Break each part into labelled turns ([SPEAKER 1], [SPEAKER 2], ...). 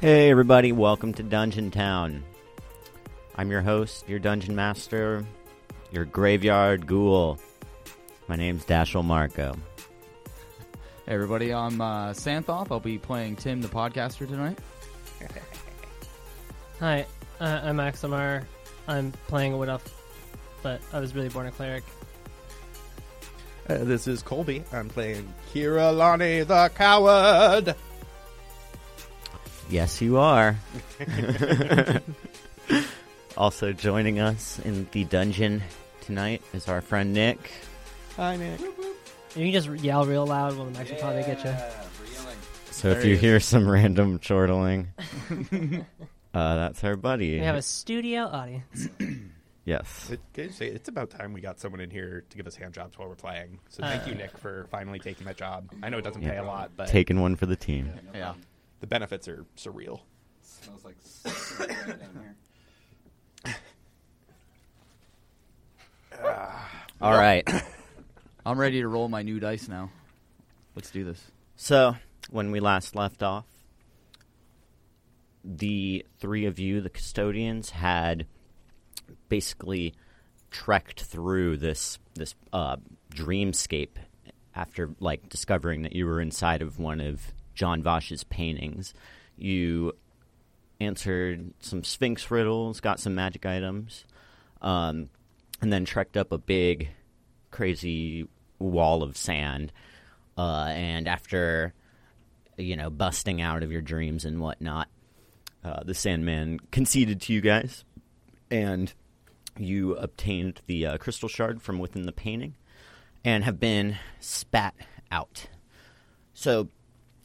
[SPEAKER 1] Hey, everybody, welcome to Dungeon Town. I'm your host, your dungeon master, your graveyard ghoul. My name's Dashel Marco.
[SPEAKER 2] Hey everybody, I'm uh, Santhop. I'll be playing Tim the podcaster tonight.
[SPEAKER 3] Hi, uh, I'm Axamar. I'm playing a wood elf, but I was really born a cleric.
[SPEAKER 4] Uh, this is Colby. I'm playing Kiralani the Coward.
[SPEAKER 1] Yes, you are. also joining us in the dungeon tonight is our friend Nick.
[SPEAKER 4] Hi, Nick.
[SPEAKER 3] You can just yell real loud when the microphone they get you.
[SPEAKER 1] So
[SPEAKER 2] There
[SPEAKER 1] if you
[SPEAKER 2] he is.
[SPEAKER 1] hear some random chortling, uh, that's our buddy.
[SPEAKER 3] We have a studio audience.
[SPEAKER 1] yes.
[SPEAKER 4] It- it's- It's about time we got someone in here to give us hand jobs while we're playing. So thank you, Nick, for finally taking that job. I know it doesn't pay
[SPEAKER 1] Yeah.
[SPEAKER 4] a lot, but
[SPEAKER 1] Taking one for the team.
[SPEAKER 2] Yeah.
[SPEAKER 4] the benefits are surreal.
[SPEAKER 5] Smells like cigarette down here.
[SPEAKER 1] All right.
[SPEAKER 2] I'm ready to roll my new dice now. Let's do this.
[SPEAKER 1] So, when we last left off, the three of you, the custodians, had basically trekked through this this uh, dreamscape after like discovering that you were inside of one of John Vosh's paintings. You answered some Sphinx riddles, got some magic items, um, and then trekked up a big, crazy wall of sand. Uh, and after, you know, busting out of your dreams and whatnot, uh, the Sandman conceded to you guys, and you obtained the uh, crystal shard from within the painting, and have been spat out. So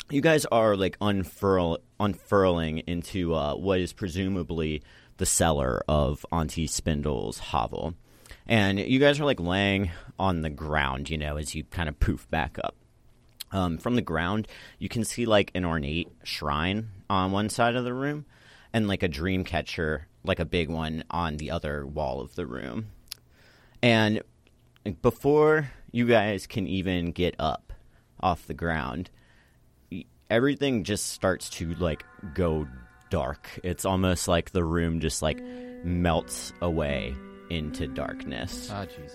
[SPEAKER 1] you guys are like unfurl unfurling into uh, what is presumably the cellar of Auntie Spindle's hovel, and you guys are like laying on the ground, you know, as you kind of poof back up. Um, from the ground, you can see like an ornate shrine on one side of the room, and like a dream catcher, like a big one, on the other wall of the room. And before you guys can even get up off the ground, y- everything just starts to like go dark. It's almost like the room just like melts away into darkness.
[SPEAKER 2] Ah, jeez.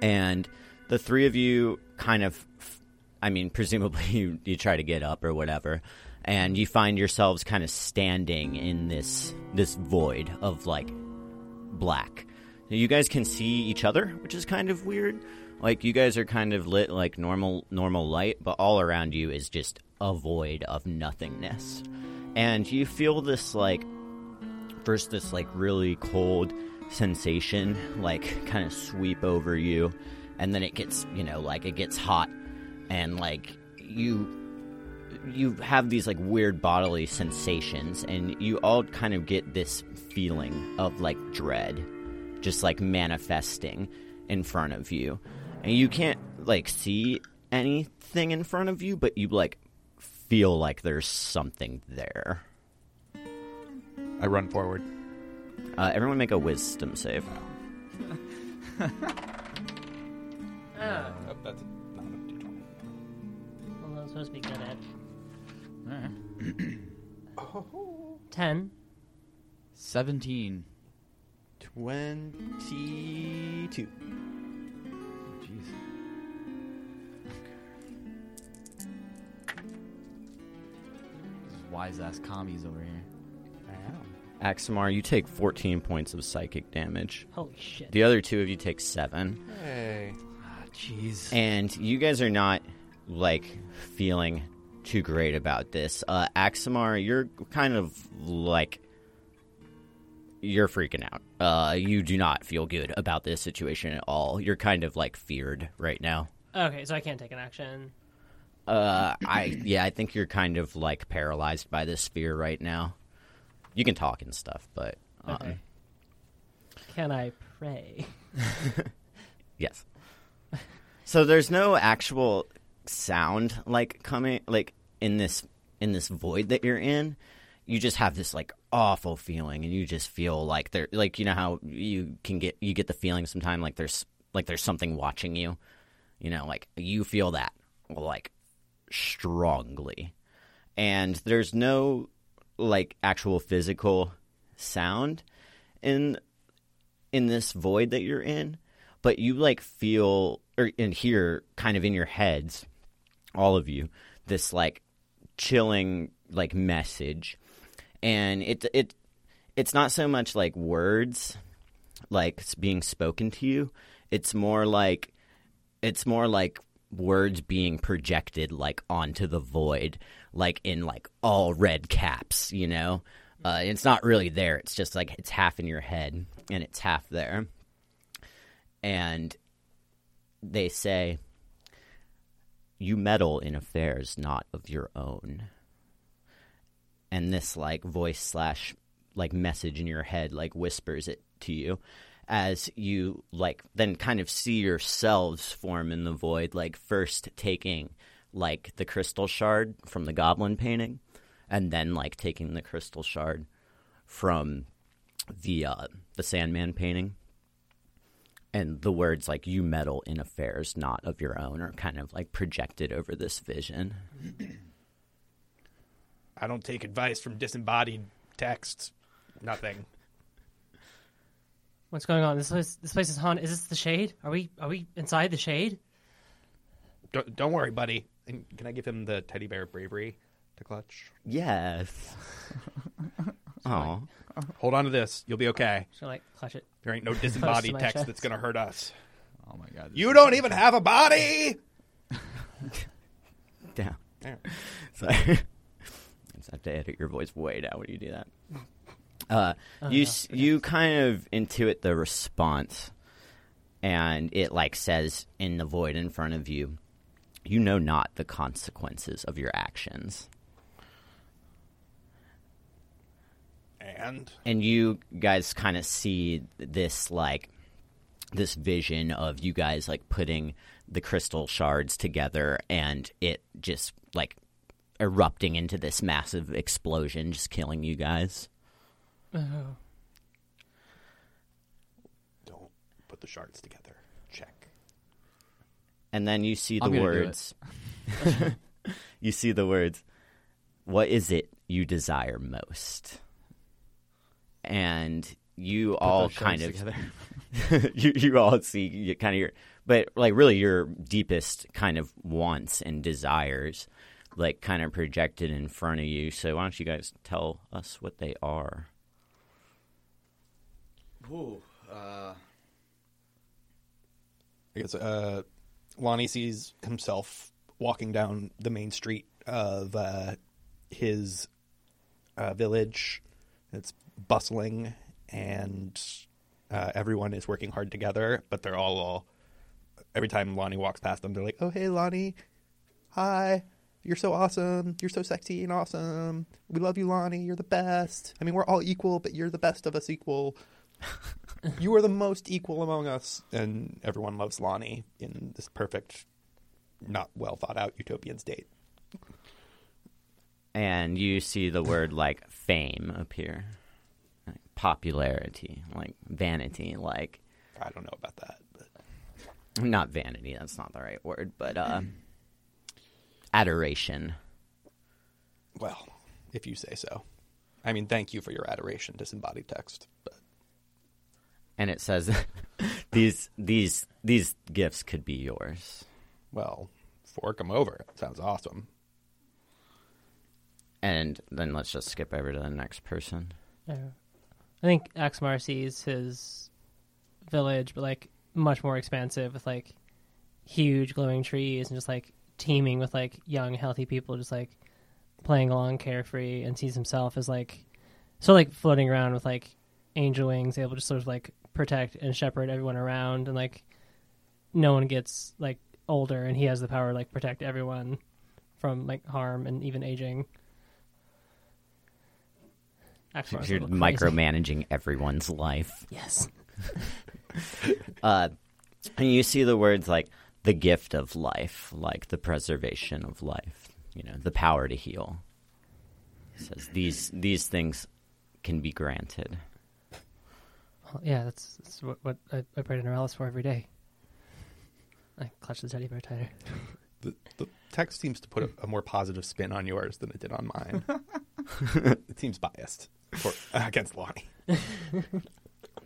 [SPEAKER 1] And the three of you kind of, I mean, presumably you, you try to get up or whatever, and you find yourselves kind of standing in this this void of like black. You guys can see each other, which is kind of weird. Like you guys are kind of lit like normal normal light, but all around you is just a void of nothingness. And you feel this like first this like really cold sensation like kind of sweep over you and then it gets you know like it gets hot and like you you have these like weird bodily sensations and you all kind of get this feeling of like dread just like manifesting in front of you and you can't like see anything in front of you but you like feel like there's something there
[SPEAKER 4] I run forward.
[SPEAKER 1] uh, everyone make a wisdom save
[SPEAKER 4] Oh, that's not a D20.
[SPEAKER 3] Well, I'm supposed to be good at
[SPEAKER 2] Alright.
[SPEAKER 3] ten.
[SPEAKER 2] 17.
[SPEAKER 4] 22.
[SPEAKER 2] Jeez. These wise ass commies over here.
[SPEAKER 1] Axamar, you take 14 points of psychic damage.
[SPEAKER 3] Holy shit!
[SPEAKER 1] The other two of you take seven.
[SPEAKER 4] Hey.
[SPEAKER 2] Ah, jeez.
[SPEAKER 1] And you guys are not, like, feeling too great about this. Uh, Axamar, you're kind of like. You're freaking out. Uh, you do not feel good about this situation at all. You're kind of, like, feared right now.
[SPEAKER 3] Okay, so I can't take an action.
[SPEAKER 1] Uh, I, yeah, I think you're kind of, like, paralyzed by this fear right now. You can talk and stuff, but. Um,
[SPEAKER 3] Okay. Can I pray?
[SPEAKER 1] Yes. so there's no actual sound like coming like in this in this void that you're in. You just have this like awful feeling and you just feel like there like you know how you can get you get the feeling sometime like there's like there's something watching you. You know, like you feel that like strongly. And there's no like actual physical sound in in this void that you're in, but you like feel or and hear kind of in your heads, all of you, this like chilling like message, and it it it's not so much like words like s- being spoken to you. It's more like it's more like words being projected like onto the void, like in like all red caps. You know, uh, it's not really there. It's just like it's half in your head and it's half there. And they say, "You meddle in affairs not of your own." and this like voice slash like message in your head like whispers it to you as you like then kind of see yourselves form in the void like first taking like the crystal shard from the goblin painting and then like taking the crystal shard from the uh, the sandman painting and the words like you meddle in affairs not of your own are kind of like projected over this vision
[SPEAKER 4] I don't take advice from disembodied texts. Nothing.
[SPEAKER 3] What's going on? This place, this place is haunted. Is this the shade? Are we, are we inside the shade?
[SPEAKER 4] Don't, don't worry, buddy. And can I give him the teddy bear bravery to clutch?
[SPEAKER 1] yes oh
[SPEAKER 4] Hold on to this. You'll be okay.
[SPEAKER 3] Should I, like clutch it?
[SPEAKER 4] There ain't no disembodied
[SPEAKER 3] my
[SPEAKER 4] text
[SPEAKER 3] chest.
[SPEAKER 4] that's gonna hurt us.
[SPEAKER 2] Oh my god. this
[SPEAKER 4] You
[SPEAKER 2] is-
[SPEAKER 4] don't even have a body.
[SPEAKER 1] down.
[SPEAKER 4] Yeah.
[SPEAKER 1] Sorry. I just have to edit your voice way down when you do that. Uh, you s you kind of intuit the response, and it like says in the void in front of you, you know not the consequences of your actions,
[SPEAKER 4] And
[SPEAKER 1] and you guys kind of see this like this vision of you guys like putting the crystal shards together and it just like erupting into this massive explosion just killing you guys
[SPEAKER 3] Oh.
[SPEAKER 4] don't put the shards together. Check.
[SPEAKER 1] and then you see the
[SPEAKER 2] I'm gonna do it.
[SPEAKER 1] words you see the words what is it you desire most and you all
[SPEAKER 2] those
[SPEAKER 1] kind
[SPEAKER 2] shards
[SPEAKER 1] of
[SPEAKER 2] together.
[SPEAKER 1] you, you all see you kind of your but like really your deepest kind of wants and desires like kind of projected in front of you so why don't you guys tell us what they are
[SPEAKER 5] Ooh, uh,
[SPEAKER 4] I guess uh, Lonnie sees himself walking down the main street of uh, his uh, village. It's bustling, and uh, everyone is working hard together. But they're all, all every time Lonnie walks past them, they're like, "Oh, hey, Lonnie! Hi." You're so awesome. You're so sexy and awesome. We love you, Lonnie. You're the best. I mean, we're all equal, but you're the best of us equal you are the most equal among us, and everyone loves Lonnie in this perfect, not well thought out utopian state.
[SPEAKER 1] and you see the word like fame appear like popularity like vanity like
[SPEAKER 4] I don't know about that, but
[SPEAKER 1] not vanity that's not the right word but uh adoration
[SPEAKER 4] well, if you say so. I mean, thank you for your adoration, disembodied text. But
[SPEAKER 1] and it says these these these gifts could be yours
[SPEAKER 4] well, fork 'em over. Sounds awesome.
[SPEAKER 1] and then let's just skip over to the next person
[SPEAKER 3] Yeah. I think Axmar sees his village, but like much more expansive with like huge glowing trees and just like teeming with like young, healthy people just like playing along carefree and sees himself as like sort of like floating around with like angel wings, able to sort of like protect and shepherd everyone around and like no one gets like older and he has the power to like protect everyone from like harm and even aging. Axmar's a
[SPEAKER 1] you're
[SPEAKER 3] little crazy.
[SPEAKER 1] micromanaging everyone's life
[SPEAKER 3] Yes.
[SPEAKER 1] uh, and you see the words like the gift of life like the preservation of life you know the power to heal it says these these things can be granted
[SPEAKER 3] Well, yeah, that's, that's what, what I, I pray to Norellis for every day. I clutch the teddy bear tighter.
[SPEAKER 4] The, the text seems to put a, a more positive spin on yours than it did on mine. It seems biased for, against Lonnie.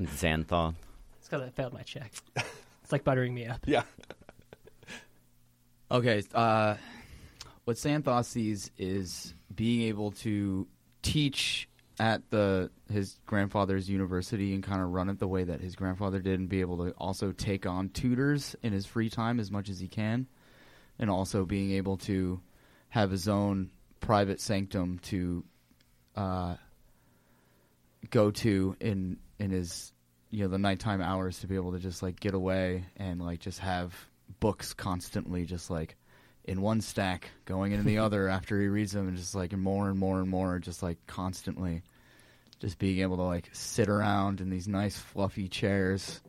[SPEAKER 1] Xanthal.
[SPEAKER 3] It's because I failed my check. It's like buttering me up.
[SPEAKER 4] Yeah.
[SPEAKER 2] Okay, uh, what Santhoth sees is being able to teach at the his grandfather's university and kind of run it the way that his grandfather did, and be able to also take on tutors in his free time as much as he can, and also being able to have his own private sanctum to uh, go to in in his you know the nighttime hours to be able to just like get away and like just have books constantly just like in one stack going into the other after he reads them and just like more and more and more just like constantly just being able to like sit around in these nice fluffy chairs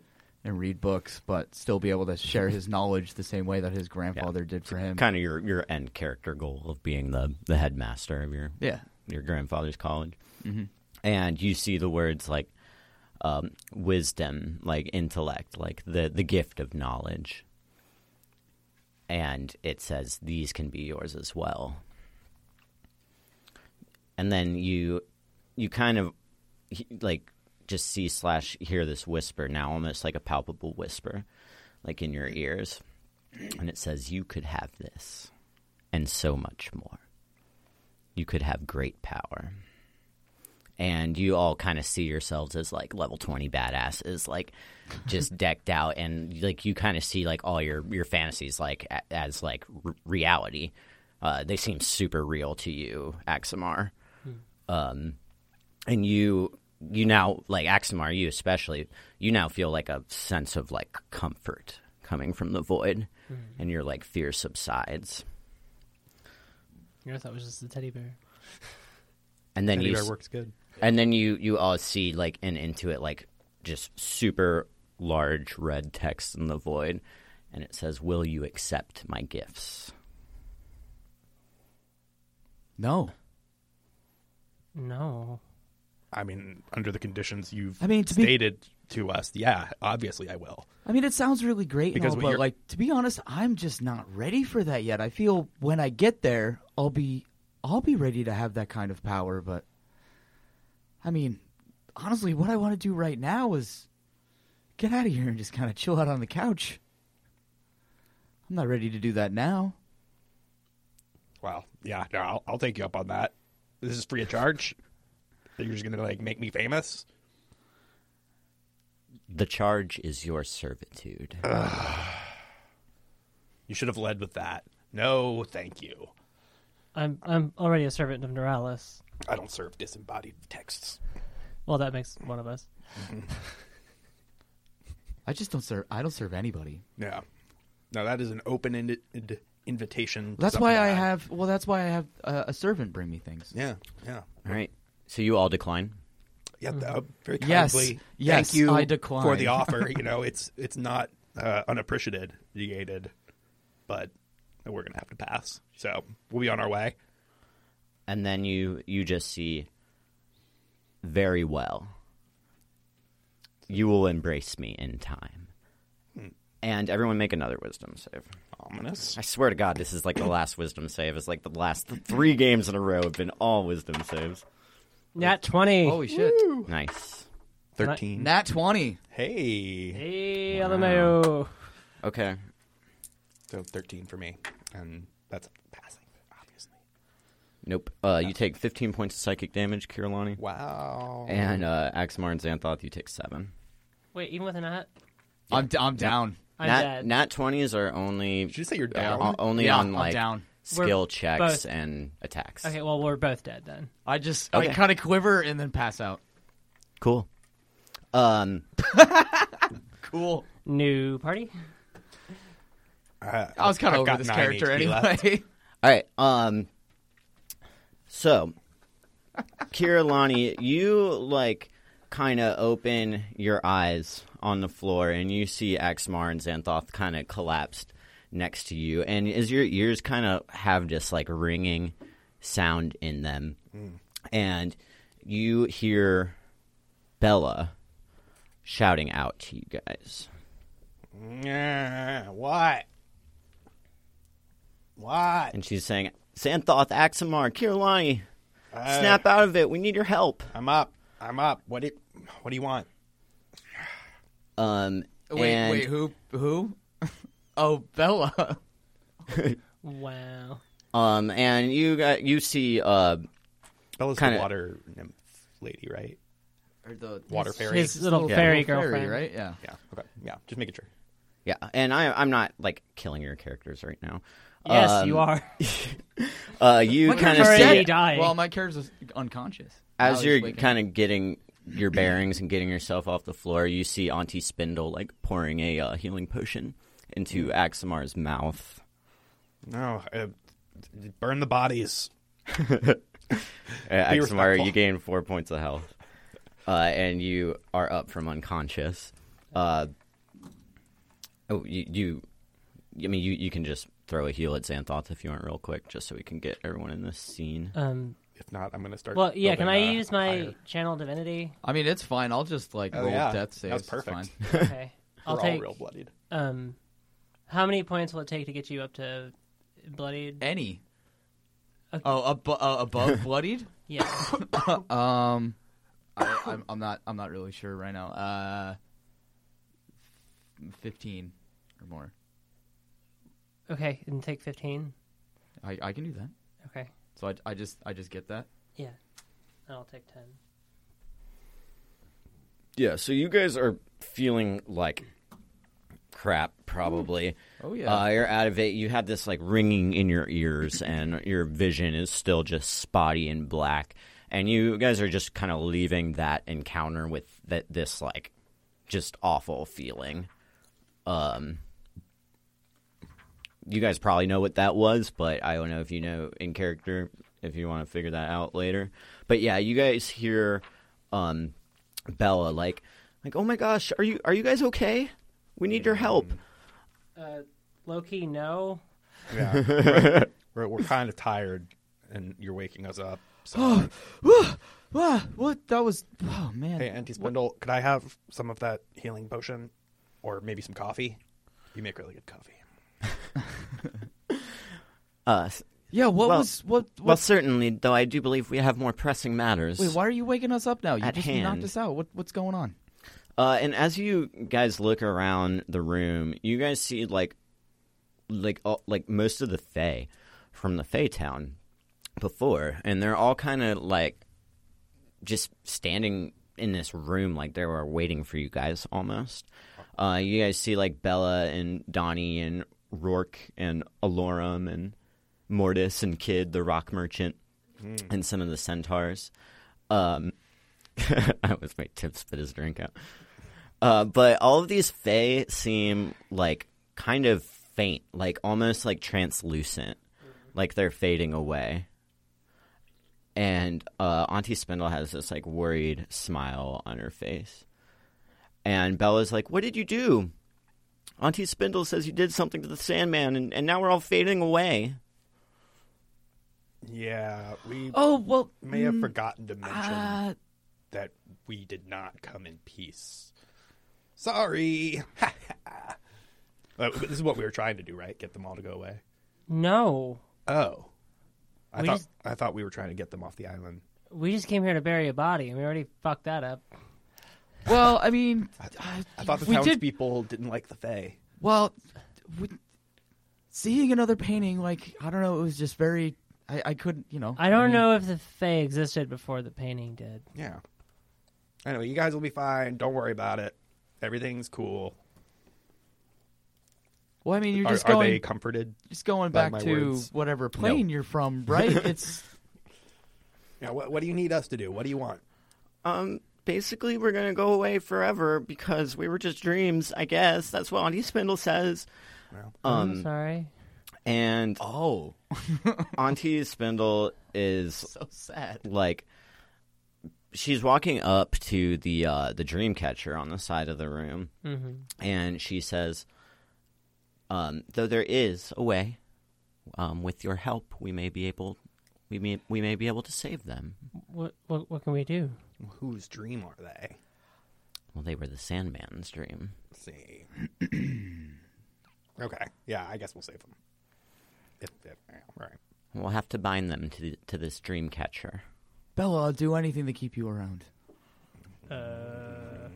[SPEAKER 2] and read books but still be able to share his knowledge the same way that his grandfather did for
[SPEAKER 3] Um,
[SPEAKER 2] him
[SPEAKER 1] Kind of your, your end character goal of being the, the headmaster of your
[SPEAKER 2] yeah
[SPEAKER 1] your grandfather's college, and you see the words like um, wisdom, like intellect, like the the gift of knowledge, and it says these can be yours as well. And then you you kind of he- like just see slash hear this whisper now, almost like a palpable whisper, like in your ears, and it says you could have this and so much more you could have great power. And you all kind of see yourselves as like level 20 badasses, like just decked out. And like you kind of see like all your, your fantasies like a- as like r- reality. Uh, they seem super real to you, Axamar. Um, and you you now like Axamar, you especially, you now feel like a sense of like comfort coming from the void, and your like fear subsides.
[SPEAKER 3] You know, I thought it was just a teddy bear.
[SPEAKER 1] And then
[SPEAKER 4] Teddy
[SPEAKER 1] you
[SPEAKER 4] bear
[SPEAKER 1] s-
[SPEAKER 4] works good.
[SPEAKER 1] And then you you all see like and into it like just super large red text in the void, and it says, "Will you accept my gifts?"
[SPEAKER 2] no
[SPEAKER 3] No.
[SPEAKER 4] I mean, under the conditions you've
[SPEAKER 2] I mean, to be-
[SPEAKER 4] stated to us, yeah, obviously I will.
[SPEAKER 2] I mean, it sounds really great,
[SPEAKER 4] Because
[SPEAKER 2] because
[SPEAKER 4] when
[SPEAKER 2] but
[SPEAKER 4] you're-
[SPEAKER 2] like to be honest, I'm just not ready for that yet. I feel when I get there, I'll be, I'll be ready to have that kind of power. But I mean, honestly, what I want to do right now is get out of here and just kind of chill out on the couch. I'm not ready to do that now.
[SPEAKER 4] Wow. Yeah, no, I'll, I'll take you up on that. This is free of charge. You're just gonna like make me famous.
[SPEAKER 1] The charge is your servitude.
[SPEAKER 4] You should have led with that. No, thank you.
[SPEAKER 3] I'm I'm already a servant of Neuralis.
[SPEAKER 4] I don't serve disembodied texts.
[SPEAKER 3] Well, that makes one of us.
[SPEAKER 2] I just don't serve. I don't serve anybody.
[SPEAKER 4] Yeah. No, that is an open-ended invitation. to
[SPEAKER 2] That's
[SPEAKER 4] something
[SPEAKER 2] why I
[SPEAKER 4] that-
[SPEAKER 2] have. Well, that's why I have uh, a servant bring me things.
[SPEAKER 4] Yeah, yeah,
[SPEAKER 1] all right, so you all decline.
[SPEAKER 4] yeah. Uh, very
[SPEAKER 2] Mm-hmm. Yes,
[SPEAKER 4] kindly.
[SPEAKER 2] yes,
[SPEAKER 4] Thank you
[SPEAKER 2] I decline.
[SPEAKER 4] for the offer. you know, it's it's not uh, unappreciated, negated, but we're gonna have to pass. So we'll be on our way.
[SPEAKER 1] and then you you just see very well you will embrace me in time and everyone make another wisdom save
[SPEAKER 4] Ominous.
[SPEAKER 1] i swear to god this is like the last wisdom save it's like the last three games in a row have been all wisdom saves
[SPEAKER 3] Nat twenty.
[SPEAKER 2] Holy shit!
[SPEAKER 1] nice
[SPEAKER 4] Thirteen.
[SPEAKER 2] Nat twenty.
[SPEAKER 4] hey.
[SPEAKER 3] Hey, LMAO.
[SPEAKER 1] okay
[SPEAKER 4] So thirteen for me, and that's passing, obviously.
[SPEAKER 1] nope uh, you take 15 points of psychic damage kirlani
[SPEAKER 4] Wow.
[SPEAKER 1] and uh, axmar and xanthoth you take seven
[SPEAKER 3] Wait, even with a nat,
[SPEAKER 2] I'm d- I'm down.
[SPEAKER 3] I'm
[SPEAKER 1] nat,
[SPEAKER 3] dead.
[SPEAKER 1] nat 20s are only
[SPEAKER 4] Did you say you're
[SPEAKER 1] uh,
[SPEAKER 4] down?
[SPEAKER 1] o- only
[SPEAKER 2] Yeah,
[SPEAKER 1] on
[SPEAKER 2] I'm
[SPEAKER 1] like
[SPEAKER 2] down.
[SPEAKER 1] skill
[SPEAKER 3] We're
[SPEAKER 1] checks
[SPEAKER 3] both-
[SPEAKER 1] and attacks
[SPEAKER 3] Okay, well we're both dead then.
[SPEAKER 2] I just
[SPEAKER 1] Okay.
[SPEAKER 2] I kind of quiver and then pass out.
[SPEAKER 1] Cool. Um,
[SPEAKER 2] Cool.
[SPEAKER 3] New party.
[SPEAKER 4] Uh,
[SPEAKER 2] I was kind of
[SPEAKER 4] I've
[SPEAKER 2] over
[SPEAKER 4] got
[SPEAKER 2] this
[SPEAKER 4] nine
[SPEAKER 2] character
[SPEAKER 4] HP
[SPEAKER 2] anyway.
[SPEAKER 4] left.
[SPEAKER 1] all right. Um, so, Kirillani, you like kind of open your eyes on the floor, and you see Axmar and Xanthoth kind of collapsed next to you, and as your ears kind of have this like ringing sound in them, and you hear Bella shouting out to you guys.
[SPEAKER 4] Yeah, what? What?
[SPEAKER 1] and she's saying, "Santhoth, Axamar, Kirlani,
[SPEAKER 4] Uh,
[SPEAKER 1] Snap out of it. We need your help.
[SPEAKER 4] I'm up. I'm up. What do What do you want?
[SPEAKER 1] Um,
[SPEAKER 2] Wait,
[SPEAKER 1] and
[SPEAKER 2] wait, who? Who? oh, Bella.
[SPEAKER 3] Wow.
[SPEAKER 1] um, and you got you see uh,
[SPEAKER 4] Bella's
[SPEAKER 1] Kinda-
[SPEAKER 4] the water nymph lady, right?
[SPEAKER 2] Or the
[SPEAKER 4] Water fairy.
[SPEAKER 3] His little
[SPEAKER 1] Yeah.
[SPEAKER 3] fairy
[SPEAKER 2] little
[SPEAKER 3] girlfriend.
[SPEAKER 2] right? Yeah.
[SPEAKER 4] Yeah. Okay. Yeah. Just making sure.
[SPEAKER 1] yeah, and I I'm not like killing your characters right now.
[SPEAKER 3] Yes,
[SPEAKER 1] Um,
[SPEAKER 3] you are.
[SPEAKER 1] Uh, you kind of
[SPEAKER 3] character's
[SPEAKER 1] see
[SPEAKER 3] already dying.
[SPEAKER 2] Well, my character's unconscious.
[SPEAKER 1] as you're kind of getting your bearings and getting yourself off the floor, you see Auntie Spindle like pouring a uh, healing potion
[SPEAKER 2] Hmm.
[SPEAKER 1] into Axamar's mouth.
[SPEAKER 4] No. Uh, burn the bodies.
[SPEAKER 1] Uh, Axamar,
[SPEAKER 4] respectful.
[SPEAKER 1] you gain four points of health, uh, and you are up from unconscious. Uh, oh, you, you, I mean, you, you can just throw a heal at Xanthoth if you want, real quick, just so we can get everyone in this scene.
[SPEAKER 3] um,
[SPEAKER 4] If not, I'm gonna start.
[SPEAKER 3] well, yeah. Can I
[SPEAKER 4] building, uh,
[SPEAKER 3] use my
[SPEAKER 4] fire.
[SPEAKER 3] channel divinity?
[SPEAKER 2] I mean, it's fine. I'll just like
[SPEAKER 4] Oh,
[SPEAKER 2] roll
[SPEAKER 4] yeah.
[SPEAKER 2] death
[SPEAKER 4] That
[SPEAKER 2] saves.
[SPEAKER 4] was
[SPEAKER 2] It's
[SPEAKER 4] perfect.
[SPEAKER 2] fine.
[SPEAKER 3] Okay,
[SPEAKER 4] We're
[SPEAKER 3] I'll
[SPEAKER 4] all
[SPEAKER 3] take.
[SPEAKER 4] real blooded.
[SPEAKER 3] Um, how many points will it take to get you up to bloodied?
[SPEAKER 1] Eh.
[SPEAKER 2] Any.
[SPEAKER 3] Okay.
[SPEAKER 2] Oh, ab- uh, above bloodied.
[SPEAKER 3] Yeah.
[SPEAKER 2] Um, I, I'm, I'm not. I'm not really sure right now. Uh, fifteen or more.
[SPEAKER 3] Okay, and take fifteen.
[SPEAKER 2] I, I can do that.
[SPEAKER 3] Okay,
[SPEAKER 2] So I, I just I just get that.
[SPEAKER 3] yeah, and I'll take ten.
[SPEAKER 1] Yeah, so you guys are feeling like crap, probably.
[SPEAKER 2] Oh, yeah.
[SPEAKER 1] uh, you're out of it. You have this like ringing in your ears, and your vision is still just spotty and black. And you guys are just kind of leaving that encounter with that this like just awful feeling. Um, you guys probably know what that was, but I don't know if you know in character if you want to figure that out later. But yeah, you guys hear um, Bella like like oh my gosh, are you are you guys okay? We need your help.
[SPEAKER 3] Uh, Loki, no.
[SPEAKER 4] Yeah. we're, we're, we're kind of tired, and you're waking us up. So,
[SPEAKER 2] Wah, Ah, what? That was. Oh man.
[SPEAKER 4] hey, Auntie Spindle, could I have some of that healing potion, or maybe some coffee? You make really good coffee.
[SPEAKER 1] Uh, s-
[SPEAKER 2] Yeah. What
[SPEAKER 1] Well-
[SPEAKER 2] was? What? What?
[SPEAKER 1] well, certainly, though I do believe we have more pressing matters.
[SPEAKER 2] wait. Why are you waking us up now? You
[SPEAKER 1] At
[SPEAKER 2] just knocked
[SPEAKER 1] hand.
[SPEAKER 2] us out. What? What's going on?
[SPEAKER 1] Uh, and as you guys look around the room, you guys see like, like, all, like most of the Fey from the Fey town before, and they're all kind of like just standing in this room, like they were waiting for you guys almost. Uh, you guys see like Bella and Donnie and Rourke and Alorum and Mortis and Kid, the rock merchant, and some of the centaurs. Um, I always make Tim spit his drink out. Uh, but all of these Fae seem like kind of faint, like almost like translucent, like they're fading away. And uh, Auntie Spindle has this like worried smile on her face. And Bella's like, What did you do? Auntie Spindle says you did something to the Sandman, and, and now we're all fading away.
[SPEAKER 4] Yeah, we
[SPEAKER 2] Oh well.
[SPEAKER 4] may have forgotten to mention
[SPEAKER 2] Uh,
[SPEAKER 4] that we did not come in peace. Sorry. Uh, this is what we were trying to do, right? Get them all to go away.
[SPEAKER 3] No,
[SPEAKER 4] Oh, I
[SPEAKER 3] We
[SPEAKER 4] thought
[SPEAKER 3] just-
[SPEAKER 4] I thought we were trying to get them off the island.
[SPEAKER 3] we just came here to bury a body, and we already fucked that up.
[SPEAKER 2] well, I mean,
[SPEAKER 4] I thought the
[SPEAKER 2] we did
[SPEAKER 4] townspeople did... not like the Fae.
[SPEAKER 2] Well, with seeing another painting, like I don't know, it was just very. I, I couldn't, you know.
[SPEAKER 3] I don't
[SPEAKER 1] Mm-hmm.
[SPEAKER 2] mean,
[SPEAKER 3] know if the Fae existed before the painting did.
[SPEAKER 4] Yeah. Anyway, you guys will be fine. Don't worry about it. Everything's cool.
[SPEAKER 2] Well, I mean, you're
[SPEAKER 4] Are,
[SPEAKER 2] just
[SPEAKER 4] are
[SPEAKER 2] going,
[SPEAKER 4] they comforted?
[SPEAKER 2] just going
[SPEAKER 4] by
[SPEAKER 2] back
[SPEAKER 4] my
[SPEAKER 2] to
[SPEAKER 4] words?
[SPEAKER 2] whatever plane you're from, right? it's
[SPEAKER 4] Yeah. What, what do you need us to do? What do you want?
[SPEAKER 1] Um, basically, we're gonna go away forever because we were just dreams, I guess. That's what Auntie Spindle says.
[SPEAKER 4] Well,
[SPEAKER 3] I'm
[SPEAKER 1] Um,
[SPEAKER 3] sorry.
[SPEAKER 1] and
[SPEAKER 2] oh,
[SPEAKER 1] Auntie Spindle is
[SPEAKER 2] so sad.
[SPEAKER 1] like she's walking up to the uh the dream catcher on the side of the room and she says um though there is a way um with your help we may be able we may we may be able to save them
[SPEAKER 3] What, what what can we do?
[SPEAKER 4] whose dream are they?
[SPEAKER 1] well they were the sandman's dream
[SPEAKER 4] Let's see. okay. Yeah, I guess we'll save them. If, if, yeah, right.
[SPEAKER 1] we'll have to bind them to the, to this dream catcher
[SPEAKER 2] Bella, I'll do anything to keep you around.
[SPEAKER 3] Uh,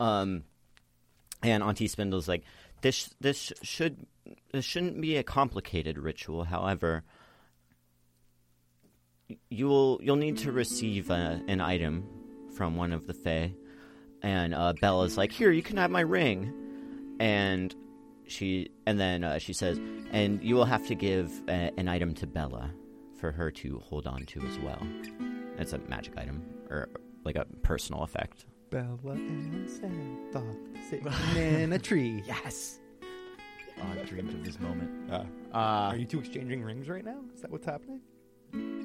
[SPEAKER 1] Um, and Auntie Spindle's like, this this should this shouldn't be a complicated ritual. However, you will you'll need to receive uh an item from one of the Fae, and uh, Bella's like, here you can have my ring, and she and then uh, she says, and you will have to give a, an item to Bella for her to hold on to as well. It's a magic item or like a personal effect.
[SPEAKER 4] Bella and Santa sitting in a tree.
[SPEAKER 2] Yes. Oh, I've dreamed of this moment.
[SPEAKER 4] Uh,
[SPEAKER 2] Uh,
[SPEAKER 4] are you two exchanging rings right now? Is that what's happening?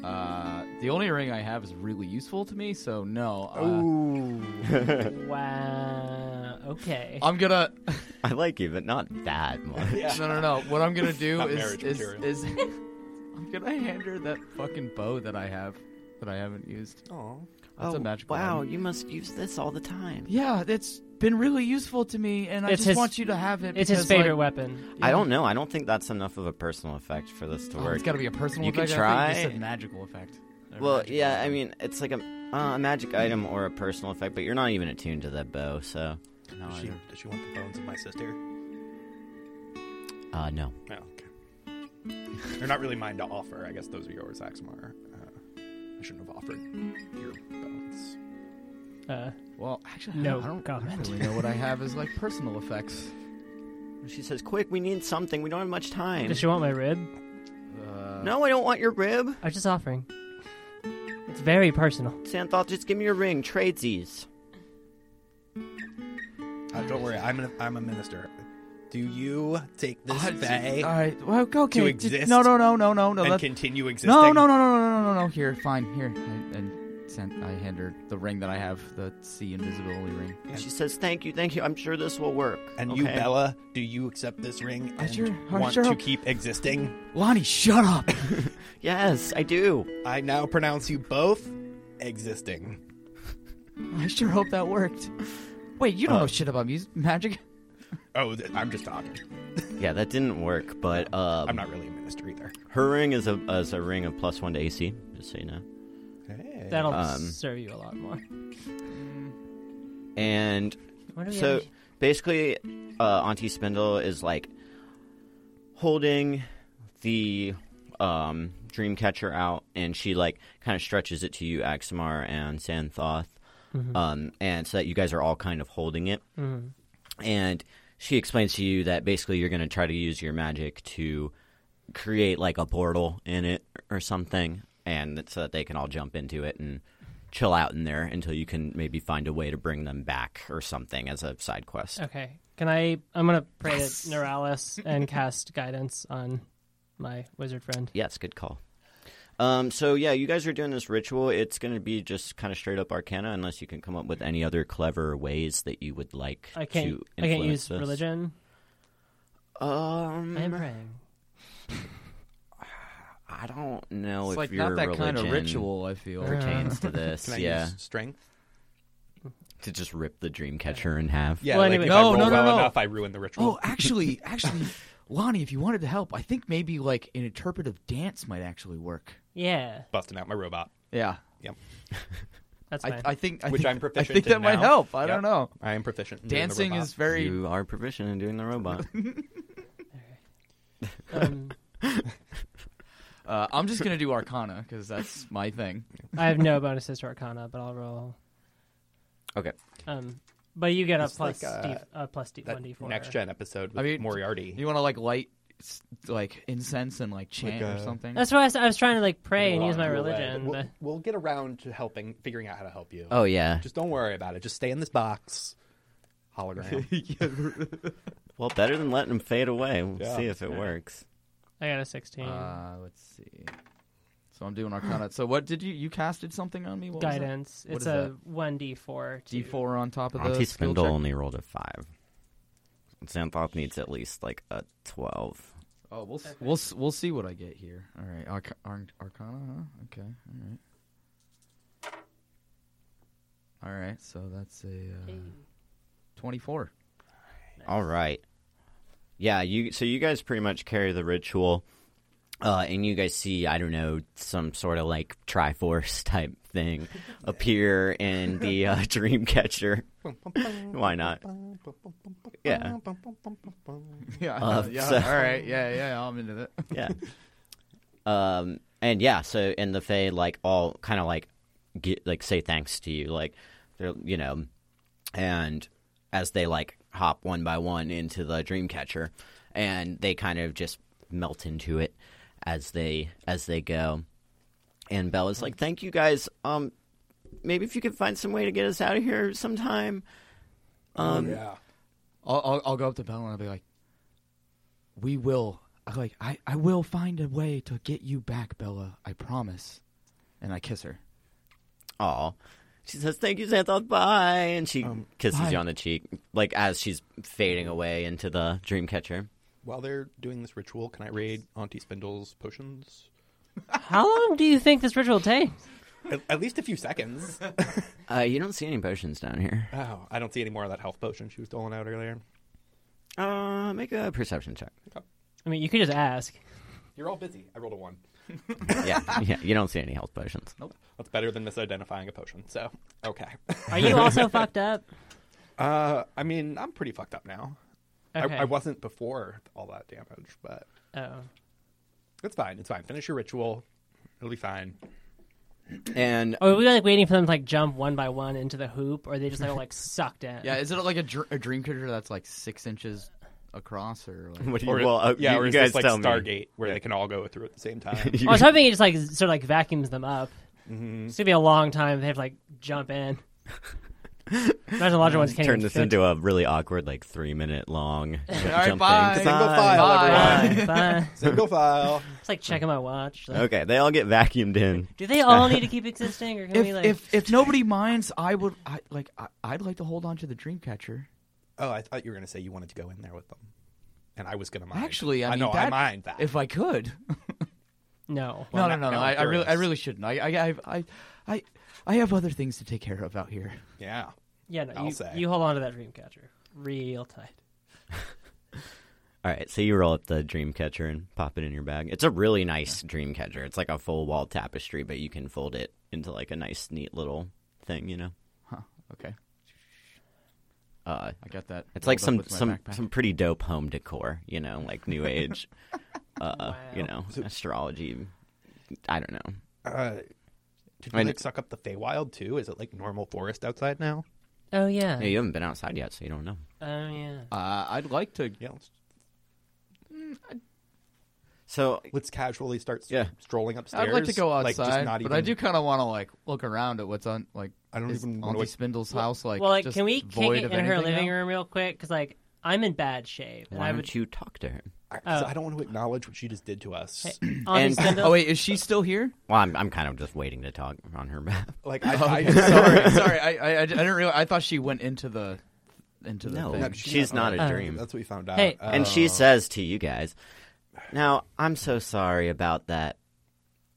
[SPEAKER 2] uh, the only ring I have is really useful to me, so no. Uh,
[SPEAKER 4] Ooh.
[SPEAKER 3] wow. Okay.
[SPEAKER 1] Uh,
[SPEAKER 2] I'm gonna
[SPEAKER 1] I like you, but not that much.
[SPEAKER 2] no no no. What I'm gonna do
[SPEAKER 4] Not
[SPEAKER 2] is
[SPEAKER 4] marriage
[SPEAKER 2] is,
[SPEAKER 4] material.
[SPEAKER 2] is I'm gonna hand her that fucking bow that I have that I haven't used.
[SPEAKER 4] Oh.
[SPEAKER 2] That's a magical
[SPEAKER 1] Wow,
[SPEAKER 2] item.
[SPEAKER 1] you must use this all the time.
[SPEAKER 2] Yeah, it's been really useful to me, and I
[SPEAKER 3] It's
[SPEAKER 2] just
[SPEAKER 3] his-
[SPEAKER 2] want you to have it.
[SPEAKER 3] It's his
[SPEAKER 2] because,
[SPEAKER 3] favorite
[SPEAKER 2] like,
[SPEAKER 3] weapon.
[SPEAKER 1] I don't know. I don't think that's enough of a personal effect for this to
[SPEAKER 2] Oh,
[SPEAKER 1] work.
[SPEAKER 2] it's got to be a personal.
[SPEAKER 1] You can
[SPEAKER 2] effect. I thought you
[SPEAKER 1] try.
[SPEAKER 2] just said magical effect. A
[SPEAKER 1] well,
[SPEAKER 2] magical
[SPEAKER 1] yeah. I
[SPEAKER 2] effect.
[SPEAKER 1] mean, it's like a uh, a magic item or a personal effect, but you're not even attuned to that bow. So,
[SPEAKER 2] No,
[SPEAKER 4] Does
[SPEAKER 2] I
[SPEAKER 4] she,
[SPEAKER 2] don't-
[SPEAKER 4] does she want the bones of my sister?
[SPEAKER 1] uh, no.
[SPEAKER 4] Oh, okay. They're not really mine to offer. I guess those are yours, Axmar. Uh, I shouldn't have offered your bones.
[SPEAKER 3] Uh,
[SPEAKER 2] well, actually, I
[SPEAKER 3] No
[SPEAKER 2] don't- I don't, I
[SPEAKER 3] comment.
[SPEAKER 2] don't really know what I have is like personal effects.
[SPEAKER 1] She says, "Quick, we need something. We don't have much time."
[SPEAKER 3] does she want my rib?
[SPEAKER 2] Uh,
[SPEAKER 1] no, I don't want your rib.
[SPEAKER 3] I was just offering. It's very personal.
[SPEAKER 1] Santhoth, just give me your ring. Tradesies.
[SPEAKER 4] Uh, don't worry, I'm a, I'm a minister. Do you take this
[SPEAKER 2] I-
[SPEAKER 4] bay
[SPEAKER 2] All right. Well, go okay.
[SPEAKER 4] To
[SPEAKER 2] just-
[SPEAKER 4] exist
[SPEAKER 2] No, no, no, no, no, no.
[SPEAKER 4] and
[SPEAKER 2] that's-
[SPEAKER 4] continue existing?
[SPEAKER 2] No, no, no, no, no, no, no, no. Here, fine. Here, I, and sent. I hand her the ring that I have, the sea invisibility ring.
[SPEAKER 4] And-
[SPEAKER 1] She says, "Thank you, thank you. I'm sure this will work."
[SPEAKER 4] And
[SPEAKER 1] okay?
[SPEAKER 4] you, Bella, do you accept this ring
[SPEAKER 2] I
[SPEAKER 4] and
[SPEAKER 2] sure- I
[SPEAKER 4] want
[SPEAKER 2] sure
[SPEAKER 4] to
[SPEAKER 2] hope-
[SPEAKER 4] keep existing?
[SPEAKER 2] Lonnie, shut up.
[SPEAKER 1] Yes, I do.
[SPEAKER 4] I now pronounce you both existing.
[SPEAKER 2] I sure hope that worked. Wait,
[SPEAKER 4] Uh,
[SPEAKER 2] you don't know shit about music, magic.
[SPEAKER 4] Oh, th- I'm just talking.
[SPEAKER 1] Yeah, that didn't work, but um,
[SPEAKER 4] I'm not really a minister either.
[SPEAKER 1] Her ring is a is a ring of plus one to AC. Just so you know.
[SPEAKER 4] Hey.
[SPEAKER 3] That'll
[SPEAKER 1] Um,
[SPEAKER 3] serve you a lot more.
[SPEAKER 1] And
[SPEAKER 3] What are the
[SPEAKER 1] so
[SPEAKER 3] others?
[SPEAKER 1] basically, uh, Auntie Spindle is like holding the um, dream catcher out, and she like kind of stretches it to you, Axamar and Santhoth,
[SPEAKER 3] Mm-hmm.
[SPEAKER 1] um, and so that you guys are all kind of holding it. And she explains to you that basically you're going to try to use your magic to create like a portal in it or something, and so that they can all jump into it and chill out in there until you can maybe find a way to bring them back or something as a side quest.
[SPEAKER 3] Okay. Can I? I'm gonna pray to Neuralis and cast guidance on my wizard friend.
[SPEAKER 1] Yes, good call. Um, so yeah, you guys are doing this ritual. It's going to be just kind of straight up Arcana, unless you can come up with any other clever ways that you would like
[SPEAKER 3] I can't.
[SPEAKER 1] to
[SPEAKER 3] I can't
[SPEAKER 1] influence
[SPEAKER 3] use
[SPEAKER 1] this.
[SPEAKER 3] religion.
[SPEAKER 1] Um,
[SPEAKER 3] I am praying.
[SPEAKER 1] I don't know
[SPEAKER 2] it's
[SPEAKER 1] if
[SPEAKER 2] like
[SPEAKER 1] your
[SPEAKER 2] not that
[SPEAKER 1] religion
[SPEAKER 2] kind of ritual. I feel.
[SPEAKER 1] pertains to this.
[SPEAKER 4] Can I
[SPEAKER 1] yeah,
[SPEAKER 4] use strength?
[SPEAKER 1] to just rip the dream catcher in half.
[SPEAKER 4] Yeah,
[SPEAKER 3] Well,
[SPEAKER 4] like
[SPEAKER 3] anyway-
[SPEAKER 4] if
[SPEAKER 2] No,
[SPEAKER 4] I roll
[SPEAKER 2] no, no,
[SPEAKER 4] well
[SPEAKER 2] no.
[SPEAKER 4] enough, I ruin the ritual.
[SPEAKER 2] Oh, actually, actually, Lonnie, if you wanted to help, I think maybe like an interpretive dance might actually work.
[SPEAKER 3] Yeah,
[SPEAKER 4] Busting out my robot.
[SPEAKER 2] Yeah,
[SPEAKER 4] Yep.
[SPEAKER 3] that's
[SPEAKER 2] I,
[SPEAKER 3] fine.
[SPEAKER 2] I think I
[SPEAKER 4] Which
[SPEAKER 2] think,
[SPEAKER 4] I'm proficient
[SPEAKER 2] I think that
[SPEAKER 4] in
[SPEAKER 2] might
[SPEAKER 4] now.
[SPEAKER 2] help. I
[SPEAKER 4] Yep.
[SPEAKER 2] don't know.
[SPEAKER 4] I am proficient. In doing the
[SPEAKER 2] Dancing
[SPEAKER 4] robot.
[SPEAKER 2] is very.
[SPEAKER 1] You are proficient in doing the robot.
[SPEAKER 3] um,
[SPEAKER 2] Uh, I'm just gonna do Arcana because that's my thing.
[SPEAKER 3] I have no bonuses to Arcana, but I'll roll.
[SPEAKER 1] okay.
[SPEAKER 3] Um, but you get a
[SPEAKER 4] It's like,
[SPEAKER 3] plus
[SPEAKER 4] uh,
[SPEAKER 3] D, a plus D one D
[SPEAKER 4] that
[SPEAKER 3] four.
[SPEAKER 4] next gen episode with
[SPEAKER 2] I mean,
[SPEAKER 4] Moriarty.
[SPEAKER 2] You want to like light s- like incense and like chant
[SPEAKER 4] Like,
[SPEAKER 2] or
[SPEAKER 4] uh,
[SPEAKER 2] something.
[SPEAKER 3] That's why I was, I was trying to like pray and
[SPEAKER 4] We'll-
[SPEAKER 3] use my
[SPEAKER 4] we'll, uh,
[SPEAKER 3] religion.
[SPEAKER 4] We'll,
[SPEAKER 3] but
[SPEAKER 4] we'll get around to helping, figuring out how to help you.
[SPEAKER 1] Oh yeah.
[SPEAKER 4] Just don't worry about it. Just stay in this box. Hologram.
[SPEAKER 1] Well, better than letting him fade away. We'll
[SPEAKER 4] Yeah.
[SPEAKER 1] see if it works.
[SPEAKER 3] I got a sixteen
[SPEAKER 2] Uh, let's see. So I'm doing Arcana. So what did you you casted something on me? What was that?
[SPEAKER 3] guidance.
[SPEAKER 2] What
[SPEAKER 3] It's
[SPEAKER 2] is
[SPEAKER 3] a one D four.
[SPEAKER 2] D4 on top of the
[SPEAKER 1] Auntie
[SPEAKER 2] skill
[SPEAKER 1] Spindle
[SPEAKER 2] check?
[SPEAKER 1] only rolled a five. Xanthoth needs at least like a twelve.
[SPEAKER 2] Oh, we'll s we'll s- we'll see what I get here. All right, Arc- Ar- Arcana. Huh? Okay, all right. All right, so that's a uh, twenty-four.
[SPEAKER 1] All right. Yeah, you. So you guys pretty much carry the ritual. Uh, and you guys see, I don't know, some sort of like Triforce type thing appear in the uh, Dreamcatcher. Why not? Yeah.
[SPEAKER 2] Yeah,
[SPEAKER 1] Uh,
[SPEAKER 2] yeah.
[SPEAKER 1] so-
[SPEAKER 2] All right, yeah, yeah. I'm into that.
[SPEAKER 1] yeah. Um, and yeah, so and the Fae like all kind of like get like say thanks to you, like they're you know, and as they like hop one by one into the Dreamcatcher, and they kind of just melt into it as they as they go. And Bella's like, "Thank you guys. Um, maybe if you could find some way to get us out of here sometime."
[SPEAKER 4] yeah.
[SPEAKER 2] I'll, I'll, I'll go up to Bella and I'll be like, "We will." I'm like, I, I will find a way to get you back, Bella. I promise. And I kiss her.
[SPEAKER 1] Aw. She says, Thank you, Xanthos, bye. And she
[SPEAKER 4] Um,
[SPEAKER 1] kisses
[SPEAKER 2] bye.
[SPEAKER 1] you on the cheek, like as she's fading away into the dream catcher.
[SPEAKER 4] While they're doing this ritual, can I raid Auntie Spindle's potions?
[SPEAKER 3] How long do you think this ritual takes?
[SPEAKER 4] At, at least a few seconds.
[SPEAKER 1] Uh, you don't see any potions down here.
[SPEAKER 4] oh, I don't see any more of that health potion she was doling out earlier.
[SPEAKER 1] Uh, make a perception check.
[SPEAKER 3] I mean, you could just ask.
[SPEAKER 4] You're all busy. I rolled a one.
[SPEAKER 1] Yeah, yeah, you don't see any health potions.
[SPEAKER 4] That's better than misidentifying a potion. So okay.
[SPEAKER 3] Are you also fucked up?
[SPEAKER 4] Uh, I mean, I'm pretty fucked up now.
[SPEAKER 3] Okay.
[SPEAKER 4] I, I wasn't before all that damage, but
[SPEAKER 3] Oh.
[SPEAKER 4] it's fine. It's fine. Finish your ritual. It'll be fine.
[SPEAKER 1] And
[SPEAKER 3] Or were we like waiting for them to like jump one by one into the hoop, or they just like, like sucked in?
[SPEAKER 2] Yeah, is it like a, dr- a dream creature that's like six inches across or like?
[SPEAKER 1] what do you,
[SPEAKER 4] Or
[SPEAKER 1] well, uh,
[SPEAKER 4] yeah,
[SPEAKER 1] you,
[SPEAKER 4] or
[SPEAKER 1] you
[SPEAKER 4] is
[SPEAKER 1] guys
[SPEAKER 4] this like
[SPEAKER 1] tell me.
[SPEAKER 4] Stargate where they can all go through at the same time?
[SPEAKER 3] I was hoping it just like sort of like vacuums them up. It's gonna be a long time. They have to like jump in. Imagine larger ones can't
[SPEAKER 1] Turn
[SPEAKER 3] even
[SPEAKER 1] this
[SPEAKER 3] fit.
[SPEAKER 1] into a really awkward, like three minute long
[SPEAKER 2] right,
[SPEAKER 1] jump
[SPEAKER 2] bye.
[SPEAKER 1] thing.
[SPEAKER 4] Single file,
[SPEAKER 2] Bye.
[SPEAKER 4] everyone.
[SPEAKER 3] Bye, bye.
[SPEAKER 4] Single file.
[SPEAKER 3] It's like checking my watch. Like,
[SPEAKER 1] Okay, they all get vacuumed in.
[SPEAKER 3] Do they all need to keep existing, or can
[SPEAKER 2] If,
[SPEAKER 3] we like?
[SPEAKER 2] if if nobody minds, I would I, like I, I'd like to hold on to the dream catcher.
[SPEAKER 4] Oh, I thought you were going to say you wanted to go in there with them, and I was going to mind.
[SPEAKER 2] Actually, I, mean,
[SPEAKER 4] know I
[SPEAKER 2] that-
[SPEAKER 4] mind that.
[SPEAKER 2] if I could.
[SPEAKER 3] no,
[SPEAKER 2] no,
[SPEAKER 4] Well, not-
[SPEAKER 2] no, no, no.
[SPEAKER 4] not
[SPEAKER 2] I,
[SPEAKER 4] with
[SPEAKER 2] I really, I
[SPEAKER 4] yours.
[SPEAKER 2] really shouldn't. I, I, I've- I, I, I have other things to take care of out here.
[SPEAKER 4] yeah,
[SPEAKER 3] yeah, no.
[SPEAKER 4] I'll
[SPEAKER 3] You,
[SPEAKER 4] say.
[SPEAKER 3] you hold on to that dream catcher real tight.
[SPEAKER 1] All right, so you roll up the dream catcher and pop it in your bag. It's a really nice dream catcher. It's like a full wall tapestry, but you can fold it into like a nice, neat little thing, you know.
[SPEAKER 2] Okay,
[SPEAKER 1] Uh,
[SPEAKER 2] I got that.
[SPEAKER 1] it's like
[SPEAKER 2] rolled
[SPEAKER 1] some
[SPEAKER 2] up with my
[SPEAKER 1] some
[SPEAKER 2] backpack.
[SPEAKER 1] some pretty dope home decor, you know, like new age, uh, you know, astrology. I don't know.
[SPEAKER 4] Uh, did we
[SPEAKER 1] And-
[SPEAKER 4] like suck up the Feywild too? Is it like normal forest outside now?
[SPEAKER 3] Oh yeah.
[SPEAKER 1] Yeah, you haven't been outside yet, so you don't know.
[SPEAKER 3] Oh yeah.
[SPEAKER 2] Uh, I'd like to.
[SPEAKER 4] Yeah, let's,
[SPEAKER 1] So
[SPEAKER 4] let's casually start s-
[SPEAKER 1] Yeah.
[SPEAKER 4] strolling upstairs.
[SPEAKER 2] I'd like to go
[SPEAKER 4] like,
[SPEAKER 2] outside,
[SPEAKER 4] just not
[SPEAKER 2] but
[SPEAKER 4] even-
[SPEAKER 2] I do kind of want to like look around at what's on. Like,
[SPEAKER 4] I don't
[SPEAKER 2] is
[SPEAKER 4] even wanna,
[SPEAKER 2] Auntie
[SPEAKER 4] like-
[SPEAKER 2] Spindle's house. Like,
[SPEAKER 3] well, like,
[SPEAKER 2] just
[SPEAKER 3] can we
[SPEAKER 2] void
[SPEAKER 3] kick it
[SPEAKER 2] of
[SPEAKER 3] in her
[SPEAKER 2] anything
[SPEAKER 3] living
[SPEAKER 2] now?
[SPEAKER 3] room real quick? Because like I'm in bad shape, and
[SPEAKER 1] why
[SPEAKER 3] I
[SPEAKER 1] don't
[SPEAKER 3] would.
[SPEAKER 1] you talk to her?
[SPEAKER 4] I, 'cause
[SPEAKER 2] uh,
[SPEAKER 3] Oh.
[SPEAKER 4] I don't want to acknowledge what she just did to us.
[SPEAKER 1] And-
[SPEAKER 3] and,
[SPEAKER 2] Oh wait, is she still here?
[SPEAKER 1] Well, I'm I'm kind of just waiting to talk on her behalf.
[SPEAKER 4] Like I, I
[SPEAKER 2] Oh, sorry, sorry. I, I, I didn't realize. I thought she went into the into the.
[SPEAKER 1] No,
[SPEAKER 2] thing.
[SPEAKER 1] she's not a
[SPEAKER 3] Uh,
[SPEAKER 1] dream.
[SPEAKER 4] That's what we found out.
[SPEAKER 3] Hey.
[SPEAKER 4] Uh,
[SPEAKER 1] and she says to you guys, "Now I'm so sorry about that,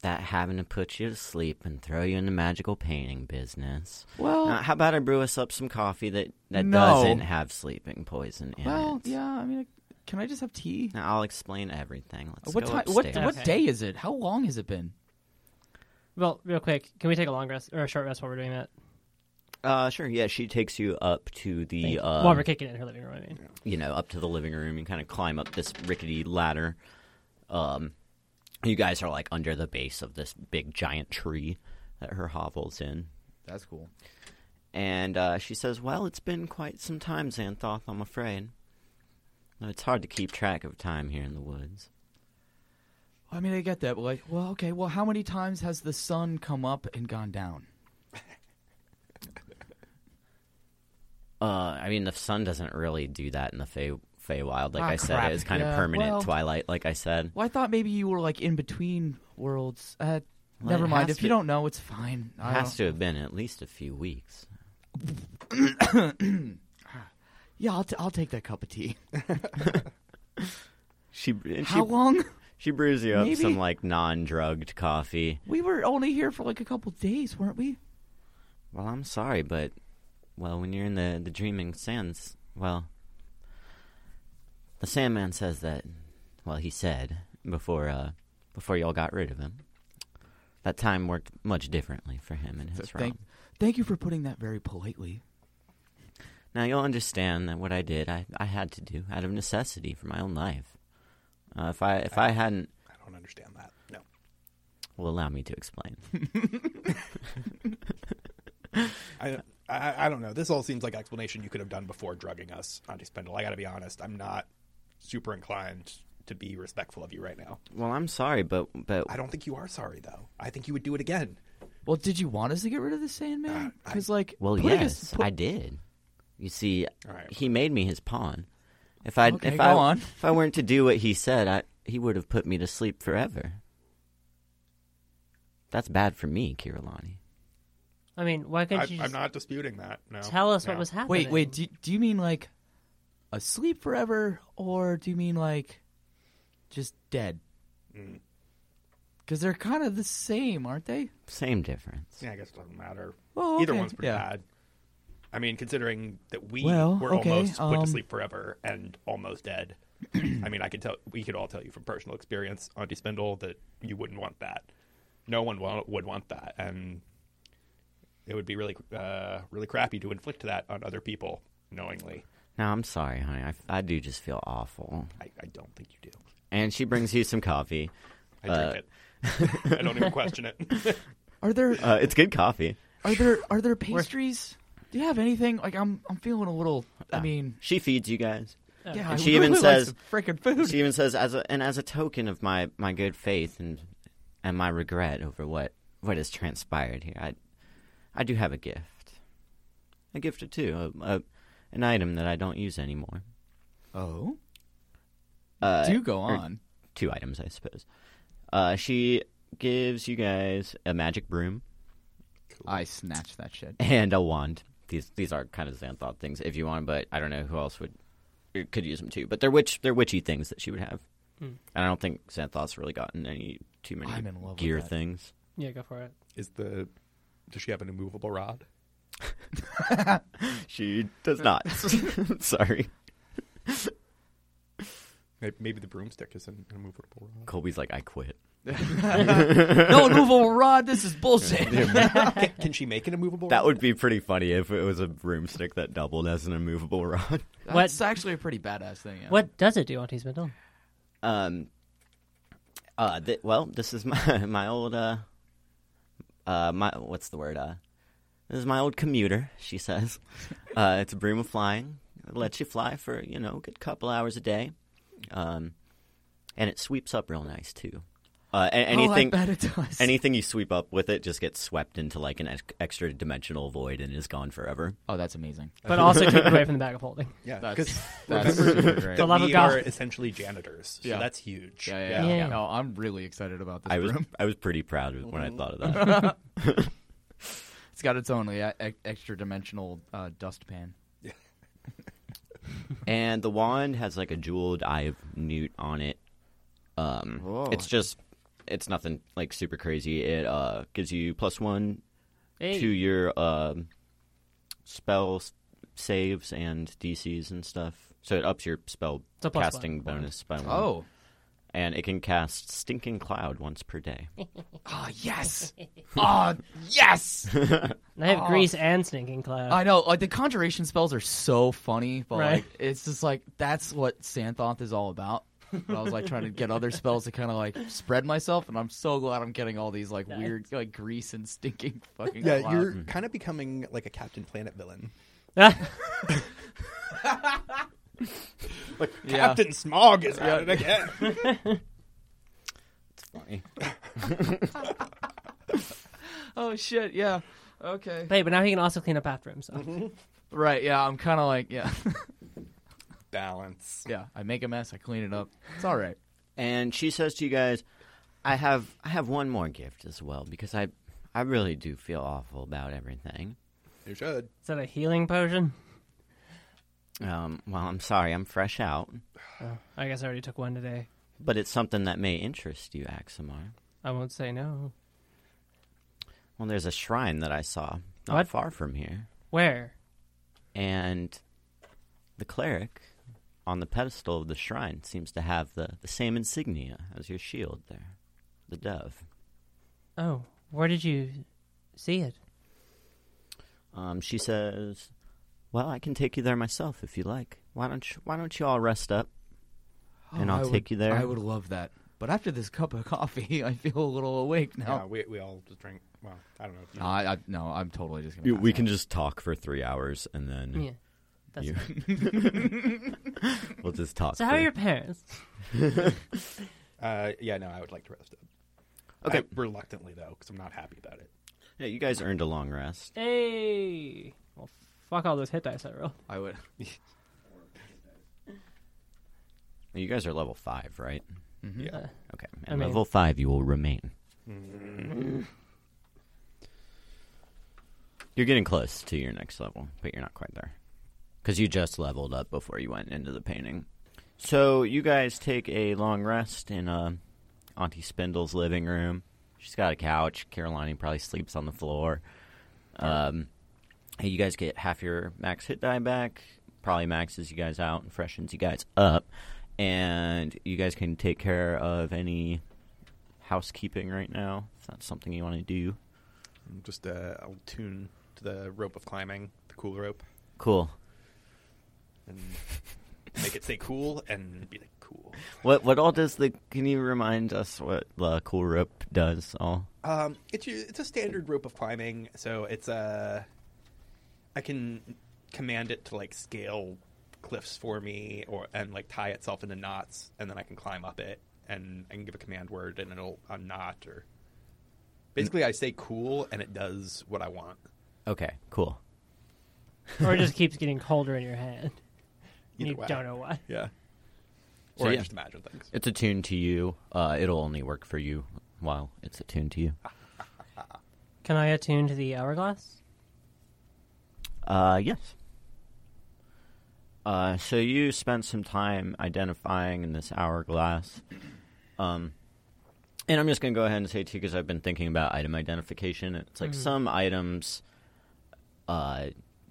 [SPEAKER 1] that having to put you to sleep and throw you in the magical painting business.
[SPEAKER 2] Well-
[SPEAKER 1] Now, how about I brew us up some coffee that that
[SPEAKER 2] No.
[SPEAKER 1] doesn't have sleeping poison in
[SPEAKER 2] Well,
[SPEAKER 1] it?
[SPEAKER 2] yeah. I mean, can I just have tea?
[SPEAKER 1] Now I'll explain everything. Let's
[SPEAKER 2] what
[SPEAKER 1] go
[SPEAKER 2] time? What
[SPEAKER 1] upstairs.
[SPEAKER 2] what
[SPEAKER 3] Okay.
[SPEAKER 2] day is it? How long has it been?
[SPEAKER 3] well, real quick, can we take a long rest or a short rest while we're doing that?
[SPEAKER 1] Uh, sure. Yeah, she takes you up to the uh,
[SPEAKER 3] while we're kicking it in her living room. I mean,
[SPEAKER 1] you know, up to the living room and kind of climb up this rickety ladder. Um, you guys are like under the base of this big giant tree that her hovel's in.
[SPEAKER 2] That's cool.
[SPEAKER 1] And uh, she says, Well, it's been quite some time, Xanthoth, I'm afraid. Now, It's hard to keep track of time here in the woods.
[SPEAKER 2] I mean, I get that. but Like, well, okay. Well, how many times has the sun come up and gone down?
[SPEAKER 1] Uh, I mean, the sun doesn't really do that in the Fey, Feywild, like
[SPEAKER 2] Ah,
[SPEAKER 1] I said.
[SPEAKER 2] crap.
[SPEAKER 1] It's kind
[SPEAKER 2] Yeah,
[SPEAKER 1] of permanent
[SPEAKER 2] well-
[SPEAKER 1] twilight, like I said.
[SPEAKER 2] Well, I thought maybe you were like in between worlds. Uh,
[SPEAKER 1] Well,
[SPEAKER 2] never
[SPEAKER 1] it
[SPEAKER 2] mind.
[SPEAKER 1] has
[SPEAKER 2] If you
[SPEAKER 1] to-
[SPEAKER 2] don't know, it's fine.
[SPEAKER 1] It
[SPEAKER 2] I
[SPEAKER 1] has
[SPEAKER 2] don't-
[SPEAKER 1] to have been at least a few weeks.
[SPEAKER 2] Yeah, I'll, t- I'll take that cup of tea.
[SPEAKER 1] She, and she,
[SPEAKER 2] How long?
[SPEAKER 1] she brews you up
[SPEAKER 2] Maybe-
[SPEAKER 1] some, like, non drugged coffee.
[SPEAKER 2] We were only here for like a couple days, weren't we?
[SPEAKER 1] Well, I'm sorry, but well, when you're in the the dreaming sands, well, the Sandman says that. Well, he said before uh, before y'all got rid of him. That time worked much differently for him and his
[SPEAKER 2] thank,
[SPEAKER 1] realm.
[SPEAKER 2] thank you for putting that very politely.
[SPEAKER 1] Now you'll understand that what I did, I, I had to do out of necessity for my own life. Uh, if I if I hadn't,
[SPEAKER 4] I don't understand that. No.
[SPEAKER 1] well, allow me to explain.
[SPEAKER 4] I, I I don't know. This all seems like explanation you could have done before drugging us on Pendle. I got to be honest. I'm not super inclined to be respectful of you right now.
[SPEAKER 1] well, I'm sorry, but but
[SPEAKER 4] I don't think you are sorry though. I think you would do it again.
[SPEAKER 2] Well, did you want us to get rid of the Sandman?
[SPEAKER 4] I-
[SPEAKER 2] Because like,
[SPEAKER 1] Uh, Well,
[SPEAKER 2] putting
[SPEAKER 1] yes,
[SPEAKER 2] us, put-
[SPEAKER 1] I did. You see,
[SPEAKER 4] All right.
[SPEAKER 1] he made me his pawn. If I
[SPEAKER 2] Okay,
[SPEAKER 1] if
[SPEAKER 2] go
[SPEAKER 1] I
[SPEAKER 2] on.
[SPEAKER 1] if I weren't to do what he said, I, he would have put me to sleep forever. That's bad for me, Kirilani.
[SPEAKER 3] I mean, why couldn't
[SPEAKER 4] I,
[SPEAKER 3] you
[SPEAKER 4] I'm
[SPEAKER 3] just
[SPEAKER 4] not disputing that. No.
[SPEAKER 3] tell us what
[SPEAKER 4] No.
[SPEAKER 3] was happening?
[SPEAKER 2] wait, wait. Do, do you mean like asleep forever, or do you mean like just dead? Because they're kind of the same, aren't they?
[SPEAKER 1] Same difference.
[SPEAKER 4] Yeah, I guess it doesn't matter.
[SPEAKER 2] Well,
[SPEAKER 4] Either
[SPEAKER 2] okay,
[SPEAKER 4] one's pretty
[SPEAKER 2] yeah.
[SPEAKER 4] bad. I mean, considering that we
[SPEAKER 2] Well,
[SPEAKER 4] were
[SPEAKER 2] okay,
[SPEAKER 4] almost put
[SPEAKER 2] um,
[SPEAKER 4] to sleep forever and almost dead. I mean, I could tell we could all tell you from personal experience, Auntie Spindle, that you wouldn't want that. No one wa- would want that, and it would be really, uh, really crappy to inflict that on other people knowingly.
[SPEAKER 1] Now I'm sorry, honey. I, I do just feel awful.
[SPEAKER 4] I, I don't think you do.
[SPEAKER 1] And she brings you some coffee.
[SPEAKER 4] I
[SPEAKER 1] Uh,
[SPEAKER 4] drink it. I don't even question it.
[SPEAKER 2] Are there
[SPEAKER 1] Uh, it's good coffee.
[SPEAKER 2] are there are there pastries? Do you have anything? Like, I'm I'm feeling a little. I mean,
[SPEAKER 1] She feeds you guys.
[SPEAKER 2] yeah.
[SPEAKER 1] And
[SPEAKER 2] I
[SPEAKER 1] she even
[SPEAKER 2] really
[SPEAKER 1] says-
[SPEAKER 2] like "Freaking food."
[SPEAKER 1] She even says, as a, and as a token of my, my good faith and and my regret over what, what has transpired here, I I do have a gift, a gift or two, a, a, an item that I don't use anymore.
[SPEAKER 2] oh,
[SPEAKER 1] Uh,
[SPEAKER 2] do go
[SPEAKER 1] or-
[SPEAKER 2] on.
[SPEAKER 1] two items, I suppose. Uh, she gives you guys a magic broom
[SPEAKER 2] I snatched that shit.
[SPEAKER 1] and a wand. These these are kind of Xanthod things, if you want, but I don't know who else would could use them too. But they're witch they're witchy things that she would have, and I don't think Xanthod's really gotten any too many
[SPEAKER 2] I'm in love with
[SPEAKER 1] gear
[SPEAKER 2] that.
[SPEAKER 1] things.
[SPEAKER 3] Yeah, go for it.
[SPEAKER 4] Is the does she have an immovable rod?
[SPEAKER 1] She does not. Sorry.
[SPEAKER 4] Maybe, maybe the broomstick is an immovable rod.
[SPEAKER 1] Colby's like, I quit.
[SPEAKER 2] no immovable rod. This is bullshit.
[SPEAKER 4] can, can she make an immovable?
[SPEAKER 1] That
[SPEAKER 4] rod?
[SPEAKER 1] would be pretty funny if it was a broomstick that doubled as an immovable rod.
[SPEAKER 2] That's actually a pretty badass thing. Yeah.
[SPEAKER 3] What does it do, Auntie Spindle?
[SPEAKER 1] Um. Uh. Th- well, this is my my old uh. Uh. My what's the word? Uh. This is my old commuter. She says, uh, "It's a broom of flying. It lets you fly for you know a good couple hours a day, um, and it sweeps up real nice too. Uh, a- anything."
[SPEAKER 2] Oh, I bet it does.
[SPEAKER 1] Anything you sweep up with it just gets swept into like an ex- extra dimensional void and is gone forever.
[SPEAKER 2] oh, that's amazing.
[SPEAKER 3] But also take away from the bag of holding.
[SPEAKER 4] Yeah,
[SPEAKER 2] That's-
[SPEAKER 4] because
[SPEAKER 2] that's super great.
[SPEAKER 3] The love of
[SPEAKER 4] we
[SPEAKER 3] God.
[SPEAKER 4] are essentially janitors. So
[SPEAKER 2] Yeah.
[SPEAKER 4] that's huge.
[SPEAKER 2] Yeah, yeah, yeah.
[SPEAKER 3] Yeah.
[SPEAKER 2] No, I'm really excited about this
[SPEAKER 1] I was
[SPEAKER 2] room.
[SPEAKER 1] I was pretty proud when
[SPEAKER 3] Mm-hmm.
[SPEAKER 1] I thought of that.
[SPEAKER 2] It's got its own yeah, e- extra dimensional uh, dustpan.
[SPEAKER 1] and the wand has like a jeweled eye of newt on it. Um,
[SPEAKER 2] Whoa.
[SPEAKER 1] it's just it's nothing like super crazy. It uh gives you plus one
[SPEAKER 3] Hey.
[SPEAKER 1] to your um spell s- saves and DCs and stuff. So it ups your spell
[SPEAKER 3] It's a plus
[SPEAKER 1] casting
[SPEAKER 3] one.
[SPEAKER 1] bonus by one.
[SPEAKER 2] Oh,
[SPEAKER 1] and it can cast stinking cloud once per day.
[SPEAKER 2] ah, yes, ah, yes.
[SPEAKER 3] And I have
[SPEAKER 2] Oh.
[SPEAKER 3] grease and stinking cloud.
[SPEAKER 2] I know. Like the conjuration spells are so funny, but
[SPEAKER 3] Right.
[SPEAKER 2] like it's just like that's what Santhoth is all about. But I was like trying to get other spells to kind of like spread myself, and I'm so glad I'm getting all these like weird like grease and stinking fucking.
[SPEAKER 4] Yeah,
[SPEAKER 2] cloud.
[SPEAKER 4] you're kind of mm. becoming like a Captain Planet villain. Like
[SPEAKER 2] Yeah.
[SPEAKER 4] Captain Smog is at it again.
[SPEAKER 1] It's funny.
[SPEAKER 2] Oh shit! Yeah. Okay.
[SPEAKER 3] Wait, but now he can also clean up bathrooms. So.
[SPEAKER 4] Mm-hmm.
[SPEAKER 2] Right. Yeah. I'm kind of like yeah.
[SPEAKER 4] Balance.
[SPEAKER 2] Yeah, I make a mess, I clean it up. It's all right.
[SPEAKER 1] and she says to you guys, "I have I have one more gift as well because I I really do feel awful about everything.
[SPEAKER 4] You should.
[SPEAKER 3] Is that a healing potion?
[SPEAKER 1] Um, well, I'm sorry, I'm fresh out,
[SPEAKER 3] Oh, I guess I already took one today.
[SPEAKER 1] but it's something that may interest you, Axamar.
[SPEAKER 3] I won't say no.
[SPEAKER 1] Well, there's a shrine that I saw not
[SPEAKER 3] What?
[SPEAKER 1] far from here,
[SPEAKER 3] Where?
[SPEAKER 1] and the cleric on the pedestal of the shrine seems to have the, the same insignia as your shield there. the dove.
[SPEAKER 3] Oh, where did you see it?
[SPEAKER 1] Um, she says, "Well, I can take you there myself if you like. Why don't you, Why don't you all rest up, and
[SPEAKER 2] Oh,
[SPEAKER 1] I'll
[SPEAKER 2] I
[SPEAKER 1] take
[SPEAKER 2] would-
[SPEAKER 1] you there."
[SPEAKER 2] I would love that. But after this cup of coffee, I feel a little awake
[SPEAKER 4] No,
[SPEAKER 2] now.
[SPEAKER 4] we we all just drink. Well, I don't know. If you
[SPEAKER 2] No, I, I, no I'm totally just gonna.
[SPEAKER 1] You-
[SPEAKER 2] pass
[SPEAKER 1] we
[SPEAKER 2] out.
[SPEAKER 1] can just talk for three hours, and then
[SPEAKER 3] Yeah. That's
[SPEAKER 1] you- we'll just talk.
[SPEAKER 3] So how
[SPEAKER 1] for-
[SPEAKER 3] are your parents?
[SPEAKER 4] Uh, yeah, no, I would like to rest up.
[SPEAKER 1] Okay.
[SPEAKER 4] I- reluctantly though, because I'm not happy about it.
[SPEAKER 1] Yeah, you guys earned a long rest.
[SPEAKER 3] Hey. Well, fuck all those hit dice I rolled.
[SPEAKER 2] I would.
[SPEAKER 1] You guys are level five, right?
[SPEAKER 4] Yeah.
[SPEAKER 3] Uh,
[SPEAKER 1] Okay.
[SPEAKER 3] I
[SPEAKER 1] At
[SPEAKER 3] mean-
[SPEAKER 1] level five, you will remain. You're getting close to your next level, but you're not quite there. Because you just leveled up before you went into the painting. So you guys take a long rest in uh, Auntie Spindle's living room. She's got a couch. Caroline probably sleeps on the floor. Um, hey, you guys get half your max hit die back. Probably maxes you guys out and freshens you guys up. And you guys can take care of any housekeeping right now. If that's something you want to do.
[SPEAKER 4] I'm just uh, I'll tune to the rope of climbing, the cool rope,
[SPEAKER 1] Cool.
[SPEAKER 4] and make it say cool and be like cool.
[SPEAKER 1] What what all does the? Can you remind us what the cool rope does? All
[SPEAKER 4] Um, it's u- it's a standard rope of climbing, so it's a. I can command it to like scale cliffs for me, or and like tie itself into knots, and then I can climb up it, and I can give a command word, and it'll unknot or. Basically, I say cool, and it does what I want.
[SPEAKER 1] okay, cool.
[SPEAKER 3] or it just keeps getting colder in your hand.
[SPEAKER 4] Either
[SPEAKER 3] you
[SPEAKER 4] way.
[SPEAKER 3] don't know why.
[SPEAKER 4] Yeah. Or
[SPEAKER 1] So,
[SPEAKER 4] I
[SPEAKER 1] yeah.
[SPEAKER 4] just imagine things.
[SPEAKER 1] It's attuned to you. Uh, it'll only work for you while it's attuned to you.
[SPEAKER 3] Can I attune to the hourglass?
[SPEAKER 1] Uh, yes. Uh, so you spent some time identifying in this hourglass. Um, and I'm just going to go ahead and say, too, because I've been thinking about item identification. It's like some items uh,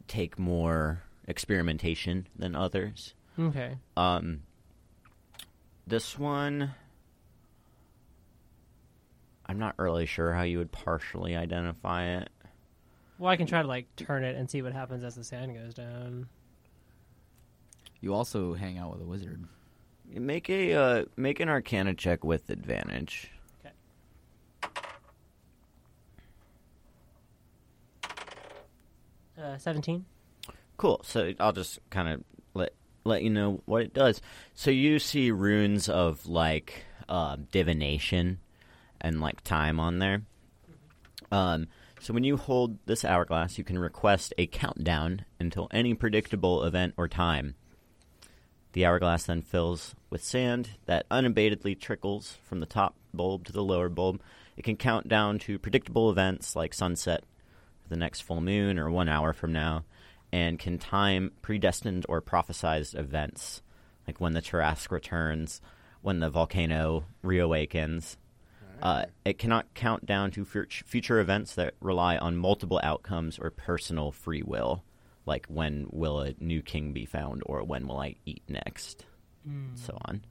[SPEAKER 1] take more experimentation than others.
[SPEAKER 3] Okay.
[SPEAKER 1] Um, this one, I'm not really sure how you would partially identify it.
[SPEAKER 3] Well, I can try to like turn it and see what happens as the sand goes down.
[SPEAKER 2] You also hang out with a wizard.
[SPEAKER 1] Make a uh, make an Arcana check with advantage.
[SPEAKER 3] Okay. Uh, Seventeen.
[SPEAKER 1] Cool. So I'll just kind of let let you know what it does. So you see runes of like uh, divination and like time on there. Um, so when you hold this hourglass, you can request a countdown until any predictable event or time. The hourglass then fills with sand that unabatedly trickles from the top bulb to the lower bulb. It can count down to predictable events like sunset, the next full moon, or one hour from now, and can time predestined or prophesized events, like when the Tarrasque returns, when the volcano reawakens. Uh, it cannot count down to fut- future events that rely on multiple outcomes or personal free will, like when will a new king be found or when will I eat next,
[SPEAKER 2] Hmm.
[SPEAKER 1] so on.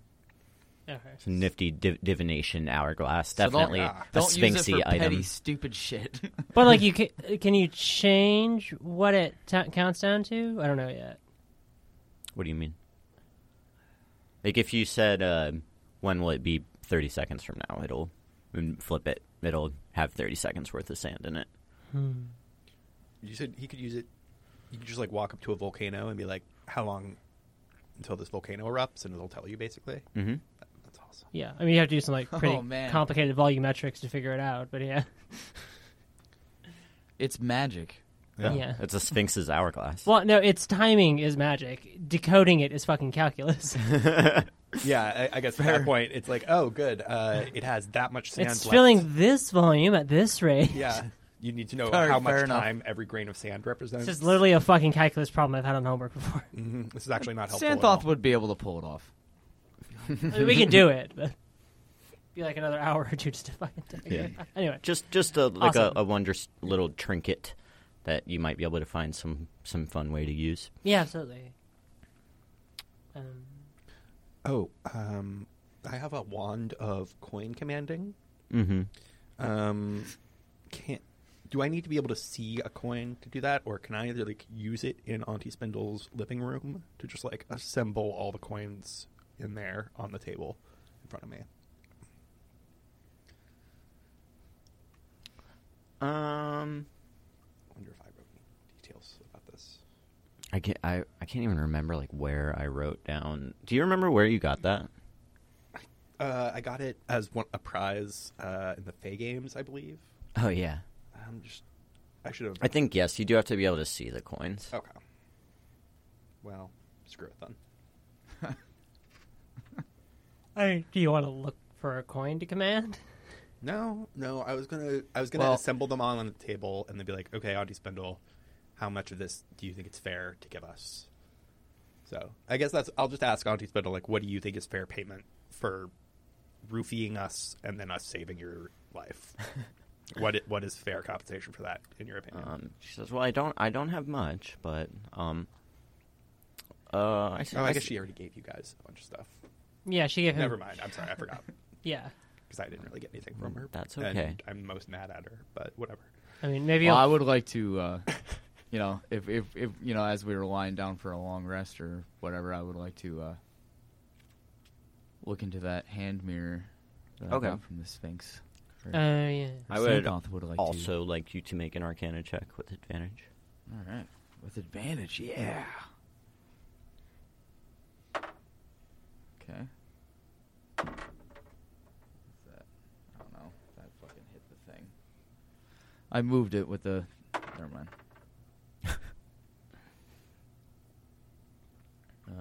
[SPEAKER 3] Okay.
[SPEAKER 1] It's a nifty div- divination hourglass, definitely
[SPEAKER 2] so
[SPEAKER 1] a
[SPEAKER 2] don't, don't use it
[SPEAKER 1] sphinxy
[SPEAKER 2] for
[SPEAKER 1] item.
[SPEAKER 2] petty, stupid shit.
[SPEAKER 3] But like, you can, can you change what it t- counts down to? I don't know yet.
[SPEAKER 1] What do you mean? Like if you said, uh, "When will it be?" Thirty seconds from now, it'll and flip it. It'll have thirty seconds worth of sand in it.
[SPEAKER 4] You said he could use it. You could just like walk up to a volcano and be like, "How long until this volcano erupts?" and it'll tell you basically.
[SPEAKER 1] Mm-hmm.
[SPEAKER 4] That- That's awesome.
[SPEAKER 3] Yeah, I mean you have to do some like
[SPEAKER 2] Oh,
[SPEAKER 3] pretty
[SPEAKER 2] man.
[SPEAKER 3] complicated volumetrics to figure it out. But yeah,
[SPEAKER 2] it's magic.
[SPEAKER 3] Yeah.
[SPEAKER 1] it's a Sphinx's hourglass.
[SPEAKER 3] well, no, its timing is magic. Decoding it is fucking calculus.
[SPEAKER 4] Yeah, I, I guess at that point it's like, "Oh, good. Uh, it has that much sand."
[SPEAKER 3] it's
[SPEAKER 4] left.
[SPEAKER 3] filling this volume at this rate.
[SPEAKER 4] Yeah, you need to know
[SPEAKER 2] Fair-
[SPEAKER 4] how
[SPEAKER 2] fair
[SPEAKER 4] much
[SPEAKER 2] enough.
[SPEAKER 4] time every grain of sand represents.
[SPEAKER 3] This is literally a fucking calculus problem I've had on homework before.
[SPEAKER 4] Mhm. This is actually not helpful. at
[SPEAKER 2] Santhoth
[SPEAKER 4] all.
[SPEAKER 2] would be able to pull it off.
[SPEAKER 3] I mean, we can do it, but be like another hour or two just to fucking do it.
[SPEAKER 1] Yeah.
[SPEAKER 3] Anyway,
[SPEAKER 1] Just just a, like
[SPEAKER 3] Awesome.
[SPEAKER 1] a, a wondrous little trinket that you might be able to find some some fun way to use.
[SPEAKER 3] yeah, absolutely. Um,
[SPEAKER 4] Oh, um, I have a wand of coin commanding.
[SPEAKER 1] Mm-hmm.
[SPEAKER 4] Um, can't. Do I need to be able to see a coin to do that, or can I like use it in Auntie Spindle's living room to just like assemble all the coins in there on the table in front of me?
[SPEAKER 1] Um,
[SPEAKER 4] I wonder if I wrote any details about this.
[SPEAKER 1] I can't. I, I can't even remember like where I wrote down. Do you remember where you got that?
[SPEAKER 4] Uh, I got it as one, a prize uh, in the Fey Games, I believe.
[SPEAKER 1] Oh yeah.
[SPEAKER 4] I'm just. I should have.
[SPEAKER 1] I think yes. You do have to be able to see the coins.
[SPEAKER 4] Okay. Well, screw it then.
[SPEAKER 3] I, do you want to look for a coin to command?
[SPEAKER 4] No, no. I was gonna. I was gonna
[SPEAKER 2] Well-
[SPEAKER 4] assemble them all on the table and then be like, okay, Auntie Spindle, how much of this do you think it's fair to give us? So I guess that's. I'll just ask Auntie Spindle, like, what do you think is fair payment for roofying us and then us saving your life? what i- What is fair compensation for that in your opinion?
[SPEAKER 1] Um, she says, "Well, I don't. I don't have much, but um, uh, I, s-
[SPEAKER 4] oh, I,
[SPEAKER 1] I
[SPEAKER 4] guess
[SPEAKER 1] s-
[SPEAKER 4] she already gave you guys a bunch of stuff.
[SPEAKER 3] Yeah, she gave him.
[SPEAKER 4] Never mind. I'm sorry, I forgot
[SPEAKER 3] Yeah,
[SPEAKER 4] because I didn't really get anything from her.
[SPEAKER 1] That's
[SPEAKER 4] and
[SPEAKER 1] okay.
[SPEAKER 4] I'm most mad at her, but whatever.
[SPEAKER 3] I mean maybe
[SPEAKER 2] Well, I
[SPEAKER 3] I'll-
[SPEAKER 2] would like to, uh, you know, if, if if you know, as we were lying down for a long rest or whatever, I would like to uh, look into that hand mirror that I
[SPEAKER 1] Okay.
[SPEAKER 2] got from the Sphinx.
[SPEAKER 3] Oh
[SPEAKER 2] Uh,
[SPEAKER 3] yeah.
[SPEAKER 1] I would
[SPEAKER 2] Xanthoth would like
[SPEAKER 1] also like you to make an Arcana check with advantage.
[SPEAKER 2] To, all right, with advantage, yeah. Okay. What's that? I don't know. That fucking hit the thing. I moved it with the. Never mind.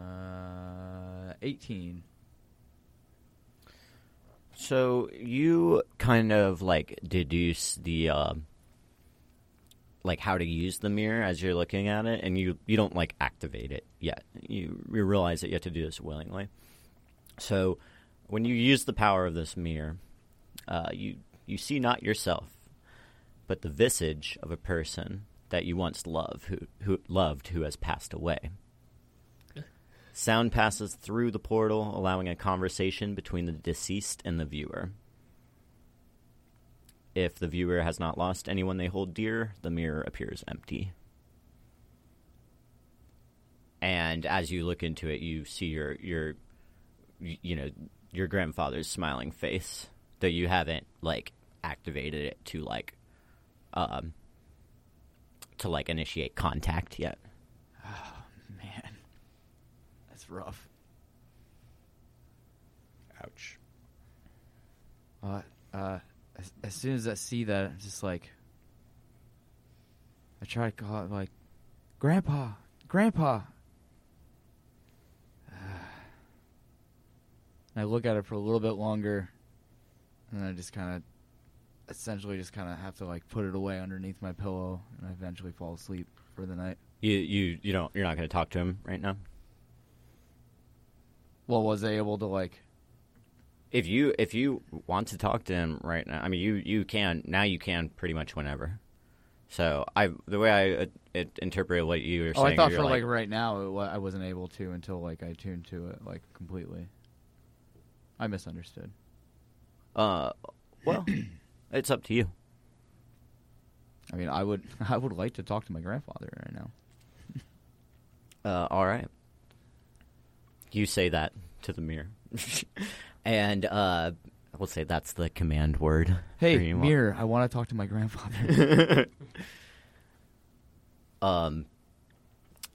[SPEAKER 2] Uh, 18.
[SPEAKER 1] So you kind of like deduce the uh, like how to use the mirror as you're looking at it, and you you don't like activate it yet. You you realize that you have to do this willingly. So when you use the power of this mirror, uh, you you see not yourself, but the visage of a person that you once loved who, who loved who has passed away. Sound passes through the portal, allowing a conversation between the deceased and the viewer. If the viewer has not lost anyone they hold dear, the mirror appears empty. And as you look into it, you see your your y- you know your grandfather's smiling face, though you haven't like activated it to like um to like initiate contact yet.
[SPEAKER 2] Ah, Man. That's rough.
[SPEAKER 4] Ouch.
[SPEAKER 2] Uh, uh, as, as soon as I see that, I'm just like, I try to call it like, Grandpa, Grandpa. And I look at it for a little bit longer, and then I just kind of, essentially, just kind of have to like put it away underneath my pillow, and I eventually fall asleep for the night.
[SPEAKER 1] You you you don't you're not going to talk to him right now.
[SPEAKER 2] Well, was I able to like?
[SPEAKER 1] If you if you want to talk to him right now, I mean you you can now you can pretty much whenever. So I the way I uh, it interpreted what you were
[SPEAKER 2] Oh,
[SPEAKER 1] saying.
[SPEAKER 2] I thought
[SPEAKER 1] you're
[SPEAKER 2] for like, right now, it, wa- I wasn't able to until like I tuned to it like completely. I misunderstood.
[SPEAKER 1] uh, well, it's up to you.
[SPEAKER 2] I mean, I would I would like to talk to my grandfather right now.
[SPEAKER 1] Uh, all right. You say that to the mirror, and uh, we'll say that's the command word. for
[SPEAKER 2] Hey,
[SPEAKER 1] you.
[SPEAKER 2] mirror, I want to talk to my grandfather.
[SPEAKER 1] Um,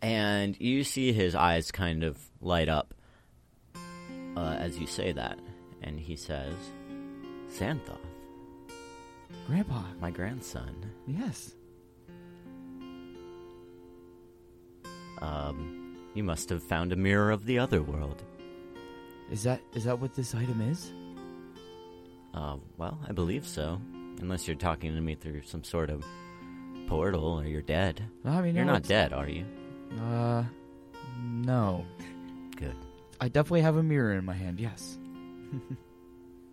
[SPEAKER 1] and you see his eyes kind of light up uh, as you say that, and he says, "Xanthoth,
[SPEAKER 2] Grandpa,
[SPEAKER 1] my grandson."
[SPEAKER 2] yes.
[SPEAKER 1] Um, you must have found a mirror of the other world.
[SPEAKER 2] Is that is that what this item is?
[SPEAKER 1] Uh, well, I believe so. Unless you're talking to me through some sort of portal or you're dead.
[SPEAKER 2] Well, I mean,
[SPEAKER 1] You're
[SPEAKER 2] no,
[SPEAKER 1] not dead, are you?
[SPEAKER 2] it's- Uh, no.
[SPEAKER 1] Good.
[SPEAKER 2] I definitely have a mirror in my hand. Yes.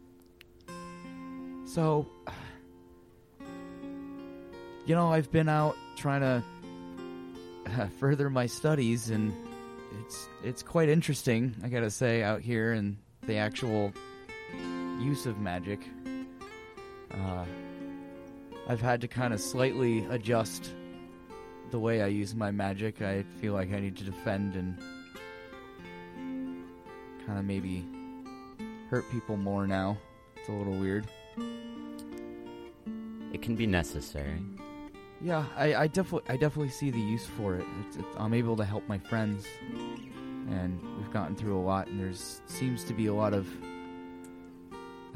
[SPEAKER 2] so, you know, I've been out trying to uh, further my studies, and it's it's quite interesting. I gotta say, out here and the actual use of magic. uh, I've had to kind of slightly adjust the way I use my magic. I feel like I need to defend and kind of maybe hurt people more now. It's a little weird.
[SPEAKER 1] It can be necessary.
[SPEAKER 2] Yeah, I, I definitely I definitely see the use for it. It's, it's, I'm able to help my friends, and we've gotten through a lot. And there's seems to be a lot of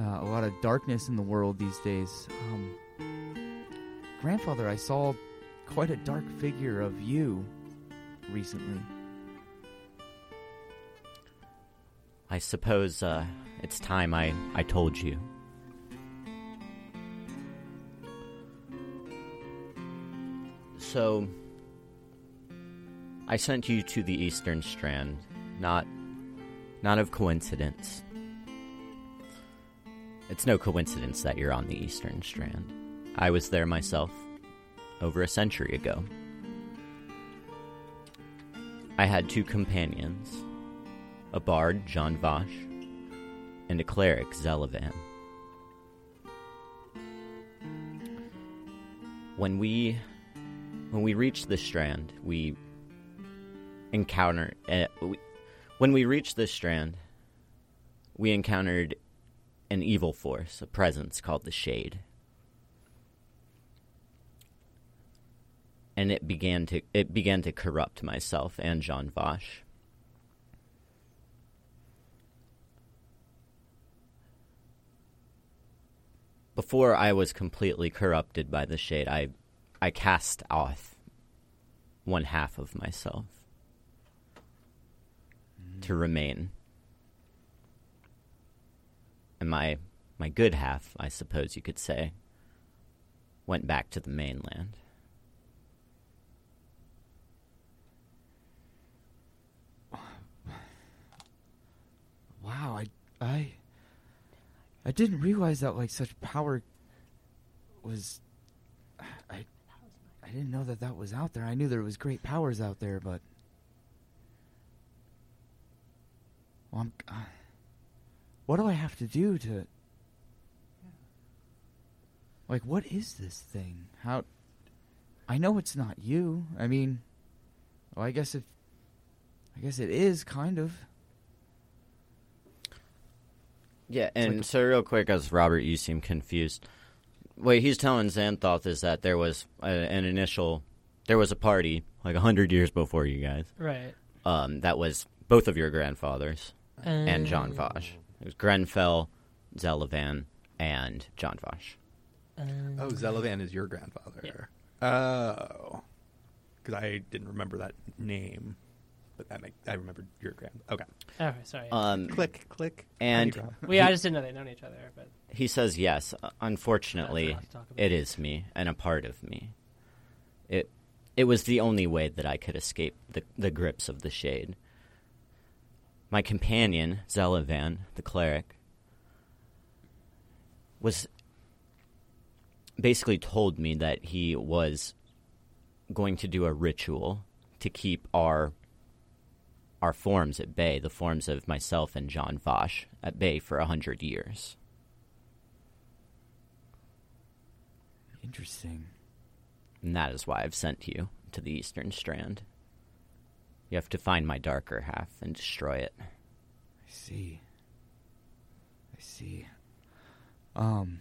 [SPEAKER 2] uh, a lot of darkness in the world these days. Um, grandfather, I saw quite a dark figure of you recently.
[SPEAKER 1] I suppose uh, it's time I, I told you. So, I sent you to the Eastern Strand, not not of coincidence. It's no coincidence that you're on the Eastern Strand. I was there myself over a century ago. I had two companions a bard, John Vosh, and a cleric, Zelavan. When we when we reached the strand, we encountered uh, we, when we reached the strand, we encountered an evil force, a presence called the Shade. And it began to it began to corrupt myself and John Vosh. before I was completely corrupted by the shade, I I cast off one half of myself to remain. And my my good half, I suppose you could say, went back to the mainland.
[SPEAKER 2] Wow, I I I didn't realize that like such power was. I I didn't know that that was out there. I knew there was great powers out there, but well, I'm, uh, what do I have to do to? Like, what is this thing? How? I know it's not you. I mean, well, I guess if, I guess it is kind of.
[SPEAKER 1] Yeah, and so real quick, as Robert, you seem confused. What he's telling Xanthoth is that there was a, an initial, there was a party like a hundred years before you guys.
[SPEAKER 3] Right.
[SPEAKER 1] Um, that was both of your grandfathers and
[SPEAKER 3] Uh,
[SPEAKER 1] John Vosh. It was Grenfell, Zelavan, and John Vosh.
[SPEAKER 3] uh,
[SPEAKER 4] Oh, Zelavan is your grandfather. Oh, because I didn't remember that name, but that make I remembered your grand. Okay,
[SPEAKER 3] oh, sorry.
[SPEAKER 1] Um,
[SPEAKER 4] click, click,
[SPEAKER 1] And-
[SPEAKER 4] Honey drop.
[SPEAKER 3] we I just didn't know they known each other, but
[SPEAKER 1] He says yes. Uh, Unfortunately,
[SPEAKER 3] That's what I was talking about.
[SPEAKER 1] it is me and a part of me. It it was the only way that I could escape the, the grips of the shade. My companion, Zelavan, the cleric, was basically told me that he was going to do a ritual to keep our our forms at bay, the forms of myself and John Vosh at bay for a hundred years.
[SPEAKER 2] Interesting.
[SPEAKER 1] and that is why I've sent you to the Eastern Strand. You have to find my darker half and destroy it.
[SPEAKER 2] I see. I see. Um.